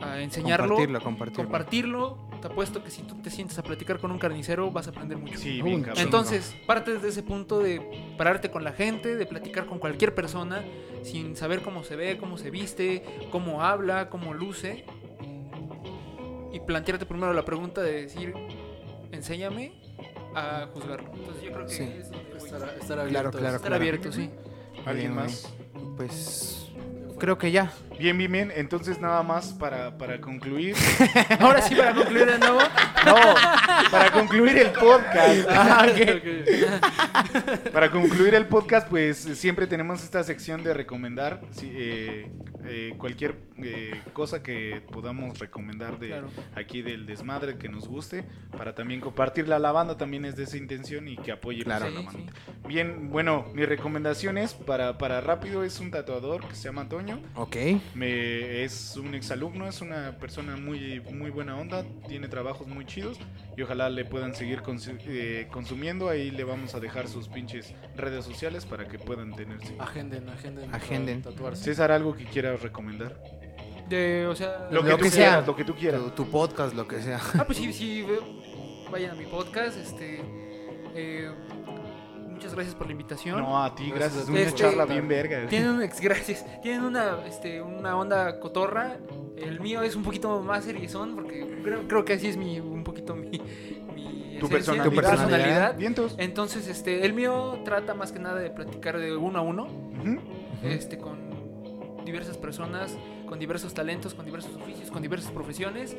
Speaker 2: a enseñarlo, compartirlo,
Speaker 4: compartirlo, compartirlo.
Speaker 2: te apuesto que si tú te sientes a platicar con un carnicero vas a aprender mucho.
Speaker 1: Sí, bien
Speaker 4: Un
Speaker 1: cabrón.
Speaker 4: chingo.
Speaker 2: Entonces, parte desde ese punto de pararte con la gente, de platicar con cualquier persona, sin saber cómo se ve, cómo se viste, cómo habla, cómo luce. Y plantearte primero la pregunta de decir, enséñame a juzgarlo. Entonces yo creo que
Speaker 4: Sí.
Speaker 2: es donde voy.
Speaker 3: Estar, estar abiertos.
Speaker 4: Claro, claro,
Speaker 2: estar
Speaker 4: claro.
Speaker 2: abierto, sí.
Speaker 1: ¿Alguien
Speaker 4: Bien,
Speaker 1: más?
Speaker 4: Pues creo que ya.
Speaker 1: Bien, bien, bien. Entonces, nada más para, para concluir.
Speaker 2: Ahora sí, para concluir de nuevo,
Speaker 1: No, para concluir el podcast.
Speaker 2: Ah,
Speaker 1: Para concluir el podcast, pues siempre tenemos esta sección de recomendar sí, eh, eh, cualquier eh, cosa que podamos recomendar de
Speaker 2: Claro.
Speaker 1: aquí del desmadre que nos guste, para también compartirla a la banda, también es de esa intención y que apoye pues,
Speaker 4: Claro.
Speaker 1: a
Speaker 2: Sí,
Speaker 1: la
Speaker 2: sí.
Speaker 1: bandita. Bien, bueno, mi recomendación es para, para rápido, es un tatuador que se llama Antonio,
Speaker 4: Ok.
Speaker 1: me, es un exalumno, es una persona muy, muy buena onda, tiene trabajos muy chidos y ojalá le puedan seguir consu- eh, consumiendo. Ahí le vamos a dejar sus pinches redes sociales para que puedan tenerse.
Speaker 3: Agenden, agenden.
Speaker 4: Agenden.
Speaker 3: para Tatuarse.
Speaker 1: César, algo que quieras recomendar.
Speaker 2: de, o sea...
Speaker 1: Lo que,
Speaker 4: Lo
Speaker 1: tú
Speaker 4: que sea.
Speaker 1: quieras, lo que tú quieras.
Speaker 4: Tu, tu podcast, lo que sea.
Speaker 2: Ah, pues sí, sí, ve- vayan a mi podcast, este... eh, muchas gracias por la invitación.
Speaker 1: No, a ti, gracias.
Speaker 3: Gracias a
Speaker 1: una
Speaker 2: ti.
Speaker 1: charla
Speaker 2: Este,
Speaker 1: bien verga.
Speaker 2: Tienen un ex, gracias. Tienen una, este, una onda cotorra. El mío es un poquito más seriezón porque creo, creo que así es mi, un poquito mi, mi
Speaker 1: Tu
Speaker 2: esencia,
Speaker 1: personalidad.
Speaker 2: mi personalidad.
Speaker 1: Vientos.
Speaker 2: Entonces, este, el mío trata más que nada de platicar de uno a uno,
Speaker 1: Ujú.
Speaker 2: este, con diversas personas, con diversos talentos, con diversos oficios, con diversas profesiones.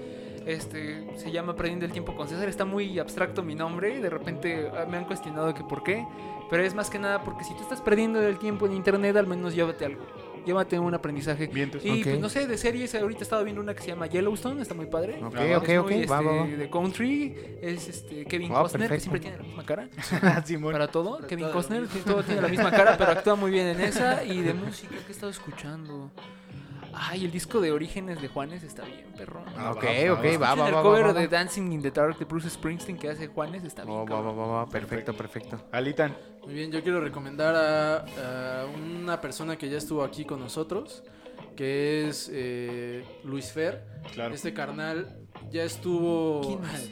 Speaker 2: Este, se llama Aprendiendo el Tiempo con César. Está muy abstracto mi nombre. De repente ah, me han cuestionado que por qué. Pero es más que nada porque si tú estás perdiendo el tiempo en internet, al menos llévate algo. Llévate un aprendizaje.
Speaker 1: Vientos.
Speaker 2: Y
Speaker 4: Ok.
Speaker 2: pues, no sé, de series, ahorita estaba viendo una que se llama Yellowstone, está muy padre.
Speaker 4: Ok,
Speaker 1: Ah,
Speaker 4: ok,
Speaker 2: Es
Speaker 4: ok.
Speaker 2: muy,
Speaker 4: Va,
Speaker 2: este,
Speaker 4: va, va.
Speaker 2: De country, es este Kevin
Speaker 4: Ah,
Speaker 2: Costner, que
Speaker 4: perfecto.
Speaker 2: siempre tiene la misma cara
Speaker 1: Ah, Simón.
Speaker 2: para todo.
Speaker 3: Para
Speaker 2: Kevin
Speaker 3: todo.
Speaker 2: Costner, sí, todo tiene la misma cara, pero actúa muy bien en esa. Y de música, que he estado escuchando? Ay, el disco de Orígenes de Juanes está bien, perro.
Speaker 1: Ah,
Speaker 4: Ok,
Speaker 1: va, va,
Speaker 4: ok, va, va,
Speaker 2: Escuchen
Speaker 4: va.
Speaker 2: el
Speaker 4: va,
Speaker 2: cover
Speaker 4: va, va.
Speaker 2: de Dancing in the Dark de Bruce Springsteen que hace Juanes está bien.
Speaker 4: Oh, va,
Speaker 2: cabrón.
Speaker 4: va, va, va. Perfecto, perfecto.
Speaker 1: Alitan.
Speaker 3: Muy bien, yo quiero recomendar a, a una persona que ya estuvo aquí con nosotros, que es eh, Luis Fer.
Speaker 1: Claro.
Speaker 3: Este carnal ya estuvo.
Speaker 2: ¿Quién más?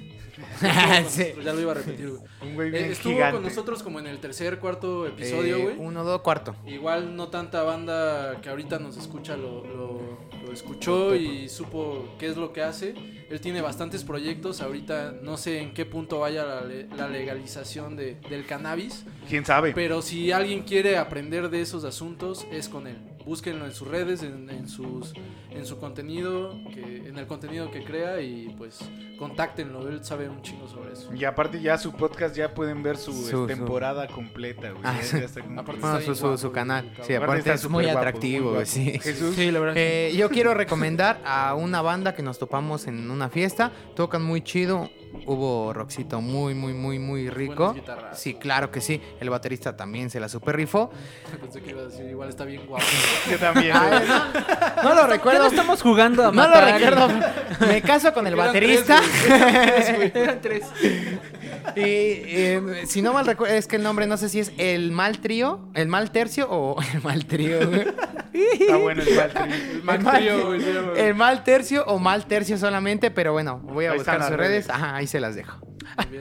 Speaker 3: Ya estuvo con
Speaker 4: Sí.
Speaker 3: nosotros, Ya lo iba a repetir, güey.
Speaker 1: Un güey
Speaker 3: Eh,
Speaker 1: bien
Speaker 3: Estuvo
Speaker 1: gigante.
Speaker 3: con nosotros como en el tercer, cuarto episodio,
Speaker 4: Eh,
Speaker 3: güey.
Speaker 4: uno, dos, cuarto.
Speaker 3: Igual no tanta banda que ahorita nos escucha lo, lo- lo escuchó y supo qué es lo que hace. Él tiene bastantes proyectos. Ahorita no sé en qué punto vaya la, le- la legalización de- del cannabis.
Speaker 1: ¿Quién sabe?
Speaker 3: Pero si alguien quiere aprender de esos asuntos, es con él. Búsquenlo en sus redes, en, en sus, en su contenido, que, en el contenido que crea y pues contáctenlo. Él sabe un chingo sobre eso.
Speaker 1: Y aparte ya su podcast ya pueden ver su, este,
Speaker 4: Su- su-
Speaker 1: temporada completa, güey.
Speaker 4: Ah,
Speaker 1: Ya- ya está como-
Speaker 3: Aparte
Speaker 4: Bueno,
Speaker 3: está
Speaker 4: su,
Speaker 3: bien
Speaker 4: su,
Speaker 3: guapo,
Speaker 4: su canal.
Speaker 3: cabrón.
Speaker 4: Sí, aparte
Speaker 1: está
Speaker 4: es muy
Speaker 1: súper guapo,
Speaker 4: atractivo,
Speaker 1: muy
Speaker 4: güey,
Speaker 1: guapo.
Speaker 4: sí.
Speaker 1: Jesús.
Speaker 2: Sí, la verdad. sí.
Speaker 4: Eh, yo quiero recomendar a una banda que nos topamos en una fiesta. Tocan muy chido. Hubo rockcito muy, muy, muy, muy rico.
Speaker 3: Buenas guitarras.
Speaker 4: Sí, claro que sí. El baterista también se la super rifó.
Speaker 3: Pensé que iba a decir, igual está bien guapo.
Speaker 1: Yo también.
Speaker 4: Ah, No lo
Speaker 2: Ya no
Speaker 4: recuerdo.
Speaker 2: estamos jugando a
Speaker 4: No lo
Speaker 2: matar.
Speaker 4: recuerdo. Me caso con el
Speaker 3: Eran
Speaker 4: baterista.
Speaker 2: Eran tres.
Speaker 4: Y eh, si no mal recuerdo, es que el nombre no sé si es el mal trío, el mal tercio o el mal trío. güey.
Speaker 1: Está bueno el Valtteri.
Speaker 4: El mal- El mal tercio o mal tercio solamente, pero bueno, voy a
Speaker 1: Ahí
Speaker 4: buscar
Speaker 1: están las
Speaker 4: sus redes.
Speaker 1: redes.
Speaker 4: Ajá, ahí se las dejo.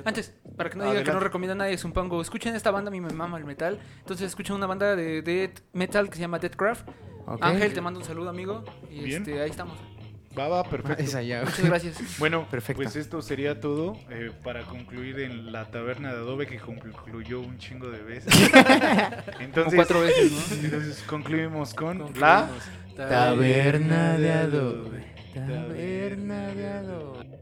Speaker 2: Antes, para que no diga que no
Speaker 1: Adelante.
Speaker 2: recomienda a nadie Zumpango, escuchen esta banda, a mí me mama el metal. Entonces escuchen una banda de death metal que se llama Deathcraft.
Speaker 4: Ok.
Speaker 2: Ángel, te mando un saludo, amigo. Y
Speaker 1: Bien.
Speaker 2: este, ahí estamos.
Speaker 1: Va, va, perfecto.
Speaker 4: Es allá, güey.
Speaker 2: Muchas gracias.
Speaker 1: Bueno,
Speaker 4: Perfecto.
Speaker 1: pues esto sería todo eh, para concluir en la taberna de Adobe que concluyó un chingo de veces.
Speaker 2: Como
Speaker 1: Entonces,
Speaker 2: cuatro veces, ¿no?
Speaker 1: entonces concluimos con
Speaker 3: Concluimos.
Speaker 1: la
Speaker 4: Taberna de adobe. Taberna de adobe.